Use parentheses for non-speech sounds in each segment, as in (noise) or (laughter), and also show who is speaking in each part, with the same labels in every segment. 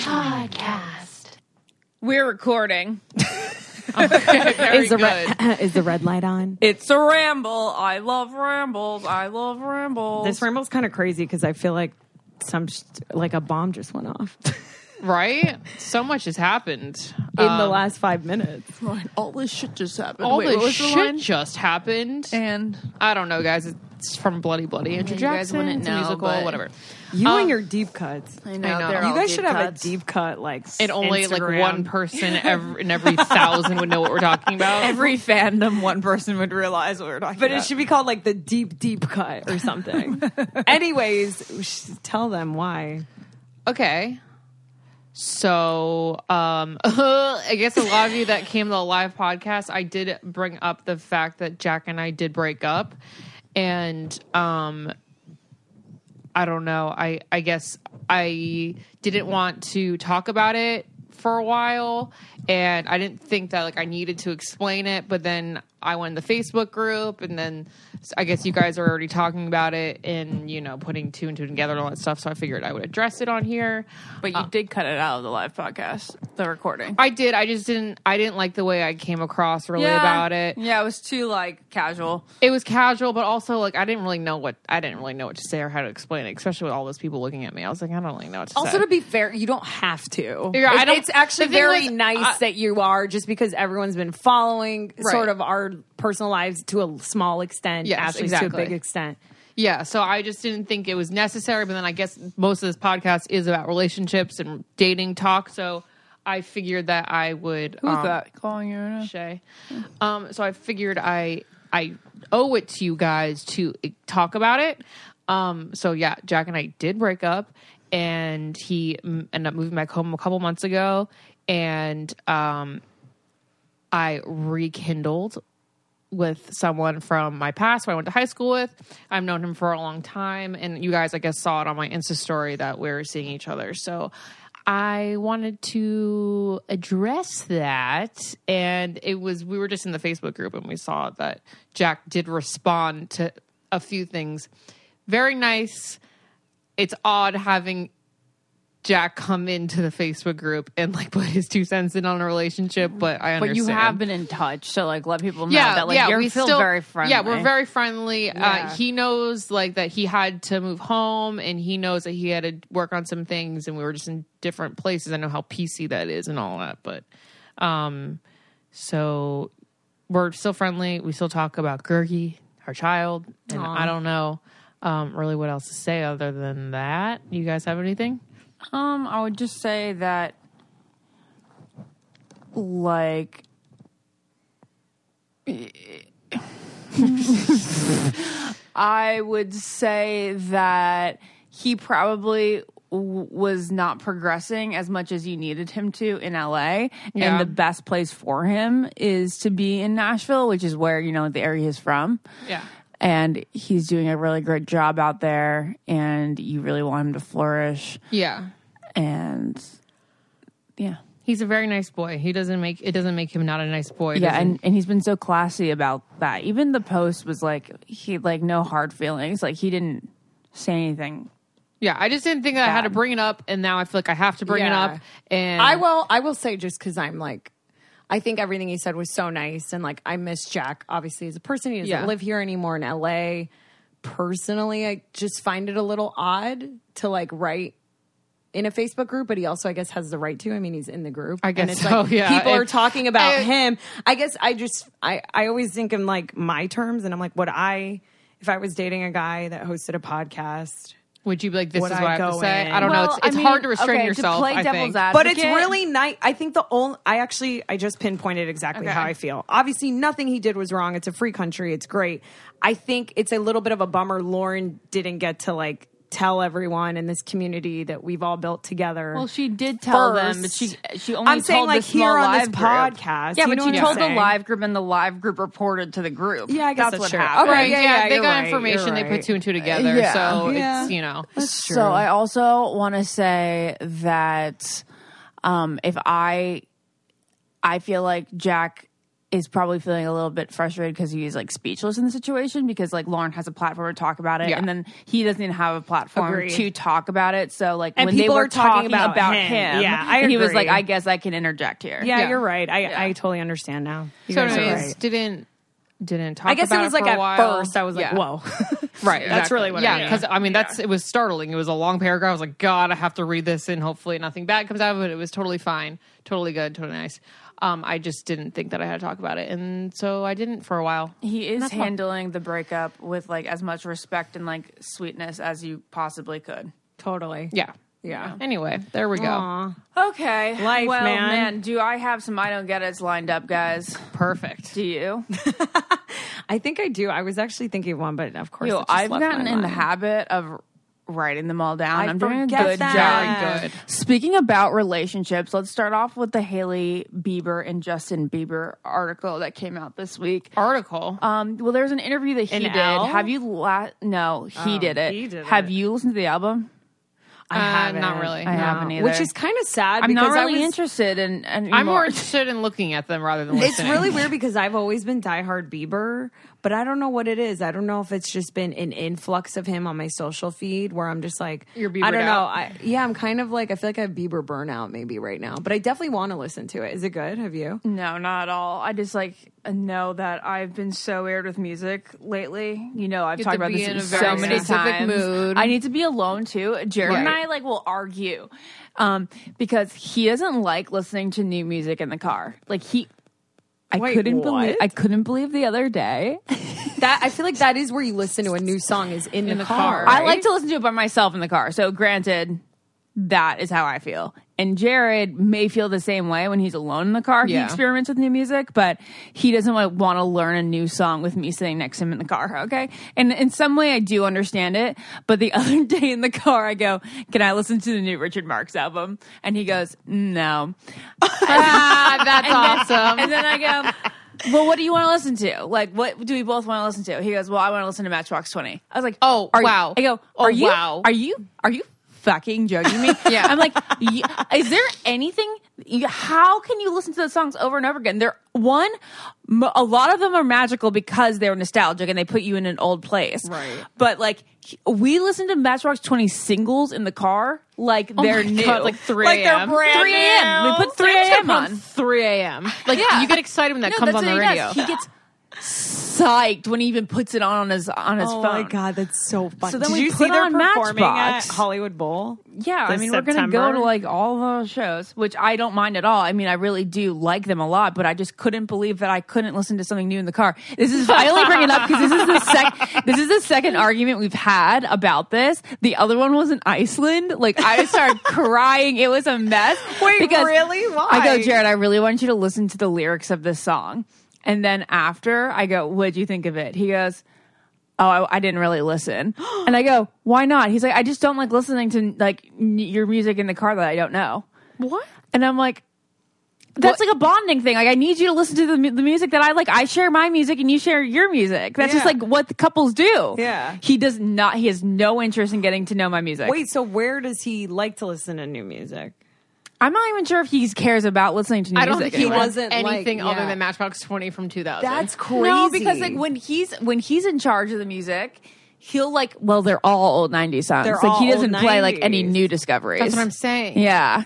Speaker 1: Podcast.
Speaker 2: We're recording.
Speaker 3: Very
Speaker 4: is the,
Speaker 3: good.
Speaker 5: (laughs)
Speaker 4: red, is the red light on?
Speaker 2: It's a ramble. I love rambles. I love rambles.
Speaker 4: (laughs) This ramble's kind of crazy because I feel like some sh- like a bomb just went off (laughs)
Speaker 3: right? So much has happened.
Speaker 4: in the
Speaker 3: Um,
Speaker 4: last five minutes.
Speaker 2: all this shit just happened.
Speaker 3: All
Speaker 2: Wait, what
Speaker 3: this
Speaker 2: was the
Speaker 3: shit
Speaker 2: line?
Speaker 3: just happened.
Speaker 2: And
Speaker 3: I don't know, guys. It's from Bloody Bloody Andrew
Speaker 2: you guys
Speaker 3: Jackson.
Speaker 2: wouldn't
Speaker 3: it's a
Speaker 2: know,
Speaker 3: musical,
Speaker 2: but-
Speaker 3: whatever.
Speaker 4: You and your deep cuts.
Speaker 2: I
Speaker 3: um, know, they're
Speaker 4: You guys should have a deep cut like
Speaker 3: And only
Speaker 2: Instagram.
Speaker 3: like one person ev- in every thousand would know what we're talking about.
Speaker 2: every fandom. One person would realize what we're talking
Speaker 4: But
Speaker 2: about.
Speaker 4: it should be called like the deep deep cut
Speaker 3: (laughs)
Speaker 4: or something. Anyways, we should tell them why.
Speaker 3: Okay. So, um, (laughs) I guess a lot of you that came to the live podcast, I did bring up the fact that Jack and I did break up, and um, I don't know. I I guess I didn't want to talk about it for a while, and I didn't think that like I needed to explain it. But then I went in the Facebook group, and then s- I guess you guys are already talking about it and you know putting two and two together and all that stuff. So I figured I would address it on here.
Speaker 2: But you did cut it out of the live podcast, the recording.
Speaker 3: I did. I just didn't. I didn't like the way I came across really about it.
Speaker 2: Yeah, it was too like casual.
Speaker 3: It was casual, but also like I didn't really know what I didn't really know what to say or how to explain it, especially with all those people looking at me. I was like, I don't really know what to say.
Speaker 5: Also, to be fair, you don't have to.
Speaker 3: Yeah, I
Speaker 5: It's-
Speaker 3: don't-
Speaker 5: it's actually
Speaker 3: the thing
Speaker 5: very
Speaker 3: was,
Speaker 5: nice
Speaker 3: I-
Speaker 5: that you are, just because everyone's been following
Speaker 3: Right.
Speaker 5: sort of our personal lives to a small extent,
Speaker 3: Yes,
Speaker 5: Ashley's to
Speaker 3: exactly.
Speaker 5: a big extent.
Speaker 3: yeah, so I just didn't think it was necessary. But then I guess most of this podcast is about relationships and dating talk, so I figured that I would.
Speaker 2: Who's
Speaker 3: um,
Speaker 2: that calling you? Right now?
Speaker 3: Shay. Um, so I figured I I owe it to you guys to eh, talk about it. Um, so yeah, Jack and I did break up, and he mm, ended up moving back home a couple months ago, and um, I rekindled with someone from my past who I went to high school with. I've known him for a long time, and you guys, I guess, saw it on my Insta story that we are seeing each other. So I wanted to address that, and it was we were just in the Facebook group and we saw that Jack did respond to a few things. Very nice. It's odd having Jack come into the Facebook group and like put his two cents in on a relationship, but I
Speaker 2: But
Speaker 3: understand.
Speaker 2: you have been in touch, so like let people know that like
Speaker 3: we
Speaker 2: you feel
Speaker 3: still-
Speaker 2: very friendly.
Speaker 3: Yeah, we're very friendly. Uh, he knows like that he had to move home, and he knows that he had to work on some things, and we were just in different places. I know how PC that is and all that, but um, so we're still friendly. We still talk about Gergie, her child, and I don't know um really what else to say other than that. You guys have anything?
Speaker 2: Um, I would just say that, like, I would say that he probably w- was not progressing as much as you needed him to in LA.
Speaker 3: Yeah.
Speaker 2: And the best place for him is to be in Nashville, which is where, you know, the area he's from
Speaker 3: Yeah.
Speaker 2: and he's doing a really great job out there and you really want him to flourish
Speaker 3: Yeah.
Speaker 2: and yeah
Speaker 3: He's a very nice boy. He doesn't make it doesn't make him not a nice boy. It
Speaker 2: yeah
Speaker 3: doesn't-
Speaker 2: and, and he's been so classy about that even the post was like he like no hard feelings like he didn't say anything
Speaker 3: Yeah, I just didn't think that I had to bring it up, and now I feel like I have to bring
Speaker 5: Yeah.
Speaker 3: it up. And
Speaker 5: I will. I will say just because I'm like, I think everything he said was so nice, and like I miss Jack. Obviously, as a person, he doesn't
Speaker 3: Yeah.
Speaker 5: live here anymore in LA. Personally, I just find it a little odd to like write in a Facebook group, but he also, I guess, has the right to. I mean, he's in the group.
Speaker 3: I guess
Speaker 5: and it's
Speaker 3: so,
Speaker 5: Like,
Speaker 3: yeah.
Speaker 5: People are
Speaker 3: If-
Speaker 5: talking about
Speaker 3: I-
Speaker 5: him. I guess I just, I, I always think in like my terms, and I'm like, would I, if I was dating a guy that hosted a podcast?
Speaker 3: Would you be like, this
Speaker 5: Would
Speaker 3: is
Speaker 5: I
Speaker 3: what I, have
Speaker 5: go
Speaker 3: to say?
Speaker 5: in?
Speaker 3: I don't
Speaker 2: Well,
Speaker 3: know. It's, it's
Speaker 2: I
Speaker 3: hard
Speaker 2: mean,
Speaker 3: to restrain
Speaker 2: okay, to
Speaker 3: yourself.
Speaker 2: play
Speaker 3: I
Speaker 2: devil's
Speaker 3: think.
Speaker 2: advocate-
Speaker 5: But it's
Speaker 2: Advocate?
Speaker 5: really nice. I think the only, I actually, I just pinpointed exactly how I feel. Obviously, nothing he did was wrong. It's a free country. It's great. I think it's a little bit of a bummer Lauren didn't get to like tell everyone in this community that we've all built together.
Speaker 2: Well, she did tell them, but she
Speaker 5: first.
Speaker 2: she only
Speaker 5: I'm
Speaker 2: told
Speaker 5: saying, like,
Speaker 2: the small
Speaker 5: here on this
Speaker 2: live group.
Speaker 5: podcast,
Speaker 2: Yeah,
Speaker 5: you
Speaker 2: but
Speaker 5: know
Speaker 2: she
Speaker 5: what I'm
Speaker 2: told
Speaker 5: saying?
Speaker 2: the live group, and the live group reported to the group.
Speaker 5: Yeah, I guess that's
Speaker 2: that's, what
Speaker 5: true.
Speaker 2: happened.
Speaker 5: Okay,
Speaker 3: Right,
Speaker 5: yeah,
Speaker 3: yeah,
Speaker 5: yeah,
Speaker 3: they
Speaker 5: you're
Speaker 3: got
Speaker 5: right,
Speaker 3: information.
Speaker 5: you're
Speaker 3: They put
Speaker 5: right.
Speaker 3: two and two together.
Speaker 2: Yeah.
Speaker 5: (laughs)
Speaker 3: So
Speaker 5: Yeah.
Speaker 3: it's you know,
Speaker 2: So I also want to say that um, if I, I feel like Jack is probably feeling a little bit frustrated because he's like speechless in the situation because like Lauren has a platform to talk about it
Speaker 3: Yeah.
Speaker 2: and then he doesn't even have a platform
Speaker 5: Agreed.
Speaker 2: to talk about it. So like
Speaker 5: And
Speaker 2: when they
Speaker 5: people
Speaker 2: were
Speaker 5: are talking about
Speaker 2: him,
Speaker 5: him. Yeah, I
Speaker 2: he was
Speaker 5: agree.
Speaker 2: like, I guess I can interject here.
Speaker 5: yeah,
Speaker 3: Yeah.
Speaker 5: you're right. I, I totally understand now. You
Speaker 3: so
Speaker 5: guys are
Speaker 3: anyways,
Speaker 5: right.
Speaker 3: didn't didn't talk.
Speaker 5: I guess it
Speaker 3: about
Speaker 5: was
Speaker 3: for
Speaker 5: like
Speaker 3: a
Speaker 5: at
Speaker 3: while.
Speaker 5: first I was like,
Speaker 3: Yeah.
Speaker 5: whoa. (laughs)
Speaker 3: right?
Speaker 5: That's really what it
Speaker 3: Yeah,
Speaker 5: is.
Speaker 3: because I mean, that's it was startling. It was a long paragraph. I was like, God, I have to read this, and hopefully nothing bad comes out of it. It was totally fine, totally good, totally nice. Um, I just didn't think that I had to talk about it, and so I didn't for a while.
Speaker 2: He is handling the breakup with like as much respect and like sweetness as you possibly could.
Speaker 5: totally.
Speaker 3: Yeah,
Speaker 5: Yeah.
Speaker 3: Anyway, there we go.
Speaker 2: Okay.
Speaker 5: Life,
Speaker 2: well,
Speaker 5: man.
Speaker 2: do I have some I don't get it's lined up, guys?
Speaker 3: Perfect.
Speaker 2: Do you?
Speaker 5: I think I do. I was actually thinking of one, but of course, it
Speaker 2: Yo,
Speaker 5: just
Speaker 2: I've
Speaker 5: left my
Speaker 2: gotten in the
Speaker 5: mind.
Speaker 2: habit of writing them all down.
Speaker 5: I
Speaker 2: am doing a
Speaker 5: forget
Speaker 2: good
Speaker 5: that.
Speaker 2: job. Speaking about relationships, let's start off with the Haley Bieber and Justin Bieber article that came out this week.
Speaker 3: Article.
Speaker 2: Um, well, there's an interview that he
Speaker 5: An
Speaker 2: did.
Speaker 5: L? Oh,
Speaker 2: Have you? La- no, he did it.
Speaker 5: he did
Speaker 2: Have
Speaker 5: it.
Speaker 2: you listened to the album?
Speaker 5: I
Speaker 3: Uh,
Speaker 5: haven't.
Speaker 3: not really.
Speaker 2: I haven't either.
Speaker 5: Which is kind of sad.
Speaker 2: I'm not
Speaker 5: because I
Speaker 2: really
Speaker 5: was-
Speaker 2: interested in. and
Speaker 3: I'm more interested in looking at them rather than
Speaker 5: It's
Speaker 3: listening.
Speaker 5: really weird because I've always been diehard Bieber, but I don't know what it is. I don't know if it's just been an influx of him on my social feed where I'm just like,
Speaker 3: You're
Speaker 5: I don't
Speaker 3: Biebered
Speaker 5: know.
Speaker 3: out.
Speaker 5: I, yeah, I'm kind of like, I feel like I have Bieber burnout maybe right now, but I definitely want to listen to it. Is it good? Have you?
Speaker 2: No, not at all. I just like know that I've been so aired with music lately. You know, I've
Speaker 3: You have
Speaker 2: talked
Speaker 3: to
Speaker 2: about
Speaker 3: be
Speaker 2: this
Speaker 3: in a
Speaker 2: so
Speaker 3: very
Speaker 2: many
Speaker 3: specific
Speaker 2: times.
Speaker 3: mood.
Speaker 2: I need to be alone too. Jared and
Speaker 3: Right.
Speaker 2: I like will argue um, because he doesn't like listening to new music in the car. Like he. I
Speaker 5: Wait,
Speaker 2: couldn't
Speaker 5: what?
Speaker 2: believe I couldn't believe the other day.
Speaker 5: That I feel like that is where you listen to a new song is in, the,
Speaker 3: the
Speaker 5: car.
Speaker 3: car.
Speaker 2: I like to listen to it by myself in the car. So granted, that is how I feel. And Jared may feel the same way when he's alone in the car. He
Speaker 3: Yeah.
Speaker 2: experiments with new music, but he doesn't want to learn a new song with me sitting next to him in the car. Okay. And in some way, I do understand it. But the (laughs) other day in the car, I go, Can I listen to the new Richard Marx album? And he goes, No.
Speaker 3: ah, (laughs) that's awesome.
Speaker 2: And then I go, Well, what do you want to listen to? Like, what do we both want to listen to? He goes, Well, I want to listen to Matchbox 20. I was like,
Speaker 3: Oh,
Speaker 2: are you-
Speaker 3: wow.
Speaker 2: I go,
Speaker 3: Oh,
Speaker 2: Are you,
Speaker 3: wow.
Speaker 2: Are you, are you fucking joking me?
Speaker 3: (laughs) Yeah.
Speaker 2: I'm like, y- Is there anything? you- How can you listen to those songs over and over again? They're one, m- a lot of them are magical because they're nostalgic and they put you in an old place.
Speaker 3: Right.
Speaker 2: But like, he- we listened to Matchbox 20 singles in the car. Like they're
Speaker 3: Oh my
Speaker 2: new,
Speaker 3: God, like 3
Speaker 2: Like they're
Speaker 3: a.m..
Speaker 2: brand 3 a.m. We put 3 a.m. on.
Speaker 3: 3 a.m. Like
Speaker 2: Yeah.
Speaker 3: you get excited when that
Speaker 2: No,
Speaker 3: comes
Speaker 2: that's
Speaker 3: on the
Speaker 2: what he
Speaker 3: radio.
Speaker 2: does. He gets psyched when he even puts it on on his on his
Speaker 5: Oh
Speaker 2: phone.
Speaker 5: my god, that's so funny!
Speaker 2: So then
Speaker 5: Did
Speaker 2: we
Speaker 5: you
Speaker 2: put
Speaker 5: see they're
Speaker 2: on
Speaker 5: performing
Speaker 2: Matchbox.
Speaker 5: at Hollywood Bowl?
Speaker 2: Yeah, I
Speaker 5: This
Speaker 2: mean we're gonna go
Speaker 5: September?
Speaker 2: to like all those shows, which I don't mind at all. I mean I really do like them a lot, but I just couldn't believe that I couldn't listen to something new in the car. This is I only bring it up because this is the sec (laughs) this is the second argument we've had about this. The other one was in Iceland. Like I
Speaker 5: (laughs)
Speaker 2: started crying. It was a mess.
Speaker 5: Wait,
Speaker 2: because
Speaker 5: really?
Speaker 2: I go,
Speaker 5: Why?
Speaker 2: Jared, I really want you to listen to the lyrics of this song. And then after I go, what'd you think of it? He goes, oh, I, I didn't really (gasps) listen. And I go, why not? He's like, I just don't like listening to like n- your music in the car that I don't know.
Speaker 3: what?
Speaker 2: And I'm like, that's like a bonding thing. Like I need you to listen to the, mu- the music that I like. I share my music and you share your music. That's just
Speaker 5: Yeah.
Speaker 2: like what the couples do.
Speaker 5: Yeah.
Speaker 2: He does not, he has no interest in getting to know my music.
Speaker 5: Wait, so where does he like to listen to new music?
Speaker 2: I'm not even sure if he cares about listening to new
Speaker 3: I don't
Speaker 2: music.
Speaker 3: think he
Speaker 2: anymore.
Speaker 3: wasn't
Speaker 5: wasn't, like-
Speaker 3: anything other
Speaker 5: yeah.
Speaker 3: than Matchbox 20 from 2000.
Speaker 5: crazy.
Speaker 2: No, because like when he's when he's in charge of the music, he'll like well they're all old 90s songs.
Speaker 5: They're
Speaker 2: like he
Speaker 5: all old
Speaker 2: doesn't play like any
Speaker 5: 90s.
Speaker 2: new discoveries.
Speaker 3: That's what I'm saying.
Speaker 2: Yeah.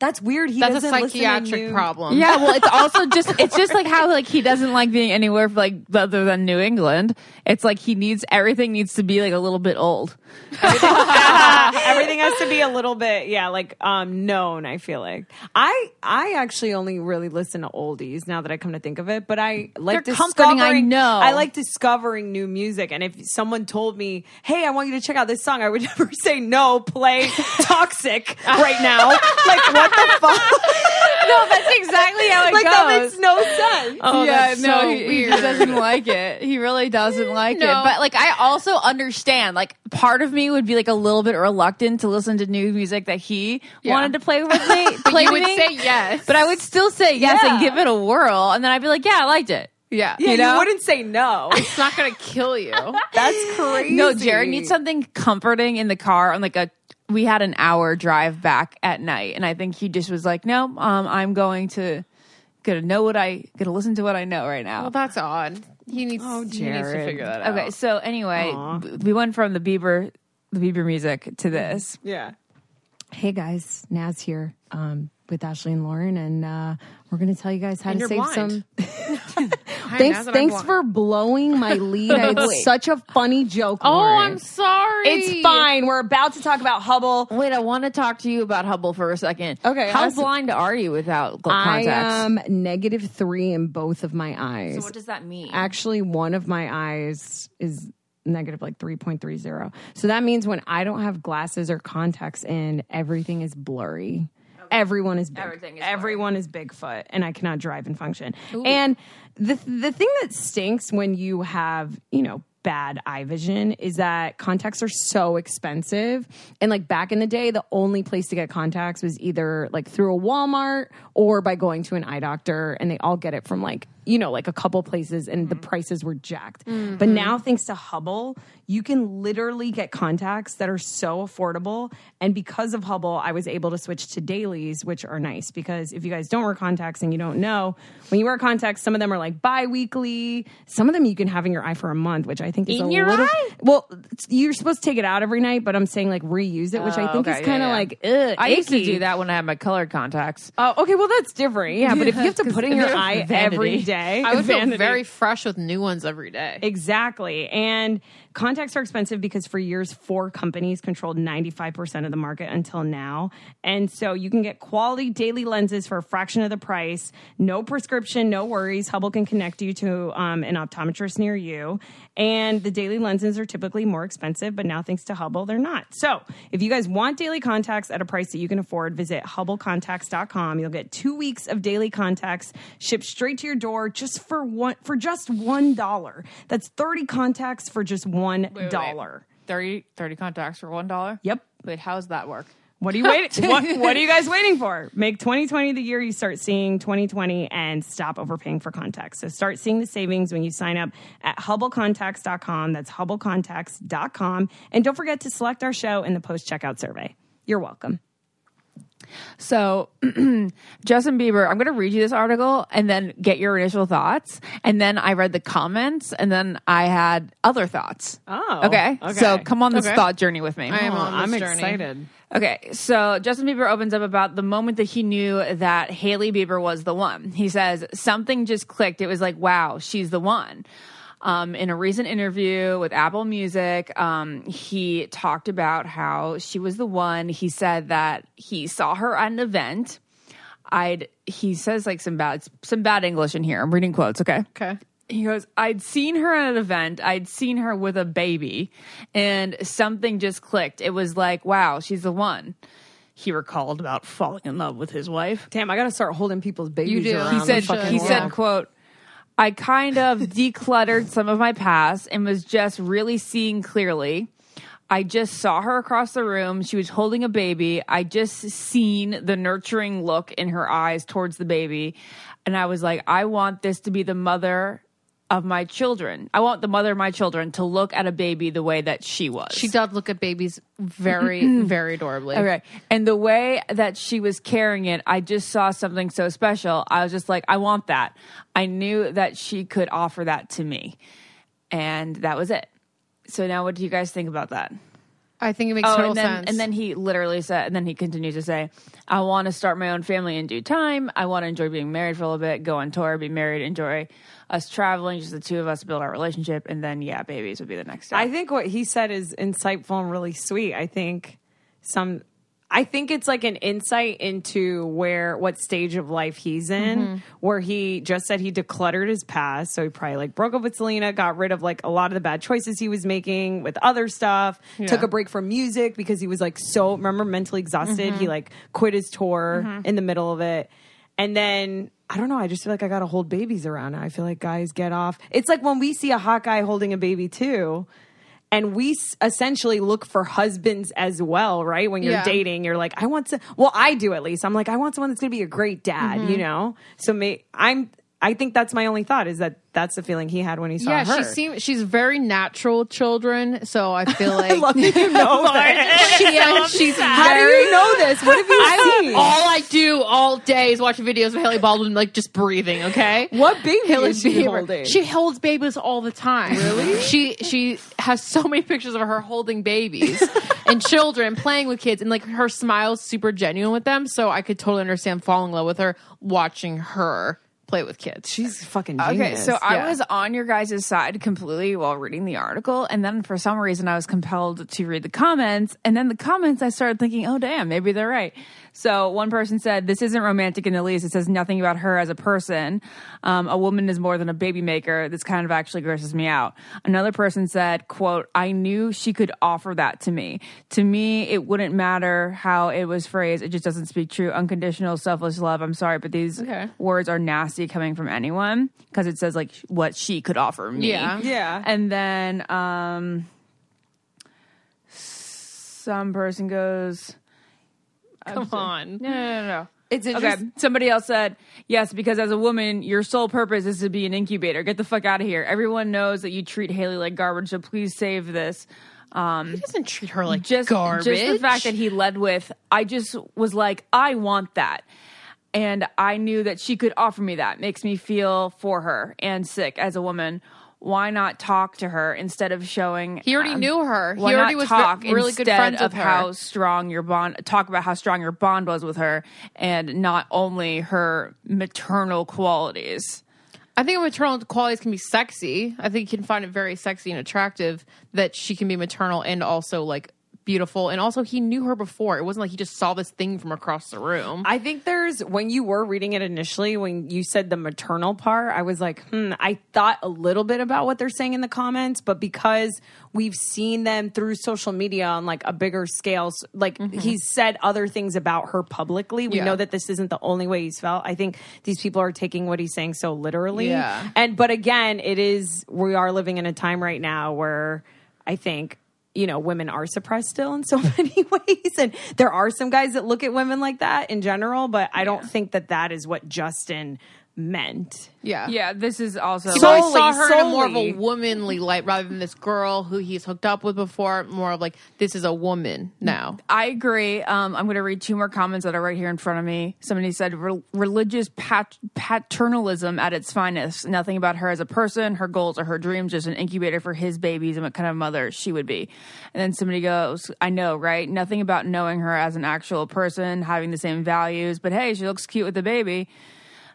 Speaker 5: That's weird. He
Speaker 3: That's a
Speaker 5: doesn't listen to
Speaker 3: psychiatric
Speaker 5: new-
Speaker 3: problem.
Speaker 2: Yeah, well, it's also just it's just like how like he doesn't like being anywhere like other than New England. It's like he needs everything needs to be like a little bit old.
Speaker 6: Everything has to be a little bit, yeah, like um known, I feel like. I I actually only really listen to oldies now that I come to think of it, but I like
Speaker 2: They're comforting, I
Speaker 6: discovering
Speaker 2: know.
Speaker 6: I like discovering new music and if someone told me, "Hey, I want you to check out this song." I would (laughs) never say no, play Toxic right now. (laughs) like what the fuck?
Speaker 2: No, that's exactly how (laughs)
Speaker 6: like that makes no sense.
Speaker 3: Oh,
Speaker 2: yeah,
Speaker 3: that's
Speaker 2: no,
Speaker 3: so
Speaker 2: he, he
Speaker 3: weird.
Speaker 2: just doesn't like it. He really (laughs) doesn't like
Speaker 3: No.
Speaker 2: it. But like, I also understand. Like, part of me would be like a little bit reluctant to listen to new music that he
Speaker 3: Yeah.
Speaker 2: wanted to play with me. (laughs) play
Speaker 3: you
Speaker 2: with
Speaker 3: would
Speaker 2: me.
Speaker 3: say yes.
Speaker 2: but I would still say yes and
Speaker 6: Yeah.
Speaker 2: give it a whirl, and then I'd be like, yeah, I liked it.
Speaker 3: yeah,
Speaker 6: Yeah,
Speaker 2: you know?
Speaker 6: wouldn't say no.
Speaker 3: it's not gonna kill you.
Speaker 6: That's crazy.
Speaker 2: No, Jared needs something comforting in the car on like a we had an hour drive back at night and I think he just was like, No, um, I'm going to gonna know what I gonna listen to what I know right now.
Speaker 3: Well, that's odd. He needs. he needs to
Speaker 6: Jared.
Speaker 3: figure that out.
Speaker 2: okay, so anyway, w- we went from the Bieber the Bieber music to this.
Speaker 6: Yeah.
Speaker 5: Hey guys, Naz here um, with Ashley and Lauren, and uh, we're going to tell you guys how to
Speaker 3: And you're
Speaker 5: save
Speaker 3: blind.
Speaker 5: some.
Speaker 3: Hi,
Speaker 5: Thanks,
Speaker 3: now that I'm
Speaker 5: thanks
Speaker 3: blind.
Speaker 5: for blowing my lead. it's such a funny joke.
Speaker 3: Oh,
Speaker 5: Lauren.
Speaker 3: I'm sorry.
Speaker 5: It's fine. We're about to talk about Hubble.
Speaker 2: Wait, I want to talk to you about Hubble for a second.
Speaker 5: Okay,
Speaker 2: how
Speaker 5: that's-
Speaker 2: blind are you without gl-
Speaker 5: I um,
Speaker 2: contacts?
Speaker 5: am negative three in both of my eyes.
Speaker 2: what does that mean?
Speaker 5: Actually, one of my eyes is negative like 3.30. So that means when I don't have glasses or contacts in, everything is blurry. Everyone is big.
Speaker 2: Everything is blurry.
Speaker 5: Everyone is Bigfoot, and I cannot drive and function. And the the thing that stinks when you have you know bad eye vision is that contacts are so expensive. And like back in the day, the only place to get contacts was either like through a Walmart or by going to an eye doctor, and they all get it from like you know like a couple places, and
Speaker 2: Mm-hmm.
Speaker 5: the prices were jacked. But now thanks to Hubble, you can literally get contacts that are so affordable. And because of Hubble, I was able to switch to dailies, which are nice because if you guys don't wear contacts and you don't know, when you wear contacts, some of them are like bi weekly. Some of them you can have in your eye for a month, which I think is
Speaker 2: In
Speaker 5: a
Speaker 2: your
Speaker 5: little.
Speaker 2: eye?
Speaker 5: Well, it's- you're supposed to take it out every night, but I'm saying like reuse it, which I think
Speaker 2: Oh, okay,
Speaker 5: is
Speaker 2: yeah,
Speaker 5: kind of
Speaker 2: yeah.
Speaker 5: like, ugh.
Speaker 2: I used to
Speaker 5: icky.
Speaker 2: do that when I had my colored contacts.
Speaker 5: Oh, okay. Well, that's different. Yeah. But if you have
Speaker 2: (laughs)
Speaker 5: to
Speaker 2: 'Cause
Speaker 5: put in your
Speaker 2: they're
Speaker 5: eye
Speaker 2: vanity.
Speaker 5: every day,
Speaker 3: I would feel
Speaker 5: Vanity.
Speaker 3: very fresh with new ones every day.
Speaker 5: Exactly. And contacts are expensive because for years, four companies controlled 95% of the market until now. And so you can get quality daily lenses for a fraction of the price. No prescription, no worries. Hubble can connect you to um, an optometrist near you. And the daily lenses are typically more expensive, but now thanks to Hubble, they're not. So if you guys want daily contacts at a price that you can afford, visit hubblecontacts.com. You'll get two weeks of daily contacts shipped straight to your door just for one for just one dollar. That's 30 contacts for just one dollar.
Speaker 2: 30, 30 contacts for one dollar?
Speaker 5: Yep.
Speaker 2: Wait, how does that work?
Speaker 5: What are you (laughs) waiting? what, what are you guys waiting for? Make 2020 the year you start seeing 2020 and stop overpaying for contacts. So start seeing the savings when you sign up at hubblecontacts.com. That's hubblecontacts.com. And don't forget to select our show in the post checkout survey. You're welcome.
Speaker 2: So, (clears throat) Justin Bieber, I'm going to read you this article and then get your initial thoughts. And then I read the comments and then I had other thoughts.
Speaker 6: Oh,
Speaker 2: Okay. So, come on this
Speaker 3: Okay.
Speaker 2: thought journey with me.
Speaker 3: I am on
Speaker 6: I'm
Speaker 3: this journey.
Speaker 6: excited.
Speaker 2: Okay, so Justin Bieber opens up about the moment that he knew that Haley Bieber was the one. He says, Something just clicked. It was like, wow, she's the one. Um, in a recent interview with Apple Music, um, he talked about how she was the one. He said that he saw her at an event. I'd he says like some bad some bad English in here. I'm reading quotes, okay?
Speaker 3: Okay.
Speaker 2: he goes, I'd seen her at an event. I'd seen her with a baby, and something just clicked. It was like, wow, she's the one. He recalled about falling in love with his wife.
Speaker 5: Damn, I got to start holding people's babies
Speaker 3: You do.
Speaker 5: around
Speaker 2: He
Speaker 5: the
Speaker 2: said,
Speaker 5: fucking
Speaker 2: he
Speaker 5: world.
Speaker 2: said, quote, I kind of decluttered some of my past and was just really seeing clearly. I just saw her across the room. She was holding a baby. I just seen the nurturing look in her eyes towards the baby. And I was like, I want this to be the mother of my children. I want the mother of my children to look at a baby the way that she was.
Speaker 3: She does look at babies very, (clears throat) very adorably.
Speaker 2: Okay. And the way that she was carrying it, I just saw something so special. I was just like, I want that. I knew that she could offer that to me. And that was it. So now what do you guys think about that?
Speaker 3: I think it makes
Speaker 2: Oh,
Speaker 3: total
Speaker 2: and then,
Speaker 3: sense.
Speaker 2: And then he literally said, and then he continues to say, I want to start my own family in due time. I want to enjoy being married for a little bit, go on tour, be married, enjoy us traveling, just the two of us, build our relationship. And then, yeah, babies would be the next step.
Speaker 5: I think what he said is insightful and really sweet. I think some I think it's like an insight into where what stage of life he's in where he just said he decluttered his past so he probably like broke up with Selena got rid of like a lot of the bad choices he was making with other stuff took a break from music because he was like so remember mentally exhausted he like quit his tour in the middle of it and then I don't know. I just feel like I got to hold babies around. I feel like guys get off. It's like when we see a hot guy holding a baby too, and we s- essentially look for husbands as well, right? When you're
Speaker 3: Yeah.
Speaker 5: dating, you're like, I want to. Well, I do at least. I'm like, I want someone that's going to be a great dad,
Speaker 3: Mm-hmm.
Speaker 5: you know. So may, I'm. I think that's my only thought is that that's the feeling he had when he saw
Speaker 3: yeah,
Speaker 5: her.
Speaker 3: she seems she's very natural with children, so I (laughs) feel like
Speaker 5: Love that (laughs) you
Speaker 3: (laughs)
Speaker 5: know that.
Speaker 3: she, yeah, she's
Speaker 5: How do
Speaker 3: very-
Speaker 5: you know this? What have you seen?
Speaker 3: all I do all day is watch videos of Haley Baldwin like just breathing. Okay,
Speaker 5: What baby
Speaker 3: Hailey
Speaker 5: is she
Speaker 3: Bieber.
Speaker 5: holding?
Speaker 3: She holds babies all the time. Really? She she has so many pictures of her holding (laughs) babies and children, playing with kids, and like her smile's super genuine with them. So I could totally understand falling in love with her, watching her play with kids.
Speaker 5: She's fucking
Speaker 2: Okay,
Speaker 5: genius.
Speaker 2: so
Speaker 3: yeah.
Speaker 2: I was on your guys' side completely while reading the article, and then for some reason I was compelled to read the comments, and then the comments I started thinking, oh damn, maybe they're right. So one person said, "This isn't romantic in the least. It says nothing about her as a person. Um, a woman is more than a baby maker. This kind of actually grosses me out." Another person said, "Quote: I knew she could offer that to me. To me, it wouldn't matter how it was phrased. It just doesn't speak true, unconditional, selfless love. I'm sorry, but these
Speaker 3: Okay.
Speaker 2: words are nasty coming from anyone because it says like sh- what she could offer me.
Speaker 3: Yeah.
Speaker 5: Yeah.
Speaker 2: And then um some person goes,
Speaker 3: Come on.
Speaker 2: no, no, no, no.
Speaker 5: It's
Speaker 2: Okay.
Speaker 5: interesting.
Speaker 2: Somebody else said, yes, because as a woman, your sole purpose is to be an incubator. Get the fuck out of here. Everyone knows that you treat Haley like garbage, so please save this. Um,
Speaker 3: He doesn't treat her like
Speaker 2: just,
Speaker 3: garbage.
Speaker 2: just the fact that he led with, I just was like, I want that. And I knew that she could offer me that. Makes me feel for her and sick as a woman. Why not talk to her instead of showing? um,
Speaker 3: He already knew her. He
Speaker 2: why
Speaker 3: already
Speaker 2: not
Speaker 3: was re-
Speaker 2: talk
Speaker 3: really good
Speaker 2: instead
Speaker 3: friends
Speaker 2: of
Speaker 3: with her.
Speaker 2: how strong your bond. Talk about how strong your bond was with her, and not only her maternal qualities.
Speaker 3: I think maternal qualities can be sexy. I think you can find it very sexy and attractive that she can be maternal and also like beautiful. And also, he knew her before. It wasn't like he just saw this thing from across the room.
Speaker 5: I think there's when you were reading it initially, when you said the maternal part, I was like, hmm, I thought a little bit about what they're saying in the comments, but because we've seen them through social media on like a bigger scale, s- like he's said other things about her publicly. We
Speaker 3: Yeah.
Speaker 5: know that this isn't the only way he's felt. I think these people are taking what he's saying so literally.
Speaker 3: Yeah.
Speaker 5: And but again, it is we are living in a time right now where I think you know women are suppressed still in so (laughs) many ways, and there are some guys that look at women like that in general. But I don't think that that is what Justin meant.
Speaker 3: yeah.
Speaker 2: Yeah, this is also
Speaker 3: He probably
Speaker 5: Solely,
Speaker 3: saw her in a more of
Speaker 5: solely.
Speaker 3: a womanly light rather than this girl who he's hooked up with before. More of like, this is a woman now.
Speaker 2: I agree. Um, I'm going to read two more comments that are right here in front of me. Somebody said "Rel- religious pat- paternalism at its finest. Nothing about her as a person, her goals, or her dreams. Just an incubator for his babies and what kind of mother she would be. And then somebody goes, "I know, right? Nothing about knowing her as an actual person, having the same values. But hey, she looks cute with the baby."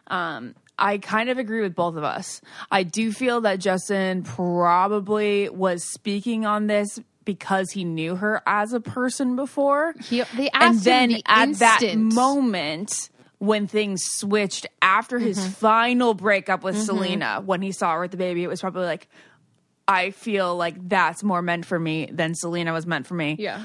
Speaker 2: Um, I kind of agree with both of us. I do feel that Justin probably was speaking on this because he knew her as a person before.
Speaker 3: He- they asked
Speaker 2: and
Speaker 3: him
Speaker 2: then
Speaker 3: the
Speaker 2: at that
Speaker 3: instant.
Speaker 2: moment when things switched after his
Speaker 3: Mm-hmm.
Speaker 2: final breakup with Selena, when he saw her with the baby, it was probably like, I feel like that's more meant for me than Selena was meant for me
Speaker 3: Yeah.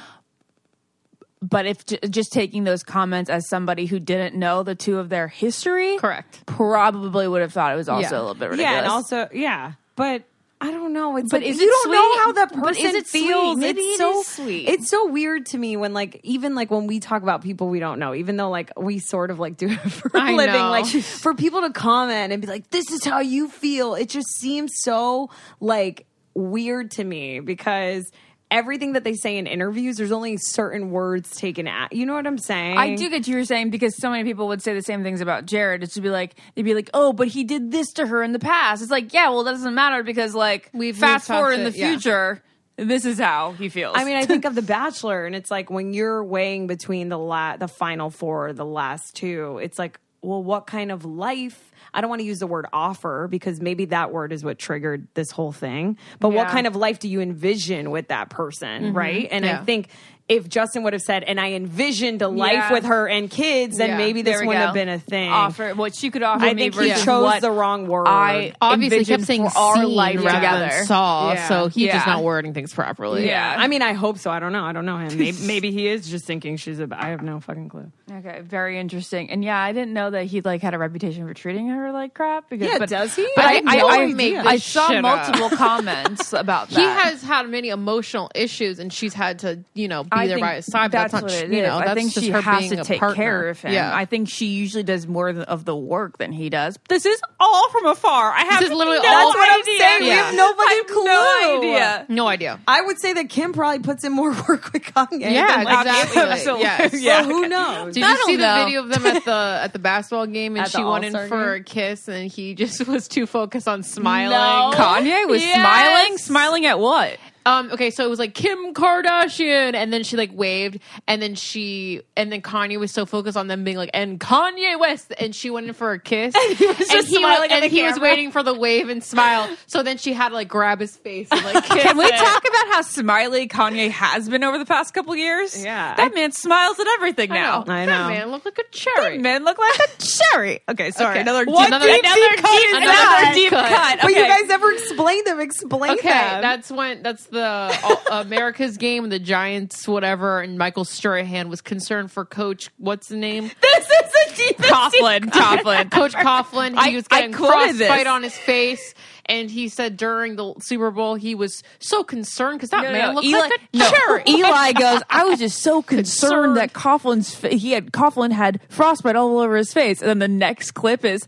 Speaker 2: but if j- just taking those comments as somebody who didn't know the two of their history,
Speaker 3: Correct.
Speaker 2: probably would have thought it was also
Speaker 3: Yeah.
Speaker 2: a little bit ridiculous.
Speaker 5: Yeah, and also yeah, but. I don't know. It's
Speaker 2: But
Speaker 5: like,
Speaker 2: is
Speaker 5: you
Speaker 2: it
Speaker 5: don't know
Speaker 2: sweet?
Speaker 5: how that
Speaker 2: But is
Speaker 5: person
Speaker 2: it sweet?
Speaker 5: feels.
Speaker 2: Maybe
Speaker 5: it's
Speaker 2: it
Speaker 5: so
Speaker 2: is sweet.
Speaker 5: It's so weird to me when like even like when we talk about people we don't know, even though like we sort of like do it (laughs) for a
Speaker 3: I
Speaker 5: living,
Speaker 3: know.
Speaker 5: like for people to comment and be like, "This is how you feel." It just seems so like weird to me because everything that they say in interviews, there's only certain words taken out. You know what I'm saying?
Speaker 2: I do get you were saying because so many people would say the same things about Jared. It's to be like they'd be like, "Oh, but he did this to her in the past." It's like, yeah, well, that doesn't matter because like
Speaker 3: We've
Speaker 2: fast
Speaker 3: moved on
Speaker 2: forward
Speaker 3: to-
Speaker 2: in the
Speaker 3: yeah.
Speaker 2: future, This is how he feels.
Speaker 5: I mean, I
Speaker 2: (laughs)
Speaker 5: think of The Bachelor, and it's like when you're weighing between the la- the final four, or the last two. It's like, well, what kind of life? I don't want to use the word offer because maybe that word is what triggered this whole thing. But what
Speaker 3: Yeah.
Speaker 5: kind of life do you envision with that person,
Speaker 2: Mm-hmm.
Speaker 5: right? And I think if Justin would have said, "And I envisioned a life
Speaker 2: Yeah.
Speaker 5: with her and kids," then
Speaker 2: Yeah,
Speaker 5: maybe this
Speaker 2: there we
Speaker 5: wouldn't
Speaker 2: go.
Speaker 5: have been a thing.
Speaker 2: Offer what she could offer
Speaker 5: I
Speaker 2: me
Speaker 5: think he
Speaker 2: versus
Speaker 5: chose
Speaker 2: what
Speaker 5: the wrong word.
Speaker 2: I
Speaker 3: obviously
Speaker 2: envisioned
Speaker 3: kept saying
Speaker 2: for our
Speaker 3: seen
Speaker 2: life
Speaker 3: rather
Speaker 2: together.
Speaker 3: than saw,
Speaker 2: Yeah.
Speaker 3: so he's just
Speaker 2: Yeah.
Speaker 3: not wording things properly.
Speaker 2: Yeah.
Speaker 5: I mean, I hope so. I don't know. I don't know him. Maybe, maybe he is just thinking she's a. I have no fucking clue.
Speaker 2: Okay, very interesting. And yeah, I didn't know that he like had a reputation for treating her like crap. Because,
Speaker 5: Yeah,
Speaker 2: but,
Speaker 5: does he?
Speaker 2: But
Speaker 5: I
Speaker 2: I,
Speaker 5: had
Speaker 2: I,
Speaker 5: no
Speaker 2: I,
Speaker 5: idea.
Speaker 2: make
Speaker 5: This
Speaker 2: I saw
Speaker 3: shit up.
Speaker 2: multiple (laughs) comments about that.
Speaker 3: He has had many emotional issues, and she's had to, you know, be
Speaker 2: I
Speaker 3: there
Speaker 2: think
Speaker 3: by his side. But
Speaker 2: That's,
Speaker 3: that's, not,
Speaker 2: what it
Speaker 3: you
Speaker 2: is.
Speaker 3: know, that's
Speaker 2: I think
Speaker 3: just
Speaker 2: she
Speaker 3: her
Speaker 2: has
Speaker 3: being
Speaker 2: to
Speaker 3: a
Speaker 2: take
Speaker 3: partner.
Speaker 2: care of him.
Speaker 3: Yeah.
Speaker 2: I think she usually does more th- of the work than he does. This is all from afar. I have
Speaker 3: is literally
Speaker 2: no
Speaker 3: all-
Speaker 2: idea.
Speaker 3: That's what I'm saying. We have
Speaker 5: no
Speaker 2: I have
Speaker 5: fucking
Speaker 2: no
Speaker 5: clue.
Speaker 2: idea.
Speaker 3: no idea.
Speaker 5: I would say that Kim probably puts in more work with Kanye.
Speaker 3: Yeah,
Speaker 5: than like,
Speaker 3: exactly. (laughs)
Speaker 2: Absolutely.
Speaker 3: Yes.
Speaker 2: Yeah.
Speaker 5: So who knows?
Speaker 3: Did
Speaker 2: I
Speaker 3: you
Speaker 2: don't
Speaker 3: see the
Speaker 2: know.
Speaker 3: video of them at the at the basketball game, and
Speaker 5: At
Speaker 3: she
Speaker 5: the
Speaker 3: went in
Speaker 5: All-Star
Speaker 3: for
Speaker 5: game?
Speaker 3: a kiss, and he (laughs) just was too focused on smiling.
Speaker 2: Kanye was
Speaker 3: Yes.
Speaker 2: smiling. Smiling at what?
Speaker 3: Um, okay, so it was like Kim Kardashian, and then she like waved, and then she, and then Kanye was so focused on them being like, and Kanye West, and she went in for a kiss,
Speaker 2: (laughs)
Speaker 3: and he was,
Speaker 2: just smiling at
Speaker 3: and
Speaker 2: the
Speaker 3: he was
Speaker 2: camera.
Speaker 3: waiting for the wave and smile. So then she had to like grab his face and like
Speaker 2: (laughs)
Speaker 3: kiss.
Speaker 2: Can we
Speaker 3: it.
Speaker 2: talk about how smiley Kanye has been over the past couple years?
Speaker 5: Yeah.
Speaker 2: That man smiles at everything
Speaker 3: I know.
Speaker 2: now.
Speaker 5: I
Speaker 3: That
Speaker 5: know.
Speaker 3: man looked like a cherry.
Speaker 2: That man look like a cherry.
Speaker 5: Okay, sorry.
Speaker 3: Okay.
Speaker 5: Another deep,
Speaker 3: What Another-
Speaker 5: deep,
Speaker 3: another
Speaker 5: deep cut
Speaker 3: deep-
Speaker 5: into
Speaker 3: another
Speaker 5: that.
Speaker 2: deep cut.
Speaker 5: But you
Speaker 2: Okay.
Speaker 5: guys never explain them. Explain
Speaker 3: Okay,
Speaker 5: them.
Speaker 3: that's when that's the all, (laughs) America's game, the Giants, whatever, and Michael Strahan was concerned for Coach. What's the name?
Speaker 2: (laughs) This is a deep Coughlin. (laughs) Coughlin.
Speaker 3: Coach Coughlin. He
Speaker 2: I-
Speaker 3: was
Speaker 2: I
Speaker 3: getting
Speaker 2: quoted this.
Speaker 3: frostbite on his face, and he said during the Super Bowl he was so concerned because that
Speaker 2: No, no,
Speaker 3: man
Speaker 2: no.
Speaker 3: looked
Speaker 2: Eli,
Speaker 3: like a
Speaker 2: (laughs) no.
Speaker 3: cherry. (laughs)
Speaker 2: Eli goes. I was just (laughs) so concerned, that Coughlin's fa- he had Coughlin had frostbite all over his face, and then the next clip is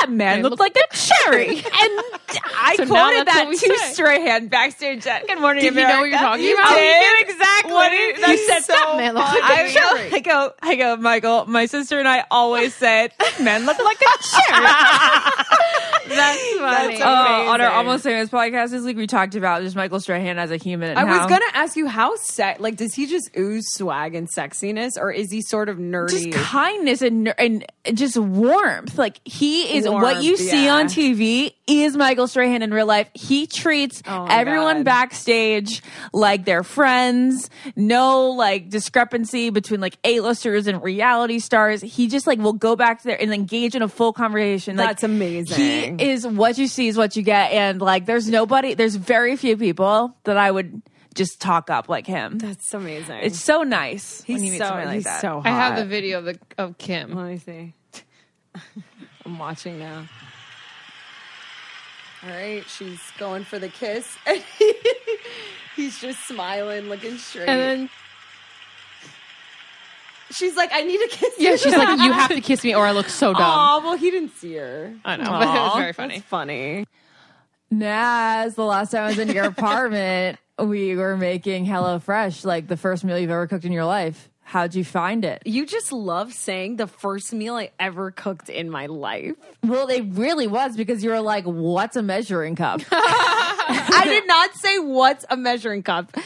Speaker 2: that man looked like a cherry, (laughs) and I
Speaker 3: So now
Speaker 2: quoted
Speaker 3: that's
Speaker 2: that
Speaker 3: what we
Speaker 2: to
Speaker 3: say.
Speaker 2: Strahan backstage at Good Morning
Speaker 3: Did he know
Speaker 2: America.
Speaker 3: what you're talking about?
Speaker 2: I knew exactly what he,
Speaker 3: What?
Speaker 2: I
Speaker 3: He's
Speaker 2: said.
Speaker 3: so
Speaker 2: that
Speaker 3: man
Speaker 5: (laughs)
Speaker 3: looked like a
Speaker 2: I go-
Speaker 3: cherry.
Speaker 2: I go. I go. Michael. My sister and I always said that men look like
Speaker 5: (laughs)
Speaker 2: a cherry.
Speaker 3: That's funny.
Speaker 2: Uh, on our almost famous podcast this week, we talked about just Michael Strahan as a human. and
Speaker 5: I was
Speaker 2: how-
Speaker 5: gonna ask you how se- like does he just ooze swag and sexiness, or is he sort of nerdy?
Speaker 2: just kindness and ner- and just warmth. Like he is what you
Speaker 5: Warmth,
Speaker 2: see
Speaker 5: yeah.
Speaker 2: on TV is Michael Strahan in real life. He treats
Speaker 5: Oh my
Speaker 2: everyone
Speaker 5: God.
Speaker 2: backstage like they're friends. No like discrepancy between like A-listers and reality stars. He just like will go back there and engage in a full conversation. Like,
Speaker 5: That's
Speaker 2: He
Speaker 5: amazing.
Speaker 2: is what you see is what you get, and like there's nobody, there's very few people that I would just talk up like him.
Speaker 5: That's amazing.
Speaker 2: it's so nice
Speaker 5: he's
Speaker 2: when you meet
Speaker 5: so
Speaker 2: somebody like
Speaker 5: he's
Speaker 2: that.
Speaker 5: so hot.
Speaker 3: I have the video of, the, of Kim.
Speaker 5: Let me see. (laughs) I'm watching now. All right, she's going for the kiss. (laughs) He's just smiling, looking straight.
Speaker 3: And then
Speaker 5: she's like, "I need a kiss."
Speaker 3: yeah, she's like, "You
Speaker 5: (laughs)
Speaker 3: have to kiss me, or I look so dumb."
Speaker 5: Oh well, he didn't see her.
Speaker 3: I know, (laughs) but it was very funny.
Speaker 5: That's funny.
Speaker 2: Naz, the last time I was in your (laughs) apartment, we were making HelloFresh, like the first meal you've ever cooked in your life. How'd you find it?
Speaker 5: You just love saying the first meal I ever cooked in my life.
Speaker 2: Well, it really was because you were like, what's a measuring (laughs) cup?
Speaker 5: (laughs) I did not say what's a measuring cup.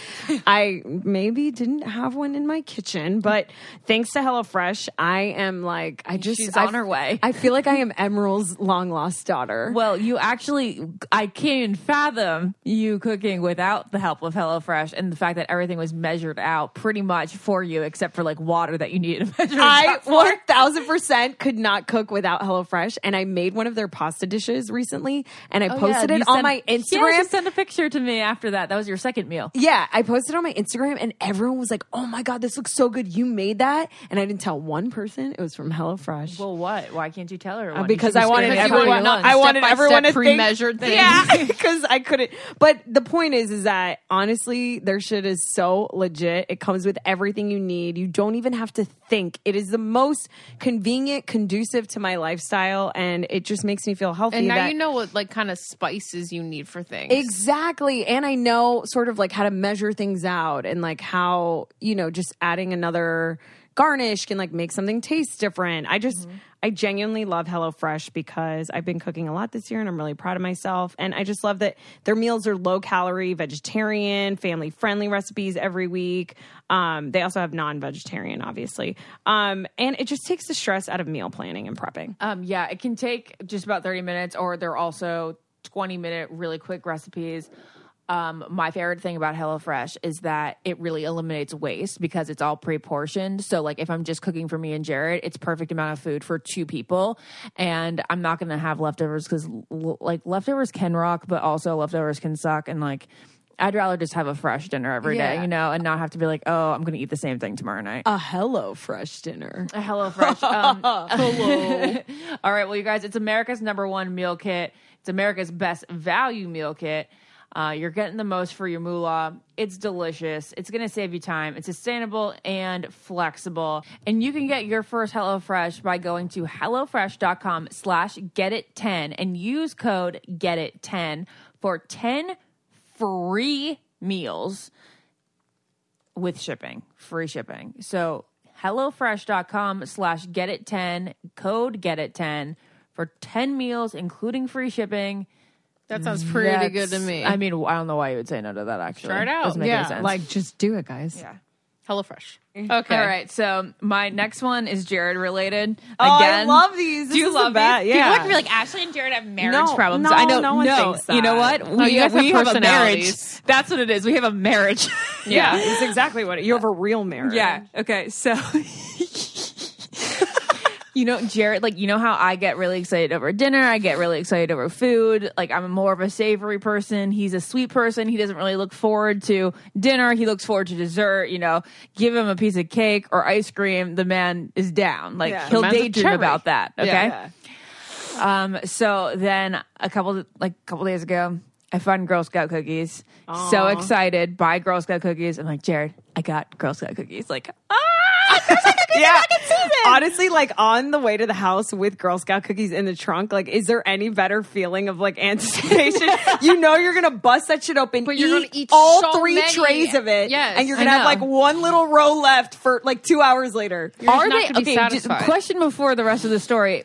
Speaker 5: I maybe didn't have one in my kitchen, but thanks to HelloFresh, I am like I just
Speaker 2: She's
Speaker 5: I-
Speaker 2: on her way.
Speaker 5: I feel like I am Emerald's long lost daughter.
Speaker 2: well, you actually, I can't even fathom you cooking without the help of HelloFresh and the fact that everything was measured out pretty much for you, except for like water that you needed to measure.
Speaker 5: I (laughs) one thousand percent could not cook without HelloFresh, and I made one of their pasta dishes recently, and I
Speaker 2: Oh,
Speaker 5: posted it on my Instagram.
Speaker 2: Yeah, you sent a picture to me after that. That was your second meal.
Speaker 5: Yeah, I posted on my Instagram and everyone was like, "Oh my god, this looks so good! You made that!" And I didn't tell one person it was from HelloFresh.
Speaker 2: Well, what? Why can't you tell her?
Speaker 5: Uh,
Speaker 2: one?
Speaker 5: because
Speaker 2: She
Speaker 5: I
Speaker 2: was
Speaker 5: wanted
Speaker 2: gonna
Speaker 3: Because you
Speaker 2: tell
Speaker 3: would
Speaker 2: you
Speaker 5: everyone.
Speaker 2: once.
Speaker 5: I wanted
Speaker 3: Step-by-step,
Speaker 5: everyone to
Speaker 3: pre-measured
Speaker 5: think,
Speaker 3: things.
Speaker 5: (laughs) Yeah, because I couldn't. But the point is, is that honestly, their shit is so legit. It comes with everything you need. You don't even have to think. It is the most convenient, conducive to my lifestyle, and it just makes me feel healthy.
Speaker 3: And now
Speaker 5: that-
Speaker 3: you know what like kind of spices you need for things.
Speaker 5: Exactly. And I know sort of like how to measure things out and like how, you know, just adding another garnish can like make something taste different. I just I genuinely love HelloFresh because I've been cooking a lot this year and I'm really proud of myself. And I just love that their meals are low calorie, vegetarian, family friendly recipes every week. Um, they also have non vegetarian, obviously. Um, and it just takes the stress out of meal planning and prepping.
Speaker 2: Um, yeah, it can take just about 30 minutes, or they're also 20 minute, really quick recipes. Um, my favorite thing about HelloFresh is that it really eliminates waste because it's all pre portioned. So, like, if I'm just cooking for me and Jared, it's perfect amount of food for two people. And I'm not going to have leftovers because, l- like, leftovers can rock, but also leftovers can suck. And, like, I'd rather just have a fresh dinner every day,
Speaker 7: Yeah.
Speaker 2: you know, and not have to be like, oh, I'm going to eat the same thing tomorrow night.
Speaker 5: A hello fresh dinner.
Speaker 2: A Hello Fresh. Um, Hello. (laughs) all right, well, you guys, it's America's number one meal kit. It's America's best value meal kit. Uh, you're getting the most for your moolah. It's delicious. It's going to save you time. It's sustainable and flexible. And you can get your first HelloFresh by going to HelloFresh.com slash get it 10 and use code get it 10 for 10 free meals with shipping, free shipping. So HelloFresh.com slash get it 10, code get it 10 for 10 meals, including free shipping.
Speaker 3: That sounds pretty good to
Speaker 2: That's-
Speaker 3: me.
Speaker 2: I mean, I don't know why you would say no to that actually.
Speaker 3: Start out.
Speaker 2: Doesn't make
Speaker 3: Yeah,
Speaker 2: any sense.
Speaker 4: Like, just do it, guys.
Speaker 3: HelloFresh.
Speaker 5: Mm-hmm.
Speaker 2: okay. All right. So my next one is Jared related.
Speaker 5: Oh, I
Speaker 2: Again.
Speaker 5: love
Speaker 2: Do
Speaker 5: these. This
Speaker 2: you
Speaker 5: is the
Speaker 2: love
Speaker 5: best.
Speaker 2: these?
Speaker 5: Yeah.
Speaker 2: People are gonna be like, Ashley and Jared have marriage
Speaker 5: No,
Speaker 2: problems.
Speaker 5: no,
Speaker 2: I know.
Speaker 5: no one thinks
Speaker 2: You know
Speaker 5: that.
Speaker 2: what? We,
Speaker 3: you guys have
Speaker 2: we have a marriage.
Speaker 3: personalities.
Speaker 2: That's what it is. We have a (laughs) marriage.
Speaker 5: Yeah, (laughs) it's exactly what it, you have a real marriage.
Speaker 2: Yeah. Okay. So. (laughs) You know, Jared, like, you know how I get really excited over dinner? I get really excited over food. Like, I'm more of a savory person. He's a sweet person. He doesn't really look forward to dinner. He looks forward to dessert. You know, give him a piece of cake or ice cream. The man is down. Like,
Speaker 5: Yeah.
Speaker 2: he'll
Speaker 3: man's a
Speaker 2: daydream
Speaker 3: cherry.
Speaker 2: about that. Okay.
Speaker 5: Yeah.
Speaker 2: Um, so then a couple like a couple days ago, I found Girl Scout cookies. So excited, buy Girl Scout cookies. I'm like, Jared, I got Girl Scout cookies. Like, ah, Girl Scout cookies.
Speaker 5: Yeah.
Speaker 2: season.
Speaker 5: Honestly, like on the way to the house with Girl Scout cookies in the trunk, like, is there any better feeling of like (laughs)
Speaker 3: (laughs)
Speaker 5: anticipation? you know, you're gonna bust that shit open,
Speaker 3: But you're gonna eat
Speaker 5: all
Speaker 3: so
Speaker 5: three
Speaker 3: many.
Speaker 5: trays of it,
Speaker 3: Yes.
Speaker 5: and you're
Speaker 3: I
Speaker 5: gonna have
Speaker 2: know.
Speaker 5: like one little row left for like two hours later.
Speaker 3: You're
Speaker 2: Are
Speaker 3: not
Speaker 2: they
Speaker 3: gonna be
Speaker 2: okay? Just
Speaker 3: satisfied.
Speaker 2: question before the rest of the story.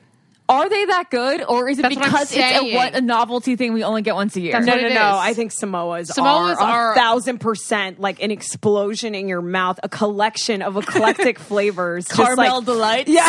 Speaker 2: Are they that good, or is it
Speaker 3: That's what I'm
Speaker 2: because it's a,
Speaker 3: saying.
Speaker 2: what a novelty thing we only get once a year?
Speaker 3: That's
Speaker 5: No,
Speaker 3: what
Speaker 5: no,
Speaker 3: it
Speaker 5: no.
Speaker 3: is.
Speaker 5: I think Samoas,
Speaker 3: Samoas
Speaker 5: are,
Speaker 3: are-
Speaker 5: a thousand percent like an explosion in your mouth, a collection of
Speaker 3: (laughs)
Speaker 5: eclectic flavors. just
Speaker 2: Caramel
Speaker 5: like-
Speaker 2: delight.
Speaker 5: Yeah.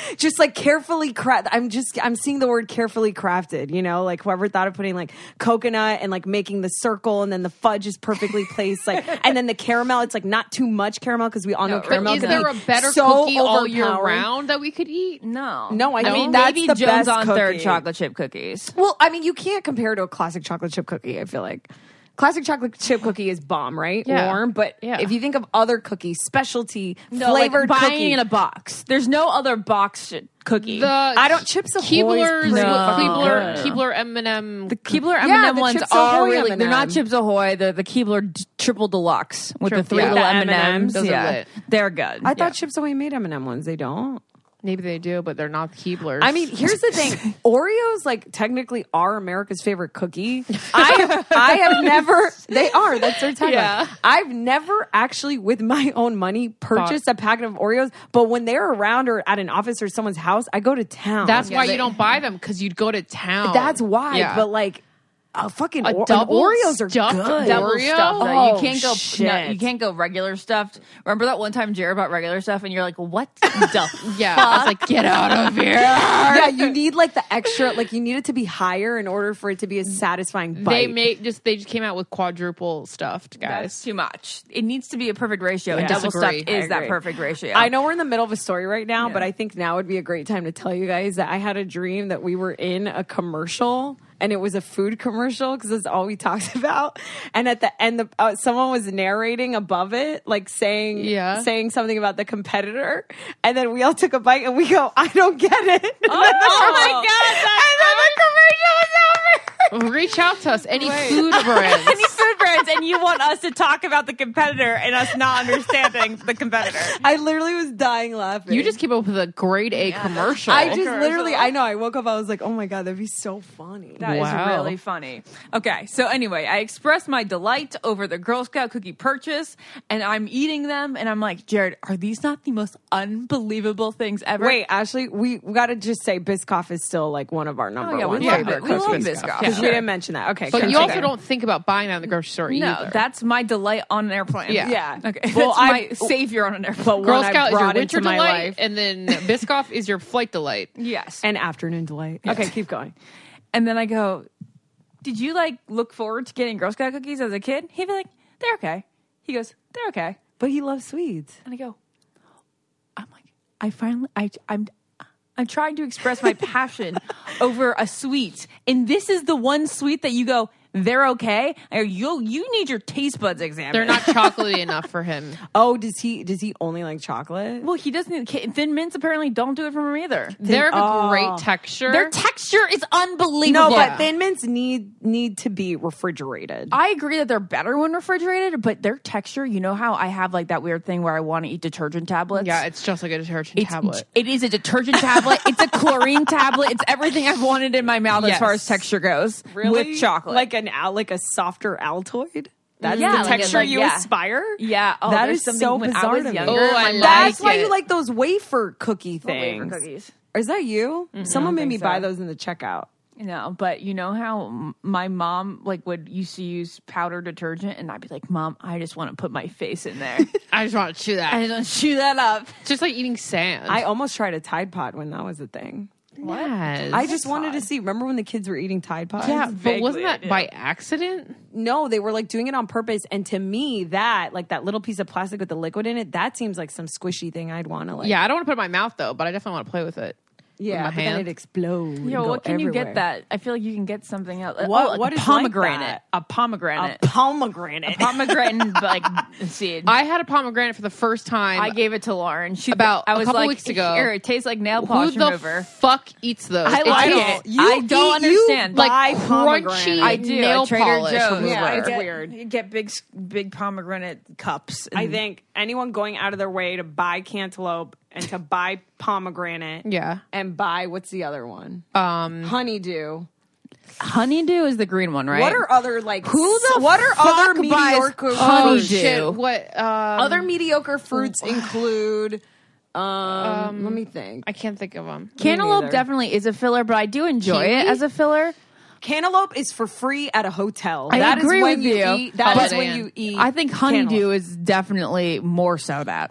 Speaker 5: (laughs) just like carefully craft. I'm just, I'm seeing the word carefully crafted, you know, like whoever thought of putting like coconut and like making the circle and then the fudge is perfectly placed. Like, and then the caramel, it's like not too much caramel because we all know
Speaker 3: But
Speaker 5: caramel
Speaker 3: is
Speaker 5: can
Speaker 3: there
Speaker 5: be
Speaker 3: a better
Speaker 5: so
Speaker 3: cookie all year
Speaker 5: overpowering.
Speaker 3: round that we could eat?
Speaker 2: No,
Speaker 5: No, I
Speaker 2: I
Speaker 5: don't.
Speaker 2: mean
Speaker 5: That's
Speaker 2: maybe
Speaker 5: the
Speaker 2: Jones
Speaker 5: best
Speaker 2: on third
Speaker 5: cookie.
Speaker 2: chocolate chip cookies.
Speaker 5: Well, I mean, you can't compare to a classic chocolate chip cookie, I feel like. Classic chocolate chip cookie is bomb, right?
Speaker 3: Yeah.
Speaker 5: Warm, but
Speaker 3: Yeah.
Speaker 5: if you think of other cookies, specialty
Speaker 2: No, like
Speaker 5: flavored
Speaker 2: buying
Speaker 5: cookie,
Speaker 2: in a box. There's no other box sh- cookie.
Speaker 3: The
Speaker 5: I don't- Chips Ahoy's
Speaker 3: Keebler's,
Speaker 5: pretty fucking
Speaker 3: Keebler,
Speaker 2: good.
Speaker 3: Keebler M&M.
Speaker 2: The Keebler M&M
Speaker 5: Yeah, the
Speaker 2: ones
Speaker 5: Chips
Speaker 2: are
Speaker 5: Ahoy
Speaker 2: really they're not
Speaker 5: M&M.
Speaker 2: Chips Ahoy, they're the Keebler d- triple deluxe with the
Speaker 3: Triple-
Speaker 2: three
Speaker 3: yeah.
Speaker 2: little
Speaker 5: The
Speaker 2: M&Ms.
Speaker 3: Those are
Speaker 2: yeah.
Speaker 3: lit.
Speaker 2: They're good.
Speaker 5: I thought Chips Ahoy made M&M ones. They don't.
Speaker 3: Maybe they do, but they're not Keebler's.
Speaker 5: I
Speaker 3: (laughs)
Speaker 5: mean, here's the thing: Oreos, like, technically are America's favorite
Speaker 3: (laughs)
Speaker 5: cookie. I, I have never. They are. That's their tagline.
Speaker 3: Yeah.
Speaker 5: I've never actually, with my own money, purchased a packet of Oreos. But when they're around or at an office or someone's house, I go to town.
Speaker 3: that's why you don't buy them because you'd go to town.
Speaker 5: That's why.
Speaker 3: Yeah.
Speaker 5: But like, a fucking
Speaker 3: A
Speaker 5: or- an
Speaker 3: double
Speaker 5: Oreos are
Speaker 3: stuffed
Speaker 5: good.
Speaker 3: double
Speaker 2: Double
Speaker 3: Oreo?
Speaker 2: stuffed. though.
Speaker 5: Oh,
Speaker 2: you can't go. No,
Speaker 5: shit.
Speaker 2: you can't go regular stuffed. Remember that one time Jared bought regular stuff, and you're like, "What
Speaker 3: (laughs)
Speaker 2: the
Speaker 5: (laughs)
Speaker 3: yeah, I was like, get out of here.
Speaker 5: yeah, you need like the extra. Like you need it to be higher in order for it to be a satisfying bite.
Speaker 3: They made just they just came out with quadruple stuffed
Speaker 2: That's
Speaker 5: (laughs)
Speaker 3: guys.
Speaker 2: too much. It needs to be a perfect ratio. and
Speaker 3: I
Speaker 2: double
Speaker 3: disagree.
Speaker 2: stuffed
Speaker 3: I
Speaker 2: is that
Speaker 3: agree.
Speaker 2: perfect ratio.
Speaker 5: I know we're in the middle of a story right now, but I think now would be a great time to tell you guys that I had a dream that we were in a commercial and it was a food commercial because that's all we (laughs) talked about. And at the end, the, uh, someone was narrating above it, like saying,
Speaker 3: Yeah.
Speaker 5: saying something about the competitor. And then we all took a bite and we go, I don't get it. (laughs)
Speaker 2: my God,
Speaker 5: (laughs) Oh, And then the commercial was over.
Speaker 3: Reach out to us. Any
Speaker 5: (laughs)
Speaker 3: food brands.
Speaker 2: Any food brands, and you want us to talk about the competitor and us not understanding the competitor.
Speaker 5: I literally was dying laughing.
Speaker 3: you just came up with a grade A commercial.
Speaker 5: I just literally, I know. I woke up. I was like, oh my god, that'd be so funny.
Speaker 2: That is
Speaker 3: Wow.
Speaker 2: really funny. Okay, so anyway, I expressed my delight over the Girl Scout cookie purchase, and I'm eating them, and I'm like, Jared, are these not the most unbelievable things ever?
Speaker 5: Wait, Ashley, we we got to just say Biscoff is still like one of our number
Speaker 2: Oh, yeah, we
Speaker 5: one
Speaker 2: love
Speaker 5: favorite
Speaker 2: it. We love
Speaker 5: cookies.
Speaker 2: Biscoff.
Speaker 5: 'Cause
Speaker 2: Yeah.
Speaker 5: we didn't mention that. Okay,
Speaker 3: but
Speaker 5: continue.
Speaker 3: you also don't think about buying that in the grocery store
Speaker 2: no,
Speaker 3: either.
Speaker 2: that's my delight on an airplane.
Speaker 3: Yeah.
Speaker 5: Yeah.
Speaker 2: Okay.
Speaker 5: Well,
Speaker 2: that's
Speaker 5: I-
Speaker 2: my savior on an airplane.
Speaker 5: But
Speaker 3: Girl
Speaker 5: one I
Speaker 3: Scout is your
Speaker 5: brought
Speaker 3: winter
Speaker 5: into my
Speaker 3: delight,
Speaker 5: life.
Speaker 3: and (laughs) then Biscoff is your flight delight.
Speaker 2: yes.
Speaker 5: and afternoon delight. Okay, keep going.
Speaker 2: And then I go, Did you like look forward to getting Girl Scout cookies as a kid? He'd be like, They're okay. He goes, They're okay.
Speaker 5: But he loves sweets.
Speaker 2: And I go, I'm like, I finally, I, I'm, I'm trying to express my
Speaker 3: (laughs)
Speaker 2: passion over a sweet, and this is the one sweet that you go, they're okay. I go, you, you need your taste buds examined.
Speaker 3: They're not chocolatey enough for (laughs) him.
Speaker 5: Oh, does he? Does he only like chocolate?
Speaker 2: Well, he doesn't. Thin mints apparently don't do it for him either.
Speaker 3: They're
Speaker 5: oh.
Speaker 3: a great texture.
Speaker 2: Their texture is unbelievable.
Speaker 5: no, but Thin Mints need need to be refrigerated.
Speaker 2: I agree that they're better when refrigerated, but their texture, you know how I have like that weird thing where I want to eat detergent tablets?
Speaker 3: yeah, it's just like a detergent
Speaker 2: It's-
Speaker 3: tablet.
Speaker 2: It is a detergent tablet. it's a chlorine
Speaker 5: (laughs)
Speaker 2: tablet. It's everything I've wanted in my mouth as far as texture goes. With chocolate.
Speaker 5: like an al- like a softer Altoid. That's
Speaker 2: Yeah,
Speaker 5: the
Speaker 2: like a-
Speaker 5: texture
Speaker 2: like,
Speaker 5: you
Speaker 2: yeah.
Speaker 5: aspire.
Speaker 2: Yeah. Oh,
Speaker 5: that
Speaker 2: there's
Speaker 5: is
Speaker 2: something
Speaker 5: so
Speaker 2: when I
Speaker 5: bizarre
Speaker 2: was
Speaker 5: to me.
Speaker 2: younger,
Speaker 3: Oh, I
Speaker 2: my
Speaker 3: like
Speaker 5: That's why
Speaker 3: it.
Speaker 5: you like those wafer cookie things.
Speaker 2: favorite cookies.
Speaker 5: Is that you? Someone made me buy those in the checkout.
Speaker 2: No, but you know how m- my mom like would used to use powder detergent, and I'd be like, "Mom, I just want to put my face in
Speaker 5: (laughs)
Speaker 2: there.
Speaker 3: I just want to chew that.
Speaker 2: I just want to chew that up."
Speaker 3: It's just like eating sand.
Speaker 5: I almost tried a Tide Pod when that was a thing.
Speaker 3: what?
Speaker 5: I just wanted to see. Remember when the kids were eating Tide Pods?
Speaker 3: yeah, but wasn't that by accident?
Speaker 5: No, they were like doing it on purpose. And to me, that like that little piece of plastic with the liquid in it, that seems like some squishy thing I'd want to like.
Speaker 3: Yeah, I don't want to put it in my mouth though, but I definitely want to play with it.
Speaker 5: yeah.
Speaker 3: my
Speaker 5: but then
Speaker 3: hand.
Speaker 5: it explodes.
Speaker 2: Yo, what can you get that? I feel like you can get something else.
Speaker 5: What-
Speaker 2: oh, like
Speaker 5: what
Speaker 2: a
Speaker 5: is like
Speaker 2: pomegranate?
Speaker 5: that?
Speaker 2: A pomegranate.
Speaker 5: Pomegranate.
Speaker 2: pomegranate like seed.
Speaker 3: I had a pomegranate for the first time.
Speaker 2: I gave it to Lauren. She
Speaker 3: About
Speaker 2: I
Speaker 3: a
Speaker 2: was
Speaker 3: couple
Speaker 2: like,
Speaker 3: weeks ago.
Speaker 2: Here, it tastes like nail
Speaker 3: Who
Speaker 2: polish
Speaker 3: the
Speaker 2: remover.
Speaker 3: fuck eats those?
Speaker 2: I
Speaker 3: It
Speaker 2: like
Speaker 3: tastes
Speaker 2: it. I don't
Speaker 5: eat- you
Speaker 2: understand.
Speaker 3: Like
Speaker 5: buy
Speaker 3: crunchy
Speaker 5: pomegranate.
Speaker 2: I do
Speaker 3: nail
Speaker 2: at Trader
Speaker 3: polish.
Speaker 2: Joe's.
Speaker 3: remover.
Speaker 2: Yeah,
Speaker 5: it's
Speaker 2: get-
Speaker 5: weird.
Speaker 2: You get big, s- big pomegranate cups.
Speaker 5: I
Speaker 2: and-
Speaker 5: think anyone going out of their way to buy cantaloupe and to buy pomegranate.
Speaker 3: Yeah.
Speaker 5: And buy what's the other one? Um honeydew.
Speaker 2: honeydew is the green one, right?
Speaker 5: What are other like
Speaker 2: Who the
Speaker 5: what are
Speaker 2: fuck
Speaker 5: other
Speaker 2: buys
Speaker 5: mediocre
Speaker 2: honeydew?
Speaker 5: fruits?
Speaker 3: Shit, what? Um,
Speaker 5: Other mediocre fruits include um, let me think.
Speaker 3: I can't think of them.
Speaker 2: Cantaloupe
Speaker 5: neither.
Speaker 2: definitely is a filler, but I do enjoy it
Speaker 3: Kiwi?
Speaker 2: as a filler.
Speaker 5: Cantaloupe is for free at a hotel.
Speaker 2: I
Speaker 5: That is
Speaker 2: agree
Speaker 5: when
Speaker 2: with
Speaker 5: you.
Speaker 2: you.
Speaker 5: Eat, that is
Speaker 3: Holiday
Speaker 5: when
Speaker 3: Inn.
Speaker 5: you eat.
Speaker 2: I think honeydew
Speaker 5: cantaloupe.
Speaker 2: is definitely more so that.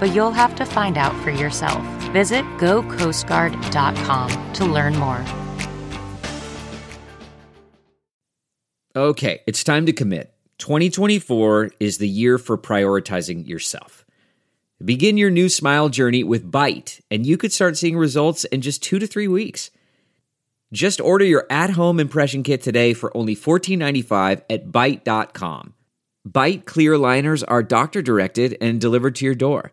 Speaker 8: but you'll have to find out for yourself. Visit gocoastguard.com to learn more.
Speaker 9: Okay, it's time to commit. 2024 is the year for prioritizing yourself. Begin your new smile journey with Bite, and you could start seeing results in just two to three weeks. Just order your at home impression kit today for only $14.95 at Byte.com. Bite clear liners are doctor directed and delivered to your door.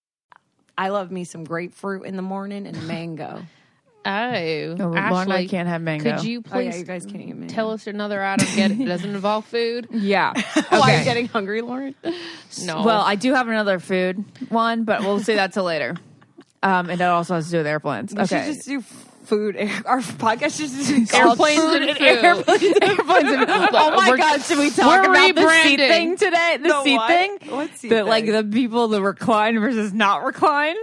Speaker 5: I love me some grapefruit in the morning
Speaker 2: (laughs)
Speaker 5: and mango.
Speaker 10: Oh,
Speaker 2: Lauren and I
Speaker 10: Ashley,
Speaker 2: can't have mango.
Speaker 10: Could you
Speaker 2: Oh, yeah,
Speaker 10: please
Speaker 2: you guys can't eat mango.
Speaker 10: tell us another item that
Speaker 2: (laughs)
Speaker 10: doesn't involve food?
Speaker 3: (laughs)
Speaker 2: Yeah.
Speaker 10: Oh, are you
Speaker 2: Okay.
Speaker 10: getting hungry,
Speaker 5: (laughs)
Speaker 10: Lauren? No.
Speaker 2: Well, I do have another food one, but we'll say that till later. Um, and that also has to do with airplanes.
Speaker 5: We
Speaker 2: okay.
Speaker 5: should just do food. Our podcast should just be called
Speaker 2: airplanes
Speaker 5: Food
Speaker 2: and
Speaker 5: (laughs)
Speaker 2: airplanes, airplanes and oh my
Speaker 5: We're-
Speaker 2: god should we talk
Speaker 5: we're
Speaker 2: about the seat
Speaker 5: rebranding.
Speaker 2: thing today the,
Speaker 5: The
Speaker 2: seat
Speaker 5: what?
Speaker 2: thing
Speaker 5: What seat
Speaker 2: the like
Speaker 5: thing?
Speaker 2: the people that recline versus not recline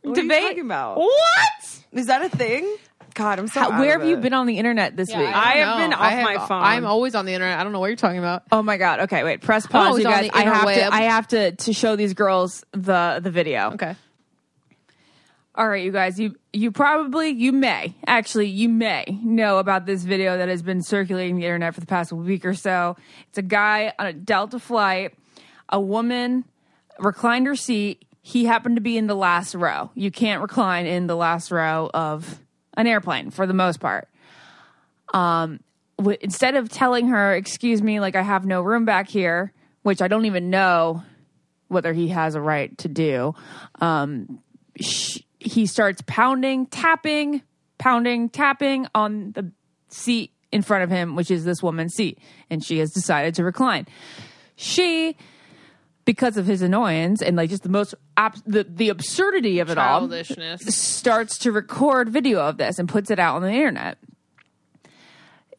Speaker 5: What are you
Speaker 2: debate
Speaker 5: talking about?
Speaker 2: what
Speaker 5: Is that a thing? God, I'm so.
Speaker 2: How-
Speaker 5: out
Speaker 2: where
Speaker 5: of
Speaker 2: have you
Speaker 5: it.
Speaker 2: been on the internet this week
Speaker 5: I have been off my phone.
Speaker 10: I'm always on the internet. I don't know what you're talking about.
Speaker 2: Oh my god. Okay, wait. Press pause, you guys. I have to. I have to to show these girls the the video.
Speaker 10: Okay.
Speaker 2: All right, you guys. You you probably you may actually you may know about this video that has been circulating the internet for the past week or so. It's a guy on a Delta flight. A woman reclined her seat. He happened to be in the last row. You can't recline in the last row of an airplane for the most part um, w- instead of telling her, "Excuse me, like I have no room back here," which I don't even know whether he has a right to do, um, sh- he starts pounding, tapping, pounding, tapping on the seat in front of him, which is this woman's seat, and she has decided to recline. She. Because of his annoyance and like just the most abs- the the absurdity of it all,
Speaker 10: Childishness.
Speaker 2: starts to record video of this and puts it out on the internet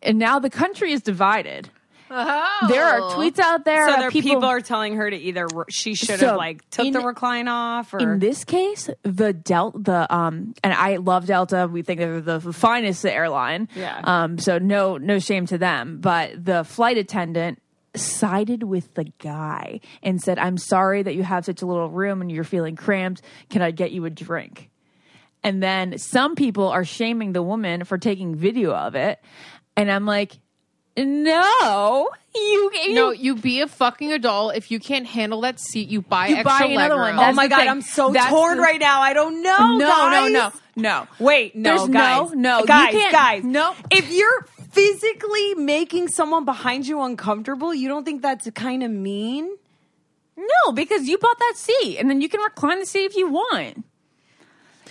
Speaker 2: and now the country is divided. There are tweets out there.
Speaker 5: Oh. So
Speaker 2: of
Speaker 5: there people, are telling her to either re- she should have
Speaker 2: So,
Speaker 5: like took
Speaker 2: in-
Speaker 5: the recline off or
Speaker 2: in this case, the Delta, the um, and I love Delta. We think they're the finest airline.
Speaker 5: Yeah.
Speaker 2: Um. So no, no shame to them. But the flight attendant sided with the guy and said, "I'm sorry that you have such a little room and you're feeling cramped. Can I get you a drink?" And then some people are shaming the woman for taking video of it, and I'm like, "No, you, you
Speaker 10: No, you be a fucking adult. If you can't handle that seat, you buy
Speaker 2: You
Speaker 10: extra
Speaker 2: buy another
Speaker 10: leg
Speaker 2: one.
Speaker 10: room.
Speaker 5: Oh
Speaker 2: That's the thing. That's the-
Speaker 5: now. I don't know.
Speaker 2: No,
Speaker 5: guys.
Speaker 2: no, no, no.
Speaker 5: Wait, no,
Speaker 2: There's
Speaker 5: guys.
Speaker 2: no, no,
Speaker 5: guys,
Speaker 2: you can't,
Speaker 5: guys.
Speaker 2: no.
Speaker 5: If you're physically making someone behind you uncomfortable, you don't think that's kind of mean?
Speaker 2: No, because you bought that seat, and then you can recline the seat if you want.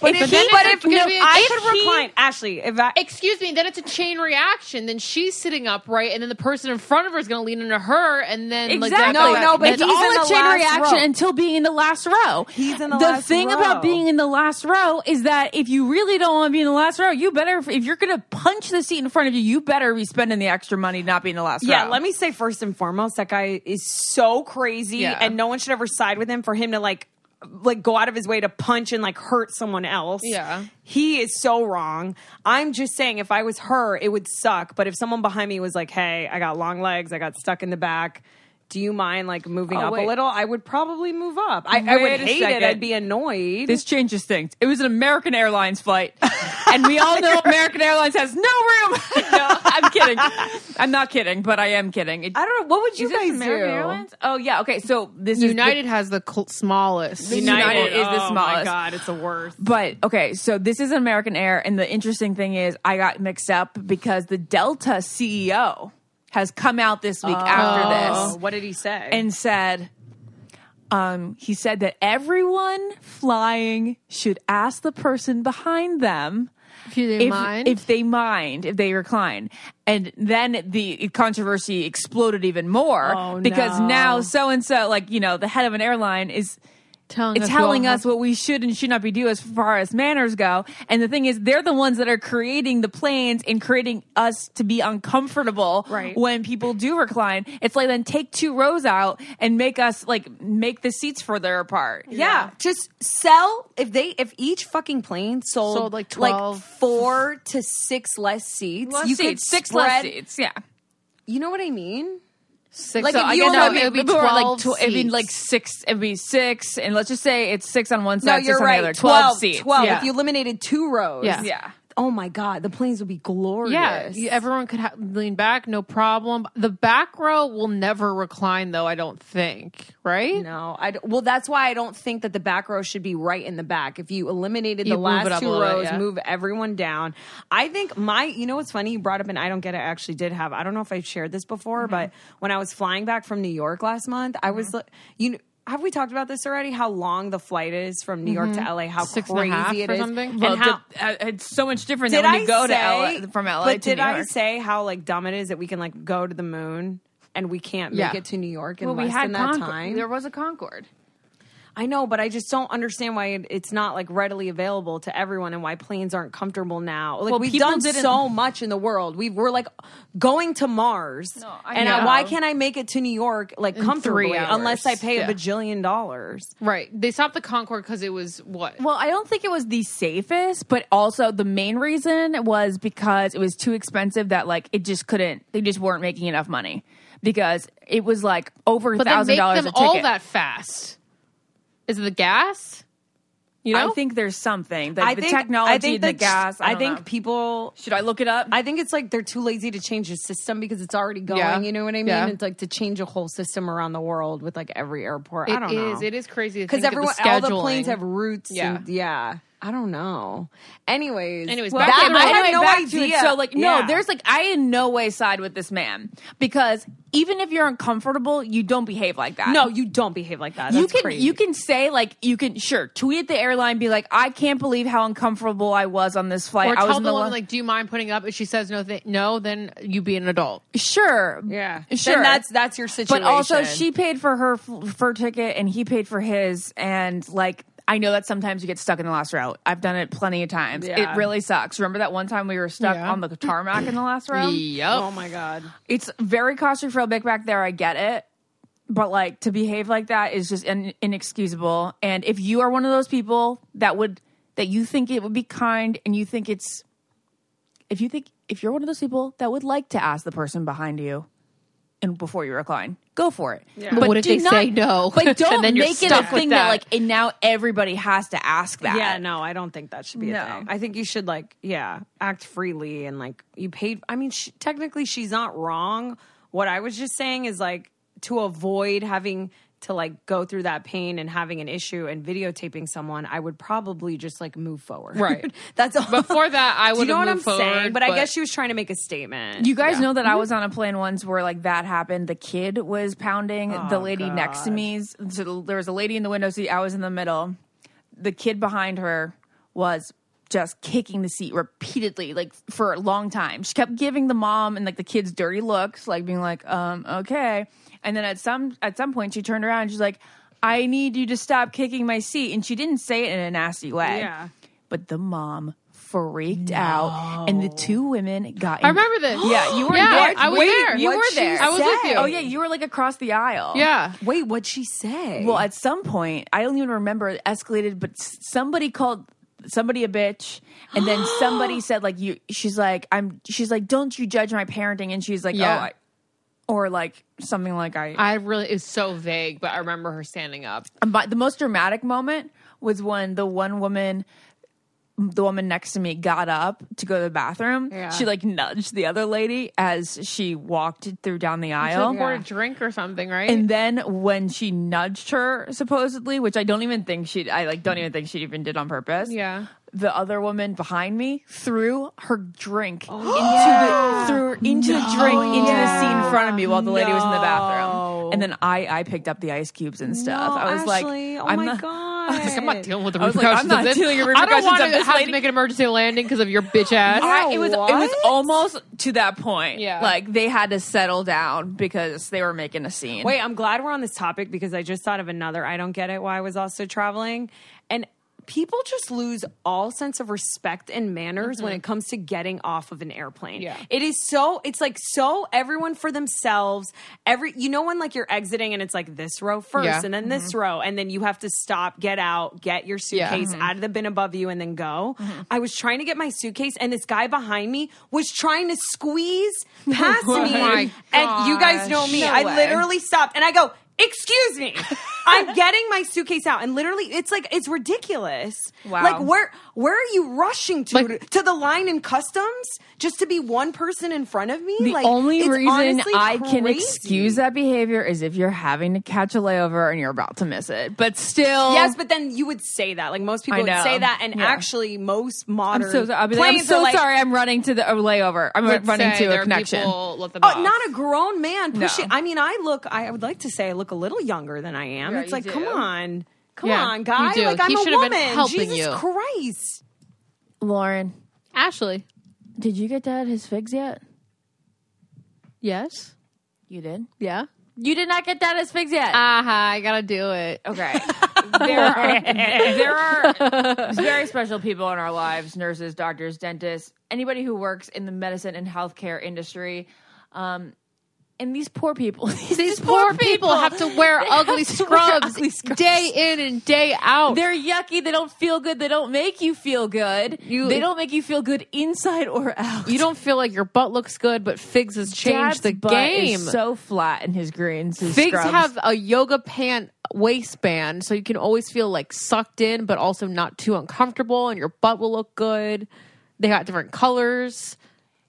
Speaker 10: But
Speaker 2: if
Speaker 10: if he- but if- no,
Speaker 5: I
Speaker 10: if
Speaker 5: could
Speaker 10: he-
Speaker 5: recline, Ashley. If I,
Speaker 10: Excuse me. Then it's a chain reaction. Then she's sitting upright, and then the person in front of her is going to lean into her, and then
Speaker 2: Exactly.
Speaker 10: Like, that- that-
Speaker 2: it's
Speaker 10: that's
Speaker 2: all
Speaker 5: in
Speaker 2: a
Speaker 5: the
Speaker 2: chain
Speaker 5: last
Speaker 2: reaction
Speaker 5: row.
Speaker 2: until being in the last row.
Speaker 5: He's in the last
Speaker 2: thing
Speaker 5: row.
Speaker 2: about being in the last row is that if you really don't want to be in the last row, you better if you're going to punch the seat in front of you, you better be spending the extra money to not being in the last row.
Speaker 5: yeah, let me say first and foremost, that guy is so crazy,
Speaker 10: Yeah.
Speaker 5: and no one should ever side with him for him to like, like go out of his way to punch and like hurt someone else.
Speaker 10: Yeah.
Speaker 5: he is so wrong. I'm just saying, if I was her, it would suck. But if someone behind me was like, "Hey, I got long legs, I got stuck in the back." Do you mind like moving up
Speaker 2: Oh, wait.
Speaker 5: a little? I would probably move up. I, I would
Speaker 2: Wait a
Speaker 5: hate it.
Speaker 2: second.
Speaker 5: I'd be annoyed.
Speaker 2: This changes things. It was an American Airlines
Speaker 5: (laughs)
Speaker 2: flight, and we all know American Airlines has no room.
Speaker 5: (laughs)
Speaker 2: (laughs) no, I'm kidding. I'm not kidding, but I am kidding. It-
Speaker 5: I don't know. What would you
Speaker 2: Is this
Speaker 5: guys
Speaker 2: American
Speaker 5: do?
Speaker 2: Airlines? Oh yeah. Okay. So this is the-
Speaker 10: United has the cl- smallest.
Speaker 2: United is the
Speaker 5: Oh my
Speaker 2: smallest.
Speaker 5: god, it's the worst.
Speaker 2: But okay, so this is American Air, and the interesting thing is, I got mixed up because the Delta CEO has come out this week after
Speaker 5: Oh,
Speaker 2: this
Speaker 5: what did he say?
Speaker 2: and said, um, he said that everyone flying should ask the person behind them
Speaker 10: Do they
Speaker 2: if,
Speaker 10: mind?
Speaker 2: if they mind, if they recline. And then the controversy exploded even more
Speaker 5: Oh,
Speaker 2: because
Speaker 5: no.
Speaker 2: now so and so, like, you know, the head of an airline is
Speaker 10: telling
Speaker 2: it's telling
Speaker 10: well,
Speaker 2: us what we should and should not be do as far as manners go. And the thing is, they're the ones that are creating the planes and creating us to be uncomfortable
Speaker 5: Right.
Speaker 2: when people do recline. It's like then take two rows out and make us like make the seats further apart.
Speaker 5: Yeah. Just sell if they if each fucking plane sold,
Speaker 10: Sold, like, 12.
Speaker 5: four to six less seats.
Speaker 2: Less
Speaker 5: you
Speaker 2: seats,
Speaker 5: could
Speaker 2: six
Speaker 5: spread,
Speaker 2: less seats. Yeah.
Speaker 5: You know what I mean?
Speaker 2: Six.
Speaker 3: Like,
Speaker 2: so
Speaker 3: if
Speaker 2: I
Speaker 3: you
Speaker 2: guess
Speaker 3: only
Speaker 2: no,
Speaker 3: have
Speaker 2: it would be
Speaker 3: before, like,
Speaker 2: twelve.
Speaker 3: tw-
Speaker 2: it'd be like six. It'd be six, and let's just say it's six on one
Speaker 5: No,
Speaker 2: side,
Speaker 5: you're
Speaker 2: six on
Speaker 5: right.
Speaker 2: the other. Twelve,
Speaker 5: 12,
Speaker 2: seats.
Speaker 5: 12.
Speaker 2: Yeah.
Speaker 5: If you eliminated two rows.
Speaker 2: Yeah. Yeah.
Speaker 5: Oh my God. The planes would be glorious.
Speaker 3: Yeah, you- everyone could ha- lean back, no problem. The back row will never recline, though. I don't think, right?
Speaker 5: No, I d- well, that's why I don't think that the back row should be right in the back. If you eliminated
Speaker 3: You
Speaker 5: the
Speaker 3: move it
Speaker 5: last
Speaker 3: up a
Speaker 5: two
Speaker 3: little bit,
Speaker 5: rows,
Speaker 3: yeah.
Speaker 5: move everyone down. I think my, you know, what's funny? You brought up, and I don't get it. I actually did have. I don't know if I've shared this before,
Speaker 3: Mm-hmm.
Speaker 5: but when I was flying back from New York last month, I was, li- you know. Have we talked about this already? How long the flight is from New York to LA? How
Speaker 3: Mm-hmm. Six and a
Speaker 5: crazy
Speaker 3: half
Speaker 5: it
Speaker 3: or
Speaker 5: is,
Speaker 3: something?
Speaker 5: and
Speaker 2: Well,
Speaker 5: how
Speaker 2: the- uh, it's so much different than when you go
Speaker 5: say-
Speaker 2: to LA, from LA
Speaker 5: But
Speaker 2: to
Speaker 5: did
Speaker 2: New
Speaker 5: I
Speaker 2: York.
Speaker 5: say how like dumb it is that we can like go to the moon and we can't make
Speaker 3: Yeah.
Speaker 5: it to New York in
Speaker 3: Well, we
Speaker 5: less
Speaker 3: had
Speaker 5: than that
Speaker 3: Concorde.
Speaker 5: time?
Speaker 3: There was a Concorde.
Speaker 5: I know, but I just don't understand why it- it's not like readily available to everyone and why planes aren't comfortable now. Like
Speaker 2: Well,
Speaker 5: we've
Speaker 2: people
Speaker 5: done
Speaker 2: didn't-
Speaker 5: so much in the world. We we're like going to Mars,
Speaker 2: I
Speaker 5: and
Speaker 2: know.
Speaker 5: why can't I make it to New York like
Speaker 3: three
Speaker 5: comfortably unless I
Speaker 3: hours.
Speaker 5: pay
Speaker 3: Yeah.
Speaker 5: a bajillion dollars?
Speaker 3: Right. They stopped the Concorde because it was what?
Speaker 2: Well, I don't think it was the safest, but also the main reason was because it was too expensive that like it just couldn't they just weren't making enough money because it was like over
Speaker 3: But then
Speaker 2: thousand
Speaker 3: make
Speaker 2: dollars a
Speaker 3: them
Speaker 2: ticket.
Speaker 3: all that fast. Is it the gas? You know,
Speaker 2: I think there's something. The,
Speaker 5: I
Speaker 2: the
Speaker 5: think-
Speaker 2: technology
Speaker 5: I think
Speaker 2: and the
Speaker 5: that-
Speaker 2: gas. I,
Speaker 5: I
Speaker 2: don't
Speaker 5: think
Speaker 2: know.
Speaker 5: people
Speaker 2: should I look it up?
Speaker 5: I think it's like they're too lazy to change the system because it's already going.
Speaker 3: Yeah.
Speaker 5: You know what I mean?
Speaker 3: Yeah.
Speaker 5: It's like to change a whole system around the world with like every airport. I
Speaker 3: It
Speaker 5: don't
Speaker 3: is.
Speaker 5: know.
Speaker 3: It is crazy to
Speaker 5: because
Speaker 3: think of
Speaker 5: everyone,
Speaker 3: the
Speaker 5: all the planes
Speaker 3: scheduling.
Speaker 5: have routes. Yeah,
Speaker 3: Yeah.
Speaker 5: and, yeah. I don't know. Anyways,
Speaker 3: Anyways,
Speaker 5: well,
Speaker 3: back
Speaker 5: that-
Speaker 3: to the
Speaker 5: I
Speaker 3: road.
Speaker 5: had
Speaker 2: Anyway,
Speaker 5: no
Speaker 2: back to it.
Speaker 5: idea.
Speaker 2: So like,
Speaker 5: Yeah.
Speaker 2: no, there's like, I in no way side with this man because even if you're uncomfortable, you don't behave like that.
Speaker 5: no. Oh, You don't behave like that.
Speaker 2: you
Speaker 5: That's
Speaker 2: can
Speaker 5: crazy.
Speaker 2: you can say like you can sure tweet at the airline be like I can't believe how uncomfortable I was on this flight.
Speaker 3: or
Speaker 2: I was
Speaker 3: tell
Speaker 2: in
Speaker 3: the
Speaker 2: lo-
Speaker 3: woman like, "Do you mind putting up?" If she says no, th- no, then you be an adult.
Speaker 2: sure
Speaker 5: Yeah,
Speaker 2: sure
Speaker 5: Then that's that's your situation.
Speaker 2: But also, she paid for her f- for ticket, and he paid for his. And like, I know that sometimes you get stuck in the last row. I've done it plenty of times.
Speaker 5: Yeah.
Speaker 2: It really sucks. Remember that one time we were stuck on the tarmac in the last
Speaker 5: (clears throat)
Speaker 2: row?
Speaker 3: Yep.
Speaker 5: Oh my god.
Speaker 2: It's very claustrophobic back there. I get it. But like to behave like that is just in- inexcusable. And if you are one of those people that would that you think it would be kind, and you think it's if you think if you're one of those people that would like to ask the person behind you and before you recline, go for it. But,
Speaker 3: what if
Speaker 2: do
Speaker 3: they say no? (laughs)
Speaker 2: But don't
Speaker 3: And then you're
Speaker 2: make it a
Speaker 3: stuck with
Speaker 2: thing that.
Speaker 3: that.
Speaker 2: like and now everybody has to ask that.
Speaker 5: Yeah, no, I don't think that should be
Speaker 2: No.
Speaker 5: a thing. I think you should like, yeah, act freely and like you paid. I mean, she, technically, she's not wrong. What I was just saying is like to avoid having to like go through that pain and having an issue and videotaping someone. I would probably just like move forward.
Speaker 3: Right.
Speaker 5: (laughs) That's all.
Speaker 3: Before that, I
Speaker 5: Do you
Speaker 3: would've
Speaker 5: know what I'm
Speaker 3: moved
Speaker 5: saying?
Speaker 3: forward,
Speaker 5: But, I
Speaker 3: but-
Speaker 5: guess she was trying to make a statement.
Speaker 2: You guys know that
Speaker 3: Mm-hmm.
Speaker 2: I was on a plane once where like that happened. The kid was pounding
Speaker 3: Oh,
Speaker 2: the lady next to me. So there was a lady in the window seat. I was in the middle. The kid behind her was just kicking the seat repeatedly, like for a long time. She kept giving the mom and like the kids dirty looks, like being like, um, okay. And then at some at some point she turned around and she's like, I need you to stop kicking my seat. And she didn't say it in a nasty way.
Speaker 5: Yeah.
Speaker 2: But the mom freaked out and the two women got in-
Speaker 3: I remember this.
Speaker 2: (gasps) yeah, you were
Speaker 3: (gasps) Yeah,
Speaker 2: there.
Speaker 3: I was
Speaker 2: Wait,
Speaker 3: there.
Speaker 2: You were
Speaker 3: What'd she
Speaker 2: there.
Speaker 3: I was with you.
Speaker 2: Oh yeah, you were like across the aisle.
Speaker 3: Yeah.
Speaker 5: Wait, what'd she say?
Speaker 2: Well, at some point, I don't even remember. It escalated, but s- somebody called somebody a bitch, and
Speaker 3: (gasps)
Speaker 2: then somebody said like you. She's like I'm. She's like, don't you judge my parenting? And she's like,
Speaker 3: Yeah.
Speaker 2: oh, I, or like something like I.
Speaker 3: I really it's so vague, but I remember her standing up.
Speaker 2: But the most dramatic moment was when the one woman. The woman next to me got up to go to the bathroom. She like nudged the other lady as she walked through down the aisle.
Speaker 3: She poured a drink or something, right?
Speaker 2: Oh. And then when she nudged her, supposedly, which I don't even think she, I like don't even think she even did on purpose.
Speaker 3: Yeah.
Speaker 2: The other woman behind me threw her
Speaker 5: (gasps)
Speaker 2: drink into the threw her into the drink into the seat in front of me while the lady was in the bathroom. And then I I picked up the ice cubes and stuff.
Speaker 5: No,
Speaker 2: I was
Speaker 5: Ashley.
Speaker 2: like,
Speaker 5: Oh
Speaker 2: I'm
Speaker 5: my
Speaker 2: not,
Speaker 5: god.
Speaker 3: Like, I'm not dealing with the
Speaker 2: I was like,
Speaker 3: repercussions
Speaker 2: I'm not
Speaker 3: of this.
Speaker 2: dealing with
Speaker 3: I don't
Speaker 2: repercussions
Speaker 3: want
Speaker 2: of
Speaker 3: to
Speaker 2: this
Speaker 3: have
Speaker 2: lady.
Speaker 3: to make an emergency landing because of
Speaker 2: (laughs)
Speaker 3: your bitch ass.
Speaker 2: I- it was it was
Speaker 5: what?
Speaker 2: almost to that point.
Speaker 3: Yeah.
Speaker 2: Like they had to settle down because they were making a scene.
Speaker 5: Wait, I'm glad we're on this topic because I just thought of another I don't get it why I was also traveling. And people just lose all sense of respect and manners when it comes to getting off of an airplane.
Speaker 3: Mm-hmm. Yeah.
Speaker 5: It is so it's like so everyone for themselves. Every you know when like you're exiting and it's like this row first
Speaker 3: Yeah. Mm-hmm.
Speaker 5: and then this row and then you have to stop, get out, get your
Speaker 3: Yeah. Mm-hmm.
Speaker 5: suitcase
Speaker 3: Mhm.
Speaker 5: out of the bin above you and then go. I was trying to get my suitcase and this guy behind me was trying to squeeze
Speaker 3: (laughs)
Speaker 5: past
Speaker 3: Oh
Speaker 5: me.
Speaker 3: my
Speaker 5: and you guys know
Speaker 3: gosh.
Speaker 5: me.
Speaker 3: No
Speaker 5: I
Speaker 3: way.
Speaker 5: literally literally stopped and I go,
Speaker 2: (laughs)
Speaker 5: "Excuse me, I'm getting my suitcase out." And literally, it's like it's ridiculous.
Speaker 3: Wow.
Speaker 5: Like where where are you rushing to to the line in customs just to be one person in front of me?
Speaker 2: The
Speaker 5: like
Speaker 2: only
Speaker 5: it's
Speaker 2: reason
Speaker 5: honestly
Speaker 2: I can
Speaker 5: crazy.
Speaker 2: excuse that behavior is if you're having to catch a layover and you're about to miss it. But still,
Speaker 5: Yes, but then you would say that. Like most people
Speaker 2: I
Speaker 5: would
Speaker 2: know.
Speaker 5: say that, and
Speaker 2: Yeah.
Speaker 5: actually, most modern
Speaker 2: I'm so, sorry. I'll be like, I'm
Speaker 5: planes
Speaker 2: so
Speaker 5: are like,
Speaker 2: sorry. I'm running to the a layover. I'm
Speaker 3: Let's
Speaker 2: running
Speaker 3: say
Speaker 2: to
Speaker 3: there
Speaker 2: a
Speaker 3: are
Speaker 2: connection.
Speaker 3: people- let them
Speaker 5: Oh,
Speaker 3: off.
Speaker 5: not a grown man
Speaker 2: No.
Speaker 5: pushing. I mean, I look. I would like to say I look a little younger than I am.
Speaker 3: Yeah,
Speaker 5: it's
Speaker 3: you
Speaker 5: like,
Speaker 3: do.
Speaker 5: come on, come
Speaker 3: Yeah,
Speaker 5: on,
Speaker 3: you
Speaker 5: guy.
Speaker 3: do.
Speaker 5: Like
Speaker 3: He
Speaker 5: I'm a
Speaker 3: should have
Speaker 5: woman.
Speaker 3: been helping
Speaker 5: Jesus
Speaker 3: you.
Speaker 5: Christ.
Speaker 2: Lauren,
Speaker 3: Ashley.
Speaker 2: did you get dad his figs yet?
Speaker 3: Yes.
Speaker 2: You did.
Speaker 3: Yeah.
Speaker 2: You did not get dad his figs yet.
Speaker 3: Aha, I gotta do it.
Speaker 2: Okay. (laughs) there are there are very special people in our lives: nurses, doctors, dentists, anybody who works in the medicine and healthcare industry. Um, and these poor people, (laughs) these,
Speaker 3: Poor people have to wear
Speaker 2: (laughs) they
Speaker 3: ugly
Speaker 2: have to wear
Speaker 3: scrubs
Speaker 2: ugly scrubs.
Speaker 3: day in and day
Speaker 2: (laughs)
Speaker 3: out.
Speaker 2: They're yucky. They don't feel good. They don't make you feel good.
Speaker 3: You-
Speaker 2: they don't make you feel good inside or out.
Speaker 3: you don't feel like your butt looks good, but Figs has
Speaker 2: Dad's
Speaker 3: changed the
Speaker 2: butt
Speaker 3: game.
Speaker 2: Is so flat in his greens. His
Speaker 3: Figs
Speaker 2: scrubs.
Speaker 3: have a yoga pant waistband, so you can always feel like sucked in, but also not too uncomfortable, and your butt will look good. They got different colors.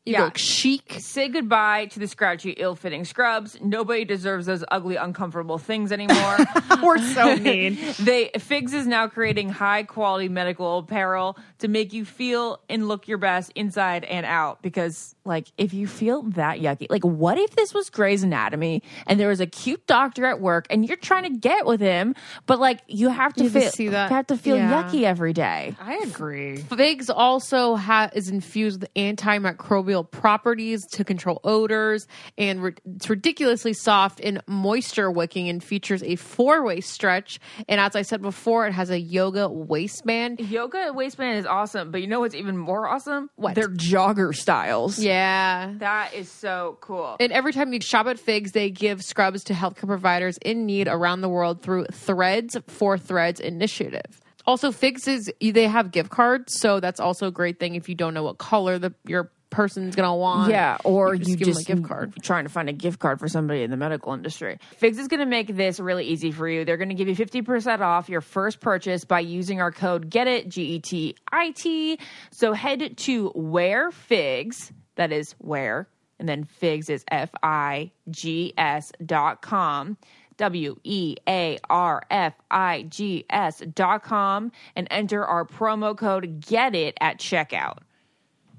Speaker 3: You
Speaker 2: Yeah.
Speaker 3: look chic.
Speaker 2: Say goodbye to the scratchy, ill fitting scrubs. Nobody deserves those ugly, uncomfortable things anymore.
Speaker 3: (laughs) We're
Speaker 2: (laughs)
Speaker 3: so mean.
Speaker 2: they Figs is now creating high quality medical apparel to make you feel and look your best inside and out. Because like if you feel that yucky, like what if this was Grey's Anatomy and there was a cute doctor at work and you're trying to get with him, but like you have to
Speaker 3: You have to
Speaker 2: feel
Speaker 3: see that.
Speaker 2: you have to feel
Speaker 3: Yeah.
Speaker 2: yucky every day.
Speaker 5: I agree.
Speaker 3: Figs also ha- is infused with antimicrobial properties to control odors, and ri- it's ridiculously soft in moisture wicking and features a four way stretch. And as I said before, it has a yoga waistband.
Speaker 2: Yoga waistband is awesome, but you know what's even more awesome?
Speaker 3: What?
Speaker 2: They're jogger styles.
Speaker 3: Yeah.
Speaker 2: That is so cool.
Speaker 3: And every time you shop at Figs, they give scrubs to healthcare providers in need around the world through Threads for Threads initiative. Also, Figs is they have gift cards, so that's also a great thing if you don't know what color the your person's gonna want.
Speaker 2: Yeah, or
Speaker 3: You
Speaker 2: you
Speaker 3: just
Speaker 2: just,
Speaker 3: give 'em a gift card.
Speaker 2: Trying to find a gift card for somebody in the medical industry. Figs is going to make this really easy for you. They're going to give you 50% off your first purchase by using our code GET IT, G E T I T. So head to where figs, that is where, and then figs is F I G S dot com. W E A R F I G S dot com and enter our promo code GET IT at checkout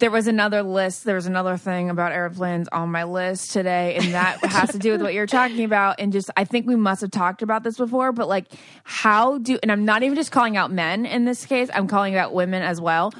Speaker 2: there was another list. There was another thing about airplanes on my list today, and that
Speaker 5: (laughs)
Speaker 2: has to do with what you're talking about. And just, I think we must have talked about this before, but like, how do, and I'm not even just calling out men in this case, I'm calling out women as well.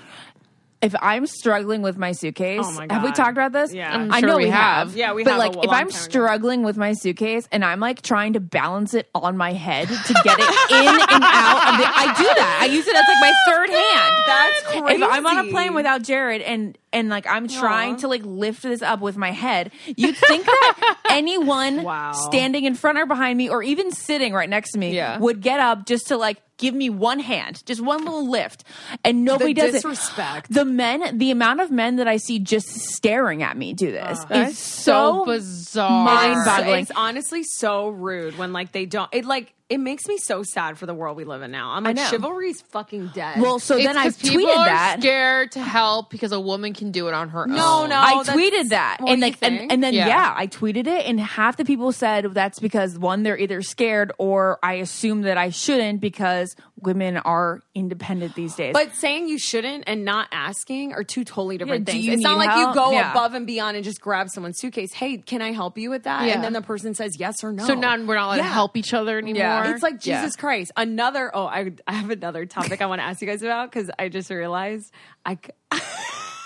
Speaker 2: If I'm struggling with my suitcase,
Speaker 5: Oh my
Speaker 2: have we
Speaker 5: God.
Speaker 2: talked about this?
Speaker 5: Yeah.
Speaker 3: I'm
Speaker 2: I
Speaker 3: sure
Speaker 2: know
Speaker 3: we
Speaker 2: we have.
Speaker 3: have.
Speaker 5: Yeah, we
Speaker 2: but
Speaker 5: have a
Speaker 2: like, if
Speaker 5: long
Speaker 2: I'm
Speaker 5: time ago.
Speaker 2: struggling with my suitcase and I'm like trying to balance it on my head to get it in and out, of the, I do that. I use it as like my third
Speaker 5: (laughs)
Speaker 2: hand.
Speaker 5: That's
Speaker 2: If I'm on a
Speaker 5: crazy.
Speaker 2: plane without Jared and and like I'm trying to like lift this up with my head, you'd think
Speaker 3: (laughs)
Speaker 2: that anyone
Speaker 5: Wow.
Speaker 2: standing in front or behind me or even sitting right next to me
Speaker 3: Yeah.
Speaker 2: would get up just to like give me one hand, just one little lift. And nobody does
Speaker 5: disrespect.
Speaker 2: it. The men, the amount of men that I see just staring at me do this is so,
Speaker 3: Uh, so bizarre.
Speaker 2: Mind-boggling.
Speaker 5: It's honestly so rude when like they don't. It like it makes me so sad for the world we live in now. I'm like
Speaker 2: know.
Speaker 5: chivalry's fucking dead.
Speaker 2: Well, so
Speaker 3: It's
Speaker 2: then I
Speaker 3: 'cause people
Speaker 2: tweeted
Speaker 3: are
Speaker 2: that.
Speaker 3: scared to help because a woman can do it on her
Speaker 5: No,
Speaker 3: own.
Speaker 5: no.
Speaker 2: I
Speaker 5: that's
Speaker 2: tweeted that,
Speaker 5: what
Speaker 2: and
Speaker 5: you
Speaker 2: like, and,
Speaker 5: think?
Speaker 2: and then
Speaker 3: Yeah.
Speaker 2: yeah. I tweeted it, and half the people said that's because one, they're either scared, or I assume that I shouldn't because women are independent these days.
Speaker 5: but saying you shouldn't and not asking are two totally different
Speaker 2: do
Speaker 5: things.
Speaker 2: you
Speaker 5: It's not
Speaker 2: need
Speaker 5: like you
Speaker 2: help?
Speaker 5: go
Speaker 2: Yeah.
Speaker 5: above and beyond and just grab someone's suitcase. Hey, can I help you with that?
Speaker 3: Yeah.
Speaker 5: And then the person says yes or no.
Speaker 3: So now we're not allowed to
Speaker 5: Yeah.
Speaker 3: help each other anymore.
Speaker 5: It's like
Speaker 3: Yeah.
Speaker 5: Jesus Christ. Another. Oh, I, I have another topic I want to ask you guys about because I just realized I. c-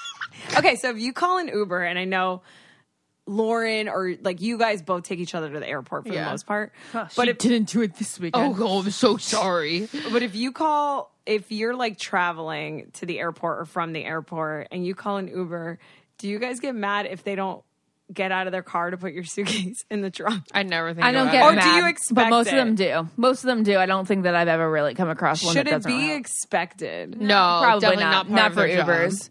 Speaker 5: (laughs) okay, so if you call an Uber, and I know Lauren or like you guys both take each other to the airport for
Speaker 3: Yeah.
Speaker 5: the most part,
Speaker 2: but it didn't do it this week.
Speaker 3: Oh, God, I'm so sorry.
Speaker 5: but if you call if you're like traveling to the airport or from the airport and you call an Uber, do you guys get mad if they don't get out of their car to put your (laughs) suitcase in the trunk?
Speaker 3: I never think
Speaker 2: I don't
Speaker 3: about
Speaker 2: get
Speaker 3: it.
Speaker 5: Or do
Speaker 2: mad,
Speaker 5: you expect
Speaker 2: But most
Speaker 5: it?
Speaker 2: of them do. Most of them do. I don't think that I've ever really come across one. that
Speaker 5: Should it
Speaker 2: doesn't
Speaker 5: be
Speaker 2: allow
Speaker 5: expected?
Speaker 3: No,
Speaker 2: Probably
Speaker 3: definitely
Speaker 2: not.
Speaker 3: not. part
Speaker 2: Not
Speaker 3: of
Speaker 2: for
Speaker 3: their job.
Speaker 2: Ubers.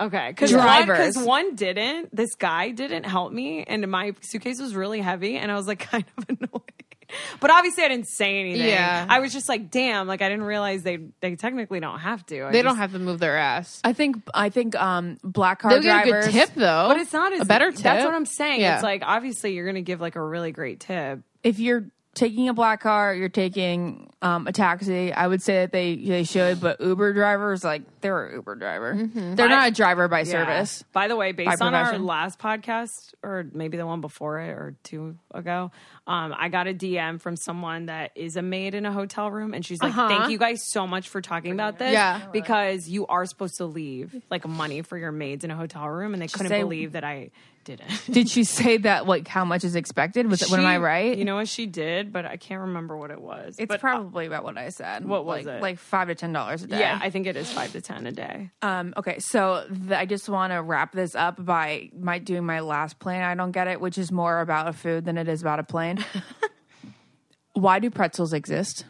Speaker 5: Okay, because one,
Speaker 2: Drivers.
Speaker 5: 'cause one didn't. This guy didn't help me, and my suitcase was really heavy, and I was like (laughs) kind of annoyed. But obviously, I didn't say anything.
Speaker 3: Yeah.
Speaker 5: I was just like, "Damn!" Like I didn't realize they they technically don't have to. I
Speaker 3: They
Speaker 5: just-
Speaker 3: don't have to move their ass.
Speaker 2: I think I think um black car
Speaker 3: They'll get a
Speaker 2: drivers
Speaker 3: good tip though.
Speaker 5: but it's not as
Speaker 3: a better tip.
Speaker 5: That's what I'm saying.
Speaker 3: Yeah.
Speaker 5: It's like obviously you're going to give like a really great tip.
Speaker 2: if you're taking a black car, you're taking um, a taxi. I would say that they they should, but Uber drivers like they're an Uber driver. They're not a driver by service.
Speaker 5: Uh, By the way, based
Speaker 2: By
Speaker 5: on our
Speaker 2: profession.
Speaker 5: last podcast, or maybe the one before it, or two ago, um, I got a DM from someone that is a maid in a hotel room, and she's like, "Thank you guys so much for talking about this,
Speaker 3: Yeah.
Speaker 5: because you are supposed to leave like money for your maids in a hotel room, and they couldn't
Speaker 2: say-
Speaker 5: believe that I (laughs) didn't."
Speaker 2: Did she say that like how much is expected? Was it when am I
Speaker 5: She-
Speaker 2: right?
Speaker 5: You know what she did, but I can't remember what it was.
Speaker 2: it's
Speaker 5: but,
Speaker 2: probably about uh, what I said.
Speaker 5: What was
Speaker 2: like,
Speaker 5: it?
Speaker 2: Like five to ten dollars a day.
Speaker 5: yeah, I think it is five to ten a day.
Speaker 2: Um, okay, so th- I just want to wrap this up by my doing my last plane. I don't get it, which is more about a food than it is about a (laughs) plane. Why do pretzels exist?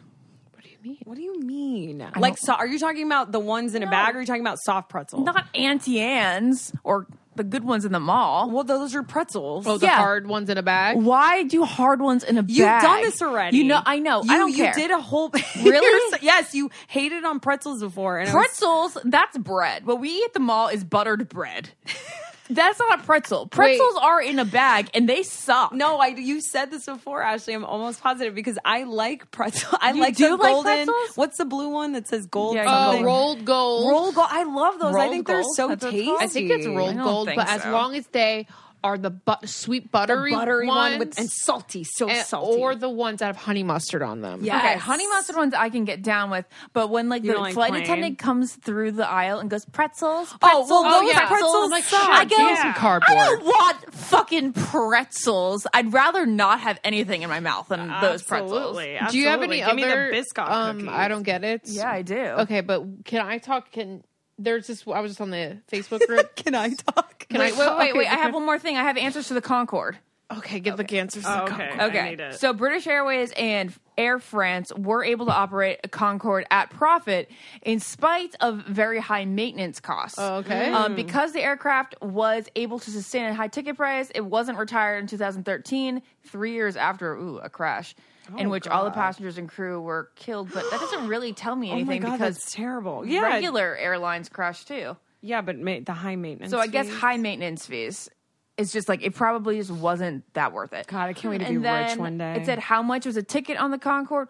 Speaker 5: What do you mean? like, so, are you talking about the ones in a bag, or are you talking about soft pretzels?
Speaker 2: Not Auntie Anne's or the good ones in the mall.
Speaker 5: well, those are pretzels.
Speaker 3: Oh, the
Speaker 2: Yeah.
Speaker 3: hard ones in a bag.
Speaker 2: Why do hard ones in a
Speaker 5: You've
Speaker 2: bag?
Speaker 5: done this already.
Speaker 2: You know, I know.
Speaker 5: You,
Speaker 2: I don't
Speaker 5: you
Speaker 2: care.
Speaker 5: did a whole (laughs)
Speaker 2: Really?
Speaker 5: You're so- yes, you hated on pretzels before. And I was-
Speaker 2: pretzels. That's bread. What we eat at the mall is buttered bread. (laughs) that's not a pretzel. Pretzels are in a bag and they suck.
Speaker 5: no, I you said this before, Ashley. I'm almost positive because I like pretzel. I
Speaker 2: You
Speaker 5: like
Speaker 2: do
Speaker 5: the
Speaker 2: like
Speaker 5: golden.
Speaker 2: pretzels?
Speaker 5: what's the blue one that says gold? Uh,
Speaker 2: Yeah,
Speaker 3: Oh,
Speaker 5: something?
Speaker 3: rolled gold.
Speaker 5: Uh, Roll gold. I love those. I
Speaker 2: Rolled
Speaker 5: think
Speaker 2: gold?
Speaker 5: they're so
Speaker 2: That's what it's
Speaker 5: tasty.
Speaker 2: called?
Speaker 3: I think it's rolled
Speaker 2: don't
Speaker 3: gold,
Speaker 2: think
Speaker 3: but as
Speaker 2: so.
Speaker 3: long as they are the bu- sweet buttery,
Speaker 5: buttery
Speaker 3: ones,
Speaker 5: one with and salty, so
Speaker 3: and-
Speaker 5: salty.
Speaker 3: or the ones that have honey mustard on them.
Speaker 5: Yes.
Speaker 2: Okay, honey mustard ones I can get down with, but when like
Speaker 5: You
Speaker 2: the
Speaker 5: don't like
Speaker 2: flight
Speaker 5: plain?
Speaker 2: attendant comes through the aisle and goes pretzels,
Speaker 5: Oh,
Speaker 2: pretzels,
Speaker 5: well, those
Speaker 2: pretzels,
Speaker 5: pretzels
Speaker 2: like,
Speaker 5: suck.
Speaker 2: I go,
Speaker 3: Give me some cardboard.
Speaker 2: I don't want fucking pretzels. I'd rather not have anything in my mouth than those pretzels.
Speaker 5: Absolutely,
Speaker 3: Do you have any
Speaker 5: absolutely. Give
Speaker 3: other
Speaker 5: me the Biscoff
Speaker 3: um, I
Speaker 5: cookies.
Speaker 3: don't get it.
Speaker 2: Yeah, I do.
Speaker 3: Okay, but can I talk? Can there's this? I was just on the Facebook
Speaker 4: (laughs)
Speaker 3: group.
Speaker 5: Can (laughs) I talk?
Speaker 3: Can
Speaker 2: Wait,
Speaker 3: I,
Speaker 2: wait, wait,
Speaker 3: okay,
Speaker 2: wait. I have one more thing. I have answers to the Concorde.
Speaker 3: Okay, get the cancers. to go.
Speaker 5: okay. I need
Speaker 2: Okay.
Speaker 5: it.
Speaker 2: So British Airways and Air France were able to operate a Concorde at profit in spite of very high maintenance costs.
Speaker 5: Oh,
Speaker 3: okay.
Speaker 2: Um, because the aircraft was able to sustain a high ticket price, it wasn't retired in 2013, three years after ooh, a crash.
Speaker 5: Oh,
Speaker 2: in which all the passengers and crew were killed, but that doesn't really tell me
Speaker 5: (gasps) oh my
Speaker 2: anything
Speaker 5: god,
Speaker 2: because
Speaker 5: that's terrible. Yeah,
Speaker 2: regular airlines crash too.
Speaker 5: Yeah, but ma- the high maintenance.
Speaker 2: So I guess
Speaker 5: fees.
Speaker 2: high maintenance fees. It's just like it probably just wasn't that worth it.
Speaker 5: God, I can't wait to
Speaker 2: And
Speaker 5: be rich
Speaker 2: then
Speaker 5: one day.
Speaker 2: It said how much was a ticket on the Concorde?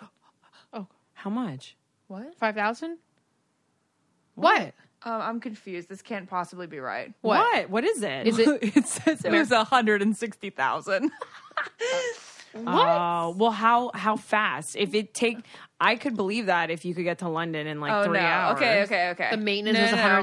Speaker 5: How much?
Speaker 3: What? Five thousand? What?
Speaker 2: Um, I'm confused. This can't possibly be right.
Speaker 5: What? What, is it? Is it?
Speaker 2: it says it was 160,000.
Speaker 5: Oh, well, how how fast? If it take, I could believe that if you could get to London in like
Speaker 2: (laughs) Oh
Speaker 5: three
Speaker 2: no.
Speaker 5: hours.
Speaker 2: Okay, okay, okay.
Speaker 3: The maintenance was
Speaker 2: I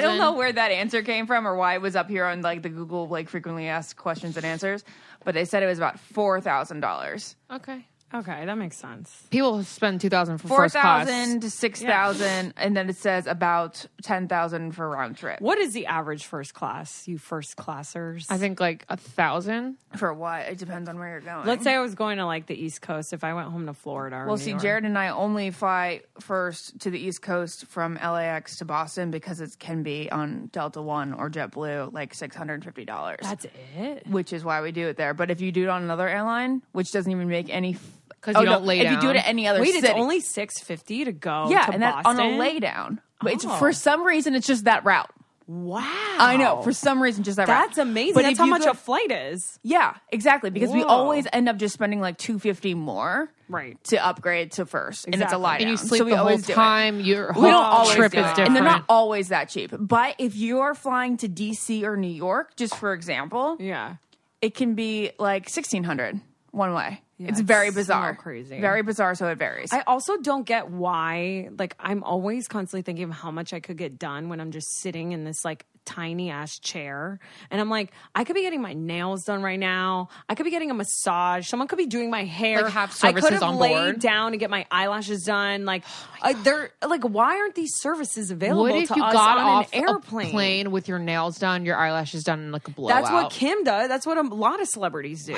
Speaker 2: don't
Speaker 3: $160,000.
Speaker 2: know where that answer came from or why it was up here on like the Google like frequently asked questions and answers, but they said it was about $4,000.
Speaker 3: Okay.
Speaker 5: okay, that makes sense.
Speaker 3: People spend two thousand for
Speaker 2: Four
Speaker 3: first class.
Speaker 2: thousand to six thousand, and then it says about ten thousand for round trip.
Speaker 5: What is the average first class? You first classers.
Speaker 3: I think like a thousand.
Speaker 2: For what? It depends on where you're going.
Speaker 5: Let's say I was going to like the East Coast. If I went home to Florida, or
Speaker 2: Well,
Speaker 5: New
Speaker 2: see,
Speaker 5: York.
Speaker 2: Jared and I only fly first to the East Coast from LAX to Boston because it can be on Delta One or JetBlue, like six hundred and fifty dollars.
Speaker 5: That's it.
Speaker 2: which is why we do it there. But if you do it on another airline, which doesn't even make any, because
Speaker 3: you don't lay
Speaker 2: If you do it
Speaker 3: down.
Speaker 2: at any other
Speaker 5: Wait,
Speaker 2: city,
Speaker 5: it's only six fifty to go.
Speaker 2: yeah,
Speaker 5: to
Speaker 2: and that's
Speaker 5: Boston?
Speaker 2: on a lay down. But it's
Speaker 5: Oh.
Speaker 2: for some reason it's just that route.
Speaker 5: Wow,
Speaker 2: I know for some reason just that route.
Speaker 5: that's amazing.
Speaker 2: But
Speaker 5: that's
Speaker 2: if
Speaker 5: how
Speaker 2: you
Speaker 5: much
Speaker 2: go-
Speaker 5: a flight is.
Speaker 2: Yeah, exactly. Because we
Speaker 5: Whoa.
Speaker 2: always end up just spending like two fifty more,
Speaker 5: Right.
Speaker 2: to upgrade to first, and it's a
Speaker 5: Exactly.
Speaker 2: lie
Speaker 3: And you
Speaker 2: down.
Speaker 3: sleep
Speaker 2: so we
Speaker 3: the whole
Speaker 2: always do it.
Speaker 3: time. Your
Speaker 2: We don't
Speaker 3: whole
Speaker 2: always
Speaker 3: trip
Speaker 2: do
Speaker 3: is
Speaker 2: it.
Speaker 3: different.
Speaker 2: and they're not always that cheap. But if you are flying to DC or New York, just for example,
Speaker 5: Yeah.
Speaker 2: it can be like sixteen hundred one way. it's very
Speaker 5: it's
Speaker 2: bizarre,
Speaker 5: so crazy.
Speaker 2: very bizarre. So it varies.
Speaker 5: I also don't get why, like, I'm always constantly thinking of how much I could get done when I'm just sitting in this, like, tiny ass chair. And I'm like, I could be getting my nails done right now. I could be getting a massage. Someone could be doing my hair.
Speaker 3: Like, have
Speaker 5: I
Speaker 3: services
Speaker 5: could have
Speaker 3: on
Speaker 5: laid
Speaker 3: board.
Speaker 5: down and get my eyelashes done.
Speaker 3: (sighs)
Speaker 5: Like, uh, they're like, why aren't these services available
Speaker 3: What if
Speaker 5: to
Speaker 3: you
Speaker 5: us
Speaker 3: got
Speaker 5: on
Speaker 3: off
Speaker 5: an airplane?
Speaker 3: a plane with your nails done, your eyelashes done, and like a blowout?
Speaker 5: That's what Kim does. That's what a lot of celebrities do.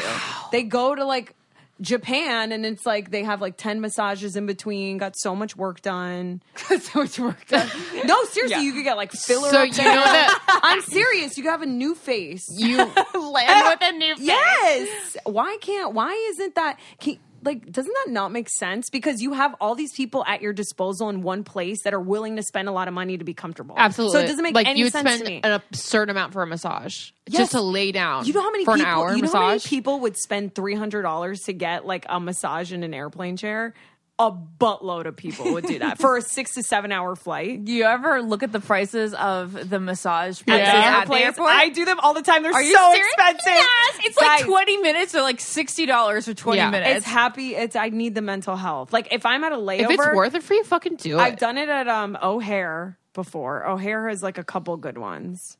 Speaker 5: They go to like Japan and it's like they have like 10 massages in between, got so much work
Speaker 3: (laughs)
Speaker 5: done. got so much work done. (laughs) no, seriously, you could get like filler.
Speaker 3: So
Speaker 5: up
Speaker 3: you
Speaker 5: there. (laughs)
Speaker 2: (laughs)
Speaker 3: know that-
Speaker 5: I'm serious. You could have a new face.
Speaker 3: You land with a new face.
Speaker 5: Yes. Why can't, why isn't that? Can, like, doesn't that not make sense? Because you have all these people at your disposal in one place that are willing to spend a lot of money to be comfortable.
Speaker 3: Absolutely.
Speaker 5: So it doesn't make
Speaker 3: like
Speaker 5: any
Speaker 3: you'd
Speaker 5: sense
Speaker 3: spend
Speaker 5: to me.
Speaker 3: an absurd amount for (laughs) a massage
Speaker 5: Yes.
Speaker 3: just to lay down.
Speaker 5: You know how many
Speaker 3: for
Speaker 5: people,
Speaker 3: an hour
Speaker 5: you know how many
Speaker 3: massage?
Speaker 5: people would spend three hundred dollars to get like a massage in an airplane chair? A buttload of people would do that for a six to seven hour (laughs) flight.
Speaker 2: Do you ever look at the prices of the massage places
Speaker 5: At the
Speaker 2: at the
Speaker 5: airplanes,
Speaker 2: airport?
Speaker 5: I do them all the time. They're
Speaker 2: Are you
Speaker 5: so
Speaker 2: serious?
Speaker 5: expensive.
Speaker 2: Yes, it's like
Speaker 5: Guys,
Speaker 2: twenty minutes or like sixty dollars for twenty
Speaker 5: yeah,
Speaker 2: minutes.
Speaker 5: It's happy. It's I need the mental health. Like if I'm at a layover,
Speaker 3: If it's worth it for you, fucking do it.
Speaker 5: I've done it at um O'Hare before. O'Hare has like a couple good ones.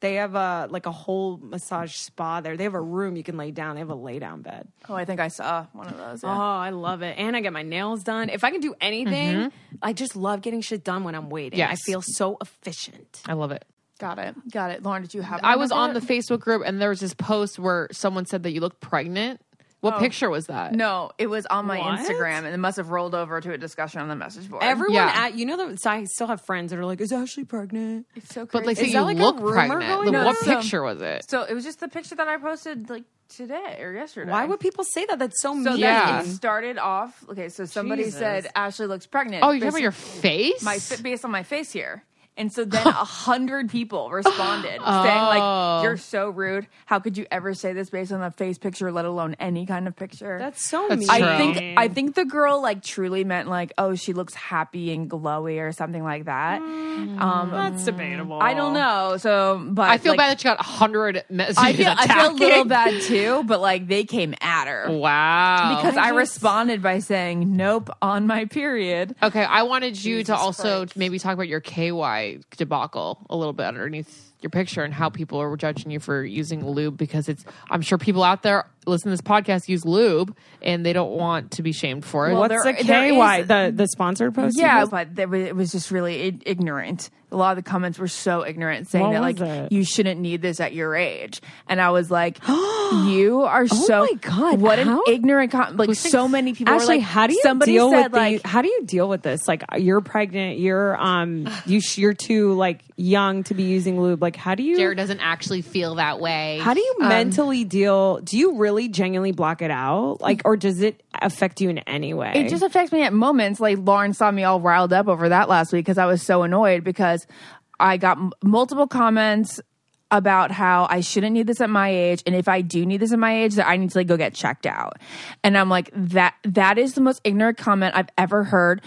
Speaker 5: They have a like a whole massage spa there. They have a room you can lay down. They have a lay down bed.
Speaker 2: oh, I think I saw one of those.
Speaker 5: Oh,
Speaker 2: Yeah.
Speaker 5: I love it. And I get my nails done. If I can do anything, I just love getting shit done when I'm waiting. I
Speaker 3: Yes.
Speaker 5: feel so efficient.
Speaker 3: I love it.
Speaker 2: Got it. Got it. Lauren, did you have?
Speaker 3: I
Speaker 2: one
Speaker 3: was
Speaker 2: about
Speaker 3: on
Speaker 2: it?
Speaker 3: the Facebook group and there was this post where someone said that you look pregnant. What
Speaker 2: Oh.
Speaker 3: picture was that?
Speaker 2: No, it was on my
Speaker 5: What?
Speaker 2: Instagram, and it must have rolled over to a discussion on the message board.
Speaker 5: Everyone
Speaker 3: Yeah.
Speaker 5: at you know that so I still have friends that are like, is Ashley pregnant?
Speaker 2: it's so crazy.
Speaker 3: But like, so
Speaker 5: Is
Speaker 3: you
Speaker 5: that like a
Speaker 3: look
Speaker 5: rumor
Speaker 3: pregnant.
Speaker 5: going
Speaker 3: Like,
Speaker 2: on?
Speaker 3: what
Speaker 2: No.
Speaker 3: picture was it?
Speaker 2: so it was just the picture that I posted like today or yesterday.
Speaker 5: Why would people say that? That's so,
Speaker 2: So
Speaker 5: mean.
Speaker 2: yeah.
Speaker 3: Yeah.
Speaker 2: it started off. Okay, so somebody
Speaker 5: Jesus.
Speaker 2: said Ashley looks pregnant.
Speaker 3: Oh, you're talking
Speaker 2: Based-
Speaker 3: about your face?
Speaker 2: my fi- based on my face here. And so
Speaker 5: (laughs)
Speaker 2: then a hundred people responded
Speaker 5: Oh.
Speaker 2: saying like, "You're so rude. How could you ever say this based on a face picture, let alone any kind of picture?"
Speaker 5: That's so
Speaker 3: That's
Speaker 5: mean.
Speaker 3: true.
Speaker 2: I think I think the girl like truly meant like, "Oh, she looks happy and glowy" or something like that.
Speaker 5: Mm.
Speaker 2: um,
Speaker 5: that's debatable.
Speaker 2: I don't know. So, but
Speaker 3: I feel
Speaker 2: like,
Speaker 3: bad that you got 100 (laughs) messages
Speaker 2: I feel I feel a
Speaker 3: attacking.
Speaker 2: little bad too, but like they came at her
Speaker 3: Wow.
Speaker 2: because I, responded by saying, "Nope, on my period."
Speaker 3: Okay, I wanted you to
Speaker 2: Jesus
Speaker 3: also
Speaker 2: Christ.
Speaker 3: maybe talk about your KY debacle a little bit underneath your picture and how people are judging you for using lube because it's I'm sure people out there listen to this podcast use lube and they don't want to be shamed for it.
Speaker 2: Well,
Speaker 5: What's
Speaker 2: there-
Speaker 5: the
Speaker 2: there
Speaker 5: KY?
Speaker 2: is-
Speaker 5: the the sponsored post? you
Speaker 2: Yeah,
Speaker 5: just-
Speaker 2: but there was, it was just really I- ignorant. A lot of the comments were so ignorant, saying
Speaker 5: What
Speaker 2: that
Speaker 5: was
Speaker 2: like
Speaker 5: it?
Speaker 2: you shouldn't need this at your age. And I was
Speaker 5: (gasps)
Speaker 2: like, you are so
Speaker 5: Oh my God,
Speaker 2: what
Speaker 5: how-
Speaker 2: an ignorant com- like
Speaker 5: (laughs)
Speaker 2: so many people. were
Speaker 5: Ashley,
Speaker 2: like,
Speaker 5: how do you
Speaker 2: somebody
Speaker 5: deal
Speaker 2: said
Speaker 5: with
Speaker 2: like
Speaker 5: like, how do you deal with this? Like you're pregnant, you're (sighs) um you sh- you're too like young to be using lube. Like how do you
Speaker 3: Jared doesn't actually feel that way.
Speaker 5: How do you mentally deal? Do you really genuinely block it out? (laughs) Like, or does it affect you in any way?
Speaker 2: It just affects me at moments. Like Lauren saw me all riled up over that last week because I was so annoyed because I got m- multiple comments about how I shouldn't need this at my age, and if I do need this at my age, that I need to like go get checked out. And I'm like that. That is the most ignorant comment I've ever heard.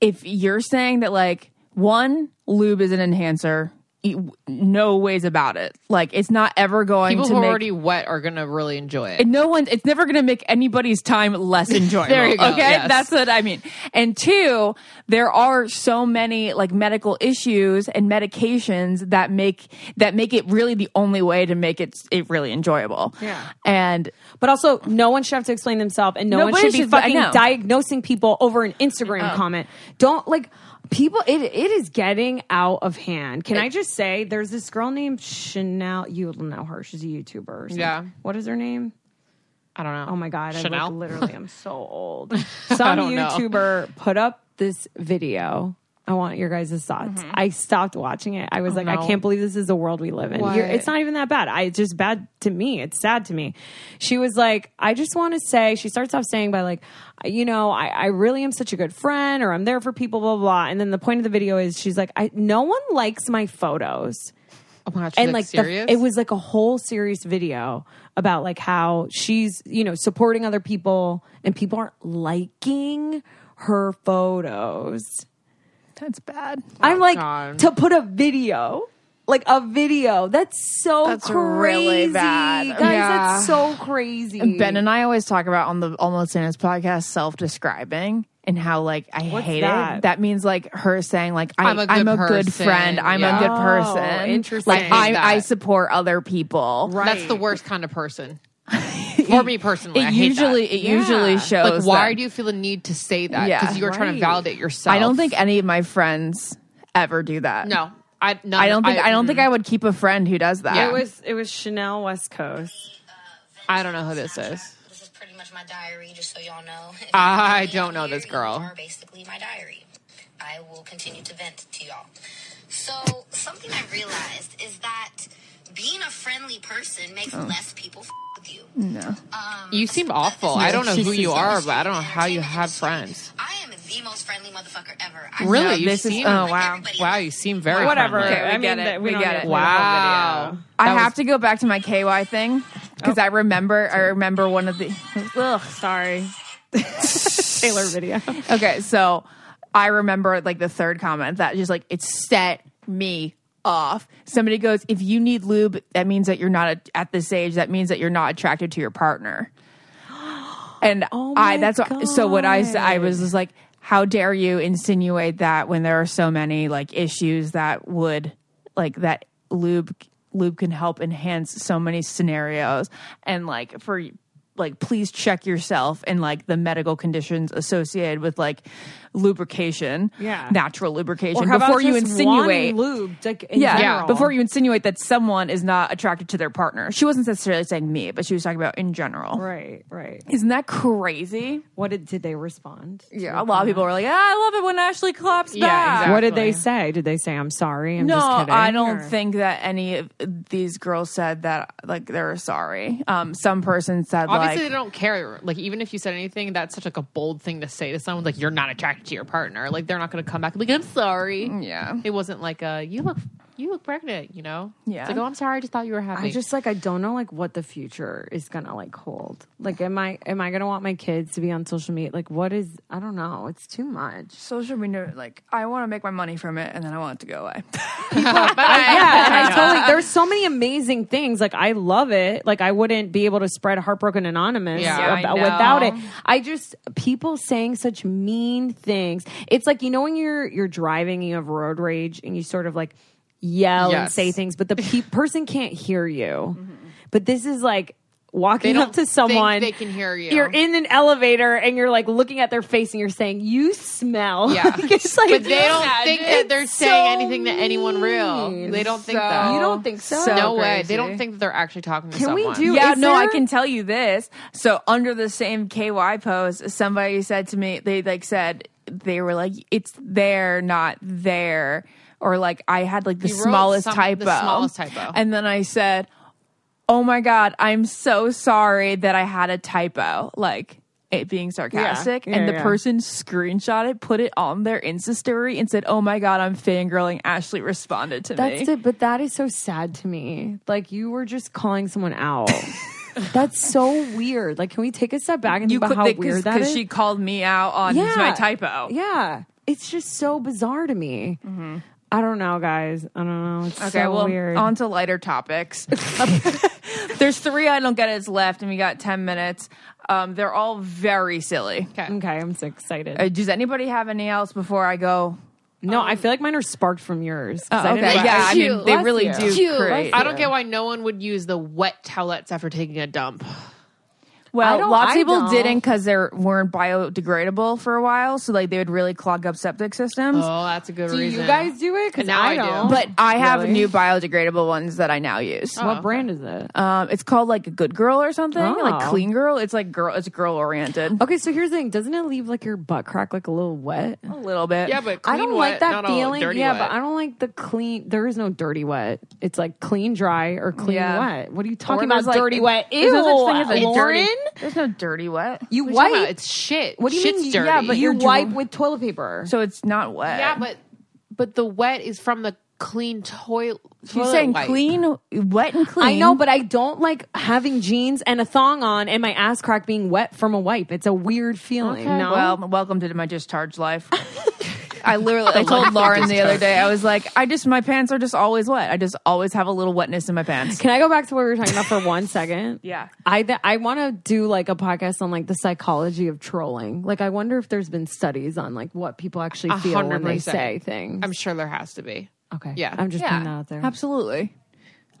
Speaker 2: If you're saying that like one lube is an enhancer. e- No ways about it. Like it's not ever going
Speaker 3: people
Speaker 2: to
Speaker 3: who are
Speaker 2: make
Speaker 3: already wet are going to really enjoy it.
Speaker 2: and no one it's never going to make anybody's time less enjoyable
Speaker 3: There you go,
Speaker 2: okay
Speaker 3: yes.
Speaker 2: that's what i mean and two there are so many like medical issues and medications that make that make it really the only way to make it it really enjoyable yeah and
Speaker 5: but also, no one should have to explain themselves, and no
Speaker 2: Nobody
Speaker 5: one should be
Speaker 2: should, but I
Speaker 5: fucking
Speaker 2: know.
Speaker 5: diagnosing people over an
Speaker 3: Oh.
Speaker 5: Instagram comment. Don't like people. It it is getting out of hand. Can I just say, there's this girl named Chanel. You'll know her. She's a YouTuber. or something.
Speaker 3: Yeah.
Speaker 5: What is her name?
Speaker 3: I don't know.
Speaker 5: Oh my god! I
Speaker 3: Chanel?
Speaker 5: look, literally, I'm so
Speaker 3: (laughs)
Speaker 5: old. Some
Speaker 3: don't know.
Speaker 5: YouTuber put up this video. I want your guys' thoughts.
Speaker 3: Mm-hmm.
Speaker 5: I stopped watching it.
Speaker 3: Oh,
Speaker 5: I was like, I can't believe this is the world we live in. You're- It's not even that bad. I, it's just bad to me. It's sad to me. She was like, I just want to say. She starts off saying by like, you know, I, I really am such a good friend, or I'm there for people, blah blah. blah. And then the point of the video is she's like, I no one likes my photos
Speaker 3: Oh my gosh,
Speaker 5: and
Speaker 3: that's
Speaker 5: like
Speaker 3: serious?
Speaker 5: The, it was like a whole serious video about like how she's you know supporting other people and people aren't liking her photos
Speaker 2: that's bad
Speaker 5: i'm like
Speaker 3: God.
Speaker 5: to put a video like a video that's so
Speaker 2: That's
Speaker 5: crazy
Speaker 2: really bad.
Speaker 5: guys
Speaker 2: Yeah.
Speaker 5: that's so crazy
Speaker 2: ben and i always talk about on the almost Santa's podcast self-describing and how like I
Speaker 11: What's
Speaker 2: hate
Speaker 11: that?
Speaker 2: it. That means like her saying like I,
Speaker 11: I'm
Speaker 2: I'm
Speaker 11: a
Speaker 2: a
Speaker 11: good
Speaker 2: good,
Speaker 11: person.
Speaker 2: friend. I'm
Speaker 11: Yeah.
Speaker 2: a good
Speaker 11: Oh,
Speaker 2: person.
Speaker 11: interesting.
Speaker 2: Like I,
Speaker 3: that.
Speaker 2: I support other people.
Speaker 3: That's the worst kind
Speaker 2: (laughs)
Speaker 3: of person. For me personally,
Speaker 2: It
Speaker 3: I hate
Speaker 2: usually-
Speaker 3: that.
Speaker 2: it usually
Speaker 3: Like,
Speaker 2: shows
Speaker 3: why
Speaker 2: that-
Speaker 3: do you feel the need to say that? Because you're trying to validate yourself.
Speaker 2: I don't think any of my friends ever do that.
Speaker 3: No, I none-
Speaker 2: I don't think. I, don't
Speaker 3: mm.
Speaker 2: think I would keep a friend who does that.
Speaker 5: It was it was Chanel West Coast.
Speaker 3: I don't know who this is.
Speaker 4: This is pretty much my diary, just so y'all know.
Speaker 3: (laughs) I don't know this girl.
Speaker 4: Are basically my diary. I will continue to vent to y'all. So something I realized is that being a friendly person
Speaker 5: Oh.
Speaker 4: makes less people f- with you.
Speaker 3: No. You seem awful. I don't know who you are, but I don't know how you have friends.
Speaker 4: I am the most friendly motherfucker ever. I
Speaker 3: Really?
Speaker 4: know
Speaker 3: You
Speaker 4: this is-
Speaker 3: seem,
Speaker 4: oh,
Speaker 3: wow. Wow, you seem very
Speaker 2: Whatever.
Speaker 3: friendly.
Speaker 2: Okay, we I get mean, it. that- we We don't get need it. to play the whole
Speaker 3: Wow.
Speaker 2: I
Speaker 3: That was- Oh.
Speaker 2: have to go back to my KY thing because I remember. I remember one of the. (laughs) Ugh,
Speaker 5: (laughs)
Speaker 2: sorry.
Speaker 5: Taylor video.
Speaker 2: Okay, so I remember like the third comment that just like it set me off. Somebody goes, "If you need lube, that means that you're not a- at this age. That means that you're not attracted to your partner." (gasps) And
Speaker 3: Oh
Speaker 2: I that's what, so what I s- I was just like, "How dare you insinuate that when there are so many like issues that would like that lube lube can help enhance so many scenarios and like for like please check yourself and like the medical conditions associated with like lubrication
Speaker 5: Yeah.
Speaker 2: natural lubrication
Speaker 5: Or how about
Speaker 2: before you
Speaker 5: just
Speaker 2: insinuate
Speaker 5: wanting lube, like, in
Speaker 2: yeah,
Speaker 5: general.
Speaker 2: before you insinuate that someone is not attracted to their partner she wasn't necessarily saying me but she was talking about in general
Speaker 5: Right, right.
Speaker 2: isn't that crazy
Speaker 5: What did did they respond?
Speaker 2: yeah a lot of people were like ah, i love it when ashley claps
Speaker 5: Yeah,
Speaker 2: back
Speaker 5: What did they say? Did they say I'm sorry? I'm
Speaker 2: no,
Speaker 5: just kidding.
Speaker 2: I don't
Speaker 5: or-
Speaker 2: think that any of these girls said that like they were sorry. Um, some person said like
Speaker 3: Obviously, they don't care. Like, even if you said anything, that's such like a bold thing to say to someone. Like, you're not attracted to your partner. Like, they're not going to come back and be like, "I'm sorry."
Speaker 2: Yeah,
Speaker 3: it wasn't like a you look you look pregnant. You know?
Speaker 5: Yeah.
Speaker 3: It's like, oh, I'm sorry. I just thought you were happy.
Speaker 5: I just like I don't know like what the future is gonna like hold. Like am I am I gonna want my kids to be on social media? Like what is I don't know. It's too much.
Speaker 2: social media like I want to make my money from it and then I want it to go away.
Speaker 5: I- yeah, and I totally. There's so many amazing things. Like I love it. Like I wouldn't be able to spread heartbroken anonymous
Speaker 2: Yeah, I
Speaker 5: ab-
Speaker 2: know.
Speaker 5: without it. I just people saying such mean things. It's like you know when you're you're driving, and you have road rage, and you sort of like yell and
Speaker 3: Yes. Mm-hmm.
Speaker 5: say things,
Speaker 3: (laughs)
Speaker 5: but the pe- person can't hear you. But this is like. Walking
Speaker 3: They
Speaker 5: up
Speaker 3: don't
Speaker 5: to
Speaker 3: think
Speaker 5: someone,
Speaker 3: they can hear you.
Speaker 5: You're in an elevator, and you're like looking at their face, and you're saying, "You smell."
Speaker 3: Yeah.
Speaker 5: (laughs) it's like,
Speaker 3: but they don't
Speaker 5: Yeah,
Speaker 3: think that they're
Speaker 5: it's
Speaker 3: saying
Speaker 5: so
Speaker 3: anything to anyone real.
Speaker 5: mean.
Speaker 3: They don't think that.
Speaker 5: You don't think so?
Speaker 3: no
Speaker 5: So
Speaker 3: way.
Speaker 5: crazy.
Speaker 3: They don't think that they're actually talking to
Speaker 2: Can
Speaker 3: someone.
Speaker 2: we do? Yeah, no, I can tell you this. So under the same KY post, somebody said to me, they like said they were like, "It's there, not there," or like I had like the
Speaker 3: You wrote
Speaker 2: smallest
Speaker 3: some-
Speaker 2: typo,
Speaker 3: the smallest typo.
Speaker 2: and then I said, "Oh my god, I'm so sorry that I had a typo." Like. It being sarcastic,
Speaker 12: Yeah,
Speaker 2: and the
Speaker 12: yeah.
Speaker 2: person screenshot it, put it on their Insta story, and said, "Oh my god, I'm fangirling." Ashley responded to me.
Speaker 5: That's it, but that is so sad to me. Like you were just calling someone
Speaker 2: (laughs)
Speaker 5: out. That's so weird. Like, can we take a step back and
Speaker 2: you
Speaker 5: think
Speaker 2: could
Speaker 5: about how
Speaker 2: think
Speaker 5: weird that
Speaker 2: because
Speaker 5: is?
Speaker 2: she called me out on my typo. Mm-hmm.
Speaker 5: Yeah, it's just so bizarre to me. I don't know, guys. I don't know. It's
Speaker 2: Okay,
Speaker 5: so
Speaker 2: well,
Speaker 5: weird.
Speaker 2: on to lighter topics. (laughs) There's three I don't get it's left, and we got 10 minutes. Um, they're all very silly.
Speaker 3: Okay.
Speaker 5: Okay, I'm so excited.
Speaker 2: Uh, does anybody have any else before I go?
Speaker 5: no, I feel like mine are sparked from yours. 'cause
Speaker 2: Oh,
Speaker 5: I didn't
Speaker 2: okay.
Speaker 5: know-
Speaker 2: Yeah, I mean, they really do create.
Speaker 3: I don't get why no one would use the wet towelettes after taking a dump. I
Speaker 2: Well,
Speaker 3: don't-
Speaker 2: lots of
Speaker 3: I
Speaker 2: people
Speaker 3: don't.
Speaker 2: didn't because they weren't biodegradable for a while, so like they would really clog up septic systems.
Speaker 3: Oh, that's a good
Speaker 2: Do you
Speaker 3: reason.
Speaker 2: guys
Speaker 5: do it?
Speaker 3: 'Cause now I, do.
Speaker 2: But uh, I have
Speaker 3: Really? Oh.
Speaker 2: new biodegradable ones that I now use.
Speaker 5: What brand is it?
Speaker 2: Um, it's called like a good girl or something, like
Speaker 5: Oh.
Speaker 2: clean girl. It's like girl, it's girl oriented.
Speaker 5: Okay, so here's the thing: doesn't it leave like your butt crack like a little wet?
Speaker 2: A little bit.
Speaker 3: Oh. Yeah, but
Speaker 5: I don't
Speaker 3: clean
Speaker 5: like
Speaker 3: wet,
Speaker 5: that
Speaker 3: not all
Speaker 5: feeling.
Speaker 3: dirty
Speaker 5: yeah,
Speaker 3: wet.
Speaker 5: but I don't like the clean. There is no dirty wet. It's like clean dry or clean
Speaker 2: Yeah.
Speaker 5: wet. What are you talking
Speaker 2: there's,
Speaker 5: about?
Speaker 2: like,
Speaker 5: dirty
Speaker 2: it-
Speaker 5: wet? Ew,
Speaker 2: there's no such thing as a dirty-
Speaker 5: Lauren.
Speaker 2: There's no dirty wet.
Speaker 5: You
Speaker 3: What are you talking
Speaker 5: wipe.
Speaker 3: about? It's shit.
Speaker 5: What do you
Speaker 3: Shit's
Speaker 5: mean?
Speaker 3: dirty.
Speaker 5: Yeah, but you
Speaker 3: You're
Speaker 5: wipe
Speaker 3: dr-
Speaker 5: with toilet paper.
Speaker 2: So it's not wet.
Speaker 3: Yeah, but but the wet is from the clean toil- toilet.
Speaker 2: You're saying
Speaker 3: wipe.
Speaker 2: clean, wet and clean.
Speaker 5: I know, but I don't like having jeans and a thong on and my ass crack being wet from a wipe. It's a weird feeling. No.
Speaker 2: (laughs) Well, welcome to my discharge life. I literally (laughs) I told Lauren the other day. I was like, I just my pants are just always wet. I just always have a little wetness in my pants.
Speaker 5: Can I go back to what we were talking about for one second?
Speaker 2: (laughs) Yeah.
Speaker 5: I th- I want to do like a podcast on like the psychology of trolling. Like, I wonder if there's been studies on like what people actually feel when they
Speaker 3: 100%.
Speaker 5: say things.
Speaker 3: I'm sure there has to be.
Speaker 5: Okay.
Speaker 3: Yeah.
Speaker 5: I'm just
Speaker 2: Yeah.
Speaker 5: putting that out there.
Speaker 2: Absolutely.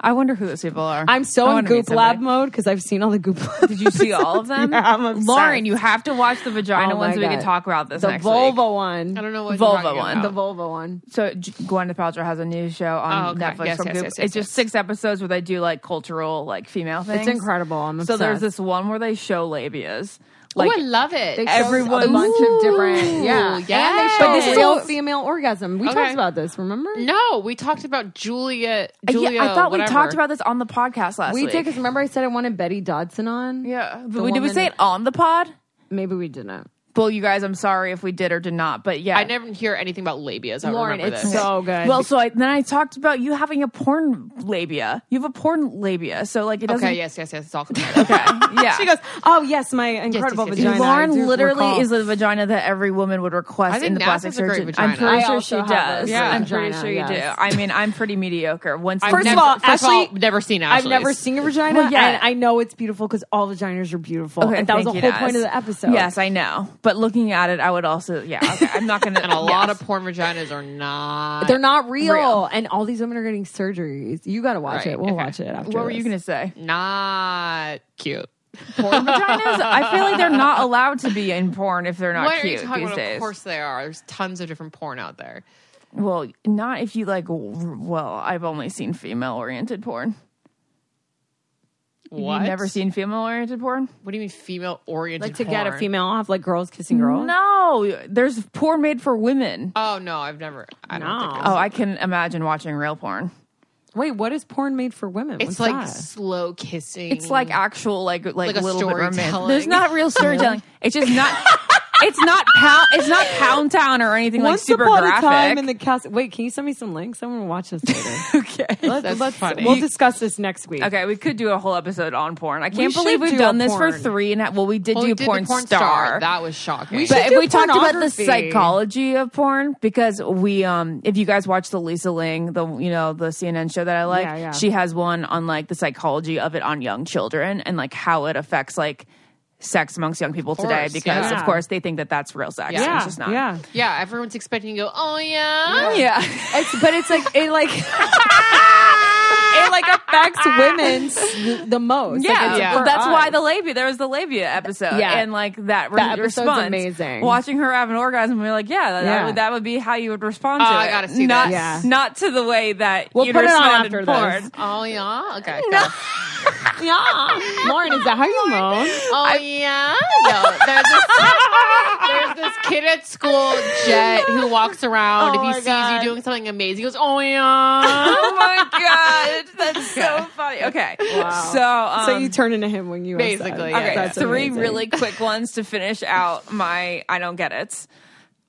Speaker 2: I wonder who those people are.
Speaker 5: I'm so
Speaker 2: I
Speaker 5: in
Speaker 2: wanna meet
Speaker 5: Goop
Speaker 2: somebody.
Speaker 5: Lab mode because I've seen all the Goop Lab. (laughs)
Speaker 2: Did you see (laughs) all of them?
Speaker 5: Yeah, I'm obsessed.
Speaker 2: Lauren, you have to watch the vagina
Speaker 5: Oh
Speaker 2: ones
Speaker 5: my
Speaker 2: so we can
Speaker 5: God.
Speaker 2: talk about this
Speaker 5: the
Speaker 2: next
Speaker 5: vulva
Speaker 2: week.
Speaker 5: one.
Speaker 3: I don't know what you're
Speaker 2: Vulva
Speaker 3: talking
Speaker 2: one.
Speaker 3: about.
Speaker 5: The vulva one.
Speaker 2: So G- Gwyneth Paltrow has a new show on
Speaker 3: Oh, okay.
Speaker 2: Netflix
Speaker 3: Yes,
Speaker 2: from
Speaker 3: yes,
Speaker 2: Goop.
Speaker 3: yes, yes,
Speaker 2: it's just six episodes where they do like cultural, like female things.
Speaker 5: It's incredible. I'm
Speaker 2: So
Speaker 5: obsessed.
Speaker 2: there's this one where they show labias.
Speaker 3: oh, I love it.
Speaker 5: They chose
Speaker 2: everyone-
Speaker 5: a bunch of different, yeah, and they
Speaker 3: yes.
Speaker 5: show
Speaker 3: But this
Speaker 5: real
Speaker 2: is-
Speaker 5: female orgasm. We
Speaker 3: Okay.
Speaker 5: talked about this, remember?
Speaker 3: no, we talked about Julia.
Speaker 2: Yeah,
Speaker 3: Julia
Speaker 2: I thought
Speaker 3: whatever.
Speaker 2: we talked about this on the podcast last
Speaker 5: we
Speaker 2: week.
Speaker 5: did because remember I said I wanted Betty Dodson on.
Speaker 2: yeah,
Speaker 5: The
Speaker 2: but we, did we
Speaker 5: woman-
Speaker 2: say it on the pod?
Speaker 5: maybe we didn't.
Speaker 2: Well, you guys, I'm sorry if we did or did not, but yeah,
Speaker 3: I never hear anything about labias. I
Speaker 5: Lauren,
Speaker 3: remember
Speaker 5: it's
Speaker 3: this.
Speaker 5: so good.
Speaker 2: Well, so I, then I talked about you having a porn labia. You have a porn labia, so like it doesn't.
Speaker 3: okay. Yes, yes, yes. It's all connected.
Speaker 2: Okay. (laughs) Yeah.
Speaker 5: she goes, "Oh yes, my incredible
Speaker 3: yes, yes.
Speaker 5: vagina." I
Speaker 2: Lauren
Speaker 5: do
Speaker 2: literally
Speaker 5: recall.
Speaker 2: is the vagina that every woman would request
Speaker 3: I think
Speaker 2: in the plastic
Speaker 3: NASA's a great
Speaker 2: surgeon.
Speaker 3: vagina.
Speaker 2: I'm pretty
Speaker 5: I
Speaker 2: sure she
Speaker 5: also have
Speaker 2: does.
Speaker 5: a Yeah.
Speaker 2: I'm pretty
Speaker 5: vagina,
Speaker 2: sure you
Speaker 5: yes.
Speaker 2: do. I mean, I'm pretty mediocre. Once
Speaker 3: I've
Speaker 5: First of
Speaker 3: never-
Speaker 5: all,
Speaker 3: first of all,
Speaker 5: Ashley,
Speaker 3: never seen.
Speaker 5: I've
Speaker 3: Ashley's.
Speaker 5: never seen a vagina,
Speaker 2: Well, yeah.
Speaker 5: and I know it's beautiful because all vaginas are beautiful,
Speaker 2: Okay,
Speaker 5: and that was the
Speaker 2: thank
Speaker 5: whole
Speaker 2: you,
Speaker 5: point
Speaker 2: Naz.
Speaker 5: of the episode.
Speaker 2: Yes, I know. But looking at it, I would also, yeah, okay, I'm not going to. (laughs)
Speaker 3: (laughs) And a lot of porn vaginas are not.
Speaker 5: they're not real.
Speaker 2: Real.
Speaker 5: and all these women are getting surgeries. You got to watch
Speaker 3: Right,
Speaker 5: it. We'll
Speaker 3: okay.
Speaker 5: watch it after.
Speaker 2: What were you
Speaker 5: this.
Speaker 2: going to say?
Speaker 3: not cute.
Speaker 2: Porn (laughs) vaginas? I feel like they're not allowed to be in porn if they're not
Speaker 3: Why are you
Speaker 2: cute
Speaker 3: talking
Speaker 2: these
Speaker 3: about?
Speaker 2: days.
Speaker 3: Of course they are. There's tons of different porn out there.
Speaker 2: Well, not if you like. w- Well, I've only seen female-oriented porn.
Speaker 3: What?
Speaker 2: You've never seen female-oriented porn?
Speaker 3: What do you mean female oriented?
Speaker 5: like to get a female off, like girls kissing girls?
Speaker 2: No, there's porn made for women.
Speaker 3: Oh no, I've never. I don't think
Speaker 2: Oh, I can imagine watching real porn.
Speaker 5: Wait, what is porn made for women? What's
Speaker 3: It's like
Speaker 5: that?
Speaker 3: slow kissing.
Speaker 2: It's like actual, like like,
Speaker 3: Like a
Speaker 2: little bit romantic.
Speaker 3: storytelling.
Speaker 2: There's not real storytelling. It's just not. It's not pound. It's not Pound Town or anything
Speaker 5: Once
Speaker 2: like super
Speaker 5: upon
Speaker 2: graphic.
Speaker 5: a
Speaker 2: (laughs)
Speaker 5: time in the cast. Wait, can you send me some links? I want to watch this later.
Speaker 2: okay.
Speaker 5: (laughs) Let's-
Speaker 3: That's
Speaker 5: let's-
Speaker 3: funny.
Speaker 5: We'll discuss this next week.
Speaker 2: Okay, we could do a whole episode on porn. I can't
Speaker 5: should
Speaker 2: believe we've
Speaker 5: do
Speaker 2: done
Speaker 5: a
Speaker 2: this for
Speaker 5: porn.
Speaker 2: three and a half. Well, we did
Speaker 3: Well,
Speaker 2: do
Speaker 3: we did the
Speaker 2: porn,
Speaker 3: porn
Speaker 2: star.
Speaker 3: That was shocking.
Speaker 5: We should
Speaker 2: but if
Speaker 5: do
Speaker 2: we talked about the
Speaker 5: pornography.
Speaker 2: psychology of porn, because we, um, if you guys watch the Lisa Ling, the you know the CNN show that I like,
Speaker 5: Yeah, yeah.
Speaker 2: she has one on like the psychology of it on young children and like how it affects like sex amongst young people today.
Speaker 3: course,
Speaker 2: Because
Speaker 5: yeah.
Speaker 2: of course they think that that's real sex.
Speaker 3: Yeah.
Speaker 2: and it's just not.
Speaker 5: Yeah.
Speaker 3: yeah, everyone's expecting you to go. Oh yeah. (laughs)
Speaker 2: Yeah.
Speaker 5: It's but it's like it like (laughs) it like affects women s- the most. Like,
Speaker 2: Yeah,
Speaker 5: it's
Speaker 2: yeah.
Speaker 5: for
Speaker 2: that's
Speaker 5: us.
Speaker 2: why the labia. There was the labia episode,
Speaker 5: Yeah.
Speaker 2: and like that, re-
Speaker 5: That episode's
Speaker 2: response.
Speaker 5: amazing.
Speaker 2: Watching her have an orgasm, we were like, yeah, that, that
Speaker 5: Yeah.
Speaker 2: would, that would be how you would respond
Speaker 3: Oh,
Speaker 2: to it.
Speaker 3: I gotta see
Speaker 2: not,
Speaker 3: this.
Speaker 5: Yeah.
Speaker 2: Not to the way that
Speaker 5: We'll
Speaker 2: you
Speaker 5: put it on
Speaker 2: respond in
Speaker 5: after
Speaker 2: porn.
Speaker 5: this.
Speaker 3: Oh
Speaker 5: (laughs)
Speaker 3: yeah. Okay. go.
Speaker 5: yeah. Lauren, is that how you moan?
Speaker 3: Oh yeah. No,
Speaker 5: (laughs)
Speaker 3: there's this, there's this kid at school, Jet, who walks
Speaker 5: Oh
Speaker 3: around. if he sees you doing something amazing, he goes, "Oh
Speaker 5: (laughs)
Speaker 3: yeah."
Speaker 2: Oh my god, that's so funny. Okay, so um,
Speaker 5: so you turn into him when you are sad.
Speaker 3: basically,
Speaker 2: okay,
Speaker 3: yeah,
Speaker 5: That's
Speaker 2: three
Speaker 5: amazing.
Speaker 2: really quick ones to finish out my. I don't get it.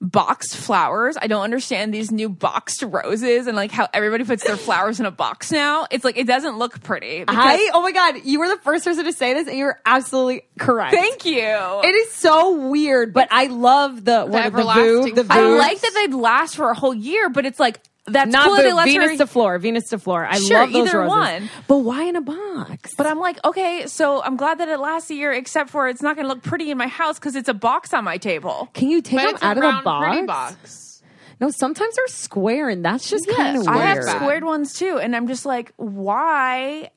Speaker 2: Boxed flowers. I don't understand these new boxed roses and like how everybody puts their flowers in a box now. It's like it doesn't look pretty.
Speaker 5: I oh my god, you were the first person to say this, and you're absolutely correct.
Speaker 2: Thank you.
Speaker 5: It is so weird, but I love the what the
Speaker 3: everlasting
Speaker 5: boob. The
Speaker 3: flowers.
Speaker 2: I
Speaker 5: boobs.
Speaker 2: like that they'd last for a whole year, but it's like that's
Speaker 5: Not
Speaker 2: cool. that
Speaker 5: boob,
Speaker 2: It lets
Speaker 5: Venus
Speaker 2: her,
Speaker 5: to floor, Venus to floor. I
Speaker 2: Sure,
Speaker 5: love those
Speaker 2: either
Speaker 5: roses.
Speaker 2: one.
Speaker 5: But why in a box?
Speaker 2: But I'm like, okay, so I'm glad that it lasts a year, except for it's not going to look pretty in my house because it's a box on my table.
Speaker 5: Can you take
Speaker 3: But
Speaker 5: them
Speaker 3: it's a
Speaker 5: out of the
Speaker 3: round, pretty
Speaker 5: box?
Speaker 3: box.
Speaker 5: No, sometimes they're square, and that's just kind of weird.
Speaker 2: I have
Speaker 3: Square.
Speaker 2: squared ones too, and I'm just like, why?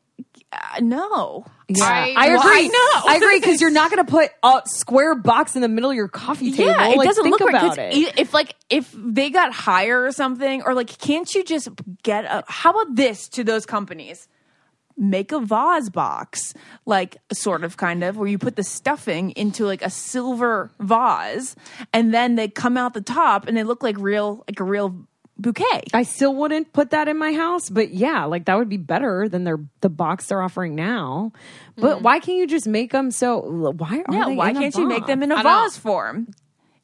Speaker 2: Uh, no.
Speaker 5: Yeah.
Speaker 3: I-
Speaker 5: I
Speaker 3: Well,
Speaker 5: agree.
Speaker 2: I know.
Speaker 5: I agree because you're not going to put a square box in the middle of your coffee table.
Speaker 2: Yeah, it
Speaker 5: Like,
Speaker 2: doesn't
Speaker 5: think
Speaker 2: look right. 'cause
Speaker 5: about it.
Speaker 2: e- If like if they got higher or something, or like, can't you just get a? How about this to those companies? Make a vase box, like sort of, kind of, where you put the stuffing into like a silver vase, and then they come out the top and they look like real, like a real bouquet.
Speaker 5: I still wouldn't put that in my house, but yeah, like that would be better than their the box they're offering now.
Speaker 3: Mm-hmm.
Speaker 5: But why can't you just make them so? Why are
Speaker 2: Yeah,
Speaker 5: they
Speaker 2: why
Speaker 5: in a
Speaker 2: can't you make
Speaker 5: box?
Speaker 2: them in a
Speaker 3: I don't-
Speaker 2: vase form?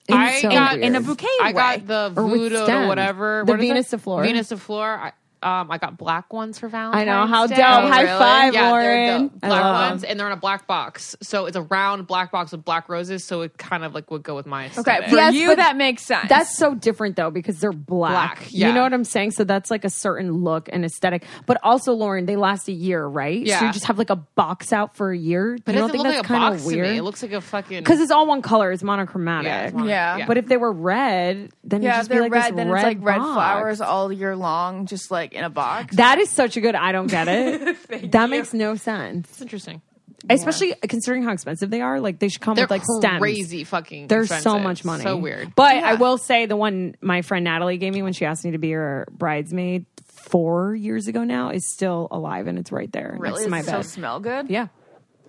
Speaker 5: It's
Speaker 3: I
Speaker 5: so
Speaker 3: got
Speaker 5: weird.
Speaker 2: in a bouquet way.
Speaker 3: I got the
Speaker 5: Or with
Speaker 3: voodoo
Speaker 5: stem.
Speaker 3: or whatever.
Speaker 5: The
Speaker 3: What is
Speaker 5: Venus
Speaker 3: it?
Speaker 5: de Flor.
Speaker 3: Venus de Flor. I, um, I got black ones for Valentine's.
Speaker 5: know, how
Speaker 3: Day. Oh,
Speaker 5: dope. High five,
Speaker 3: yeah, they're
Speaker 5: Lauren.
Speaker 3: dope. Black
Speaker 5: I love
Speaker 3: ones, and they're in a black box, so it's a round black box with black roses. So it kind of like would go with my aesthetic.
Speaker 5: for Yes, you, but
Speaker 2: that makes sense.
Speaker 5: That's so different though because they're black.
Speaker 3: Black,
Speaker 5: You
Speaker 3: yeah.
Speaker 5: know what I'm saying? So that's like a certain look and aesthetic. But also, Lauren, they last a year, right? So
Speaker 3: Yeah.
Speaker 5: you just have like a box out for a year.
Speaker 3: But it
Speaker 5: you don't
Speaker 3: doesn't
Speaker 5: think
Speaker 3: look
Speaker 5: that's
Speaker 3: like a
Speaker 5: kind
Speaker 3: box
Speaker 5: of
Speaker 3: to me. It
Speaker 5: weird?
Speaker 3: looks like a fucking
Speaker 5: Because it's all one color. It's monochromatic.
Speaker 3: Yeah, it's mono- Yeah. yeah.
Speaker 5: But if they were red, then
Speaker 2: yeah,
Speaker 5: you'd
Speaker 2: if
Speaker 5: just be
Speaker 2: they're
Speaker 5: like
Speaker 2: red,
Speaker 5: this
Speaker 2: then
Speaker 5: red
Speaker 2: it's like red
Speaker 5: box.
Speaker 2: flowers all year long, just like in a box.
Speaker 5: That is such a good. I don't
Speaker 2: (laughs)
Speaker 5: get it. that makes no sense.
Speaker 3: It's interesting.
Speaker 5: Especially considering how expensive they are, like they should come
Speaker 3: They're
Speaker 5: with like stems.
Speaker 3: crazy fucking
Speaker 5: There's so
Speaker 3: expensive.
Speaker 5: much money.
Speaker 3: So weird.
Speaker 5: But
Speaker 3: Yeah.
Speaker 5: I will say the one my friend Natalie gave me when she asked me to be her bridesmaid four years ago now is still alive and it's right there next
Speaker 2: Really,
Speaker 5: to my
Speaker 2: does it
Speaker 5: bed.
Speaker 2: still smell good?
Speaker 5: Yeah.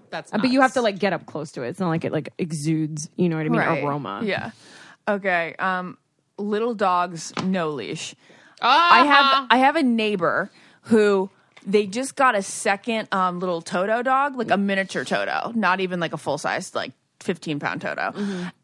Speaker 3: That's
Speaker 5: But you have to like get up close to it. It's not like it like exudes, you know what I mean,
Speaker 2: Right.
Speaker 5: aroma.
Speaker 2: Yeah. Okay. Um, little dogs, no leash. I have I have a neighbor who they just got a second um, little Toto dog, like a miniature Toto, not even like a full size, like fifteen pound Toto,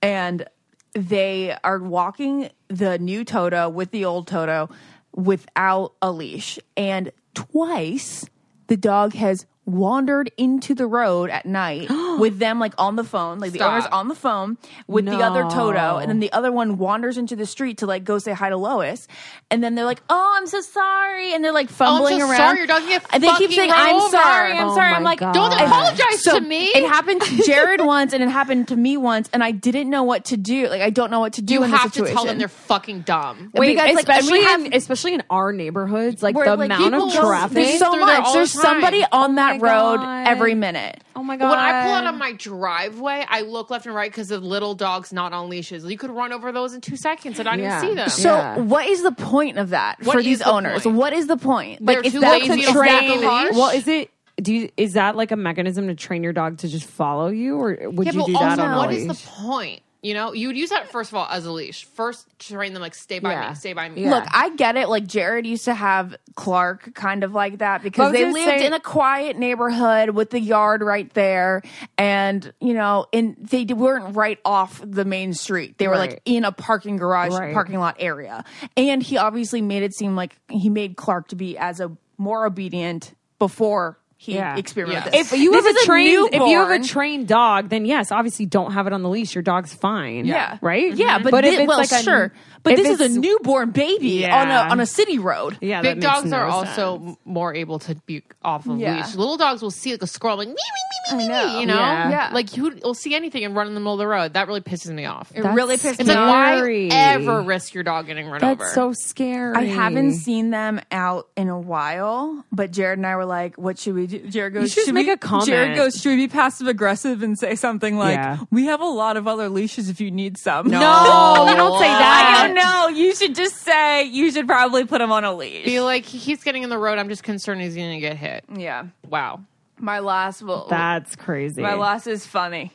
Speaker 2: and they are walking the new Toto with the old Toto without a leash, and twice the dog has wandered into the road at night with them like on the phone like the
Speaker 3: Stop.
Speaker 2: owner's on the phone with the other Toto,
Speaker 5: No.
Speaker 2: and then the other one wanders into the street to like go say hi to Lois, and then they're like, "Oh, I'm so sorry," and they're like fumbling
Speaker 3: so
Speaker 2: around.
Speaker 3: sorry, your dog get
Speaker 2: and they keep
Speaker 3: fucking
Speaker 2: saying,
Speaker 3: run
Speaker 2: "I'm
Speaker 3: over."
Speaker 2: sorry, I'm
Speaker 3: Oh
Speaker 2: sorry." I'm
Speaker 5: my
Speaker 2: like,
Speaker 5: God.
Speaker 3: Don't apologize
Speaker 2: So
Speaker 3: to me.
Speaker 2: It happened to (laughs) Jared once, and it happened to me once, and I didn't know what to do. Like, I don't know what to do.
Speaker 3: you
Speaker 2: in
Speaker 3: have
Speaker 2: this
Speaker 3: to
Speaker 2: situation.
Speaker 3: tell them they're fucking dumb.
Speaker 5: Wait,
Speaker 2: Because, like, and
Speaker 5: especially
Speaker 2: we have-
Speaker 5: in, especially in our neighborhoods, like
Speaker 2: We're,
Speaker 5: the
Speaker 2: like,
Speaker 5: amount of
Speaker 2: people-
Speaker 5: traffic.
Speaker 2: There's so
Speaker 3: They're there
Speaker 2: much.
Speaker 3: all
Speaker 2: There's
Speaker 3: the time.
Speaker 2: somebody on that
Speaker 5: my
Speaker 2: road
Speaker 5: God.
Speaker 2: every minute.
Speaker 5: oh my god!
Speaker 3: When I pull out of my driveway, I look left and right because the little dog's not on leashes. You could run over those in two seconds and I didn't
Speaker 5: Yeah.
Speaker 3: see them.
Speaker 2: So,
Speaker 5: Yeah.
Speaker 2: what is the point of that
Speaker 3: What
Speaker 2: for
Speaker 3: is
Speaker 2: these
Speaker 3: the
Speaker 2: owners?
Speaker 3: point?
Speaker 2: What is the point?
Speaker 3: They're
Speaker 2: if
Speaker 3: too
Speaker 2: that's
Speaker 3: lazy
Speaker 2: a
Speaker 3: to
Speaker 2: train-
Speaker 3: train- harsh.
Speaker 5: Well, is it? Do you, is that like a mechanism to train your dog to just follow you, or would
Speaker 3: yeah,
Speaker 5: you
Speaker 3: but
Speaker 5: do that
Speaker 3: also,
Speaker 5: on a
Speaker 3: what
Speaker 5: leash?
Speaker 3: is the point? You know, you would use that first of all as a leash. First, train them like stay by
Speaker 5: Yeah.
Speaker 3: me, stay by me.
Speaker 5: Yeah.
Speaker 2: Look, I get it. Like Jared used to have Clark kind of like that
Speaker 5: But I
Speaker 2: because
Speaker 5: was
Speaker 2: they
Speaker 5: gonna
Speaker 2: lived
Speaker 5: say-
Speaker 2: in a quiet neighborhood with the yard right there. And, you know, and they d- weren't right off the main street. They were
Speaker 5: Right.
Speaker 2: like in a parking garage,
Speaker 5: Right.
Speaker 2: parking lot area. And he obviously made it seem like he made Clark to be as a more obedient before he
Speaker 5: Yeah.
Speaker 2: experimented. with
Speaker 3: Yeah.
Speaker 2: this.
Speaker 5: If you
Speaker 2: This
Speaker 5: have a
Speaker 2: is
Speaker 5: trained, if you have a
Speaker 2: newborn.
Speaker 5: trained dog, then yes, obviously don't have it on the leash. Your dog's fine.
Speaker 2: Yeah.
Speaker 5: Right. Mm-hmm.
Speaker 2: Yeah, but, thi- well,
Speaker 5: a-
Speaker 2: sure. but
Speaker 5: if
Speaker 2: this is a
Speaker 5: it's-
Speaker 2: newborn baby on
Speaker 5: Yeah.
Speaker 2: a on a city road.
Speaker 5: Yeah, that
Speaker 3: Big
Speaker 5: makes
Speaker 3: dogs
Speaker 5: no
Speaker 3: are
Speaker 5: sense.
Speaker 3: also m- more able to be off of
Speaker 2: Yeah.
Speaker 3: leash. Little dogs will see like a squirrel, like me, me, me, me, me, me, you know,
Speaker 5: Yeah.
Speaker 2: Yeah.
Speaker 3: like you will see anything and run in the middle of the road. That really pisses me off.
Speaker 2: It really
Speaker 5: That's
Speaker 2: pisses
Speaker 3: It's
Speaker 2: me
Speaker 3: like
Speaker 2: off.
Speaker 3: why
Speaker 5: Scary.
Speaker 3: ever risk your dog getting run
Speaker 5: That's
Speaker 3: over?
Speaker 5: so scary.
Speaker 2: I haven't seen them out in a while, but Jared and I were like, "What should we do?" Jared goes,
Speaker 5: should just
Speaker 2: "Should
Speaker 5: make
Speaker 2: we?"
Speaker 5: a comment.
Speaker 2: Jared goes, "Should we be passive aggressive and say something like,
Speaker 5: Yeah.
Speaker 2: "We have a lot of other leashes if you need some."
Speaker 3: No.
Speaker 5: No, you don't say that.
Speaker 2: I don't know. You should just say you should probably put him on a leash.
Speaker 3: Be like he keeps getting in the road. I'm just concerned he's going to get hit.
Speaker 2: yeah,
Speaker 3: Wow.
Speaker 2: my last will.
Speaker 5: That's crazy.
Speaker 2: My loss is funny.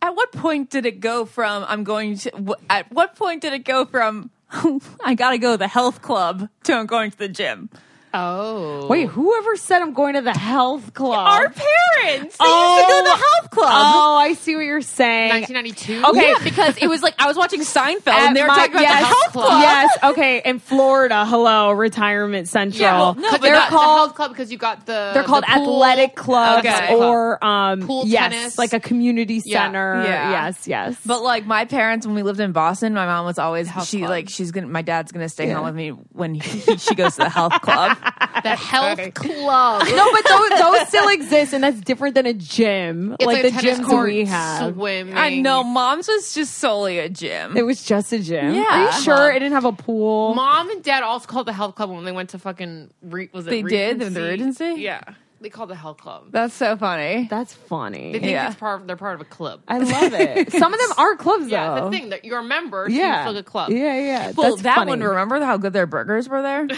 Speaker 2: At what point did it go from I'm going to? wh- At what point did it go from (laughs) I gotta go to the health club to I'm going to the gym?
Speaker 3: Oh.
Speaker 5: Wait, whoever said I'm going to the health club?
Speaker 2: Our parents. They used to go to
Speaker 5: Oh.
Speaker 2: the health club.
Speaker 5: Oh, I see what you're saying.
Speaker 3: 1992.
Speaker 5: Okay.
Speaker 2: Yeah, because it was like I was watching Seinfeld and they were
Speaker 5: At my-
Speaker 2: talking about the health club.
Speaker 5: (laughs) Yes, okay. In Florida, hello, retirement central.
Speaker 3: Yeah, well, no, but
Speaker 5: they're
Speaker 3: not the
Speaker 5: called
Speaker 3: health club because you got the
Speaker 5: they're called
Speaker 3: the pool.
Speaker 5: athletic clubs
Speaker 3: Okay.
Speaker 5: or um
Speaker 3: Pool
Speaker 5: yes,
Speaker 3: tennis.
Speaker 5: like a community
Speaker 3: Yeah,
Speaker 5: center.
Speaker 2: yeah.
Speaker 5: Yes, yes.
Speaker 2: But like my parents, when we lived in Boston, my mom was always she
Speaker 3: club.
Speaker 2: like she's gonna my dad's gonna stay home with me when he, she goes to the health club.
Speaker 3: the health (laughs) club.
Speaker 5: no, but those, those still exist, and that's different than a gym,
Speaker 3: It's
Speaker 5: like,
Speaker 3: a
Speaker 5: the
Speaker 3: tennis
Speaker 5: gyms
Speaker 3: court,
Speaker 5: we have.
Speaker 2: (laughs)
Speaker 3: Swimming.
Speaker 2: I know mom's was just solely a gym.
Speaker 5: It was just a gym.
Speaker 2: Yeah.
Speaker 5: Are you sure it didn't have a pool?
Speaker 3: Mom and dad also called the health club when they went to fucking. Re- was it
Speaker 2: They did? The- the Regency?
Speaker 3: Yeah, they called the health club.
Speaker 2: That's so funny.
Speaker 5: That's funny.
Speaker 3: they think
Speaker 2: yeah.
Speaker 3: it's part. Of, they're part of a club.
Speaker 5: I love it. Some of them are clubs
Speaker 3: yeah,
Speaker 5: though.
Speaker 3: the thing that you're a member. so
Speaker 5: yeah.
Speaker 3: you plug a club.
Speaker 5: Yeah, yeah.
Speaker 2: well,
Speaker 5: That's
Speaker 2: that
Speaker 5: funny.
Speaker 2: one. Remember how good their burgers were (laughs) there?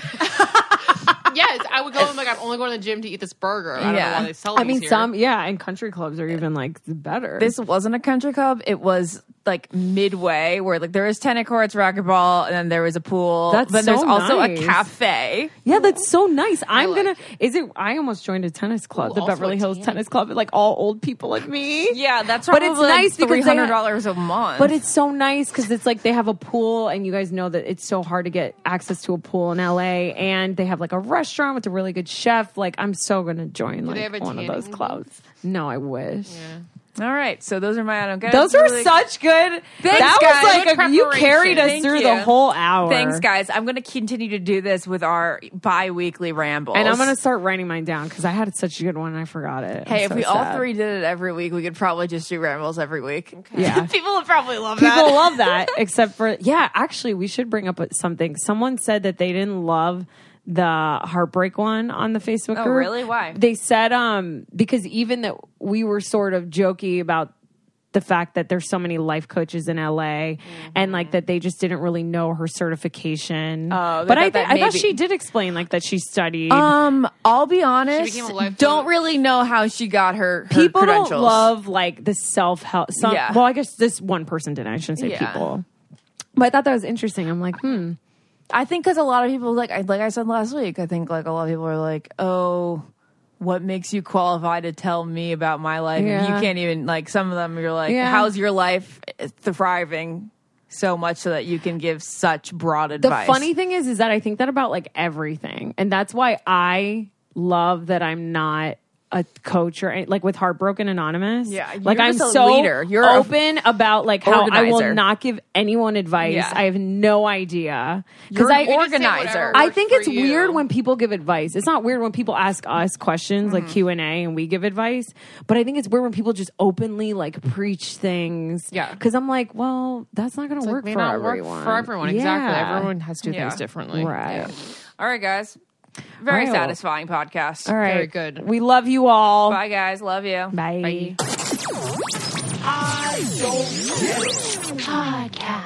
Speaker 3: Yes, I would go. Oh my god, I'm only going to the gym to eat this burger. I don't
Speaker 2: Yeah.
Speaker 3: know why they sell.
Speaker 5: I
Speaker 3: these
Speaker 5: mean,
Speaker 3: here.
Speaker 5: some yeah, and country clubs are even like better.
Speaker 2: this wasn't a country club. It was like midway where like there was tennis courts, racquetball, and then there was a pool.
Speaker 5: That's
Speaker 2: but
Speaker 5: so
Speaker 2: there's also
Speaker 5: nice.
Speaker 2: a cafe.
Speaker 5: Yeah, that's so nice. I'm gonna. Is it? I almost joined a tennis club, the Beverly Hills Tennis Club, like all old people like me.
Speaker 2: Yeah, that's
Speaker 5: But
Speaker 2: probably
Speaker 5: it's nice
Speaker 2: three
Speaker 5: because they-
Speaker 2: hundred dollars a month.
Speaker 5: But it's so nice because it's like they have a pool, and you guys know that it's so hard to get access to a pool in LA, and they have like a restaurant with a really good chef. Like, I'm so gonna join
Speaker 3: they
Speaker 5: like
Speaker 3: have a
Speaker 5: one of those
Speaker 3: tanning
Speaker 5: clubs. No, I wish.
Speaker 2: all right. So those are my I don't get. it.
Speaker 5: Those were
Speaker 2: Really-
Speaker 5: such good.
Speaker 2: Thanks,
Speaker 5: that
Speaker 2: guys.
Speaker 5: was like a, you carried us
Speaker 2: Thank
Speaker 5: through
Speaker 2: you.
Speaker 5: the whole hour.
Speaker 2: Thanks, guys. I'm going to continue to do this with our bi-weekly rambles.
Speaker 5: And I'm gonna start writing mine down because I had such a good one and I forgot it.
Speaker 2: Hey,
Speaker 5: I'm
Speaker 2: if
Speaker 5: so
Speaker 2: we all
Speaker 5: sad.
Speaker 2: three did it every week, we could probably just do rambles every week.
Speaker 5: Yeah.
Speaker 2: people would probably love
Speaker 5: People
Speaker 2: that.
Speaker 5: love that, except for yeah. Actually, we should bring up something. Someone said that they didn't love the heartbreak one on the Facebook
Speaker 2: Oh,
Speaker 5: group.
Speaker 2: really? Why?
Speaker 5: They said um because even that we were sort of jokey about the fact that there's so many life coaches in LA and like that they just didn't really know her certification.
Speaker 2: Oh, they
Speaker 5: but
Speaker 2: thought
Speaker 5: I,
Speaker 2: that
Speaker 5: I thought
Speaker 2: maybe-
Speaker 5: she did explain like that she studied.
Speaker 2: Um, I'll be honest.
Speaker 3: became a life
Speaker 2: Don't really know how she got her, her
Speaker 5: people
Speaker 2: credentials.
Speaker 5: don't love like the self help. Some
Speaker 2: Yeah.
Speaker 5: well, I guess this one person did. I shouldn't say
Speaker 2: Yeah.
Speaker 5: people. But I thought that was interesting. I'm like, hmm.
Speaker 2: I think because a lot of people like I like I said last week. I think like a lot of people are like, oh. What makes you qualified to tell me about my life? And
Speaker 5: Yeah.
Speaker 2: you can't even like some of them. You're like,
Speaker 5: Yeah.
Speaker 2: how's your life eh, thriving so much so that you can give such broad
Speaker 5: The
Speaker 2: advice?
Speaker 5: funny thing is, is that I think that about like everything, and that's why I love that I'm not a coach or any- like with heartbroken anonymous.
Speaker 2: Yeah,
Speaker 5: like
Speaker 2: you're
Speaker 5: I'm
Speaker 2: just a
Speaker 5: so
Speaker 2: leader. You're a-
Speaker 5: open about like how I
Speaker 2: Organizer.
Speaker 5: will not give anyone advice.
Speaker 2: Yeah.
Speaker 5: I have no idea
Speaker 2: You're
Speaker 5: I
Speaker 2: an organizer.
Speaker 5: I think it's weird when people give advice. It's not weird when people ask us questions
Speaker 2: Mm-hmm.
Speaker 5: like Q and A and we give advice, but I think it's weird when people just openly like preach things. Yeah, because I'm like, well, that's not going to work
Speaker 3: may
Speaker 5: for
Speaker 3: not work
Speaker 5: everyone.
Speaker 3: for everyone. Exactly. Everyone has to do
Speaker 2: Yeah.
Speaker 3: things differently.
Speaker 5: Right.
Speaker 2: All right, guys. Very
Speaker 5: All right.
Speaker 2: satisfying podcast.
Speaker 5: All right.
Speaker 3: Very good.
Speaker 5: We love you all.
Speaker 2: Bye, guys. Love you.
Speaker 5: Bye.
Speaker 13: Podcast.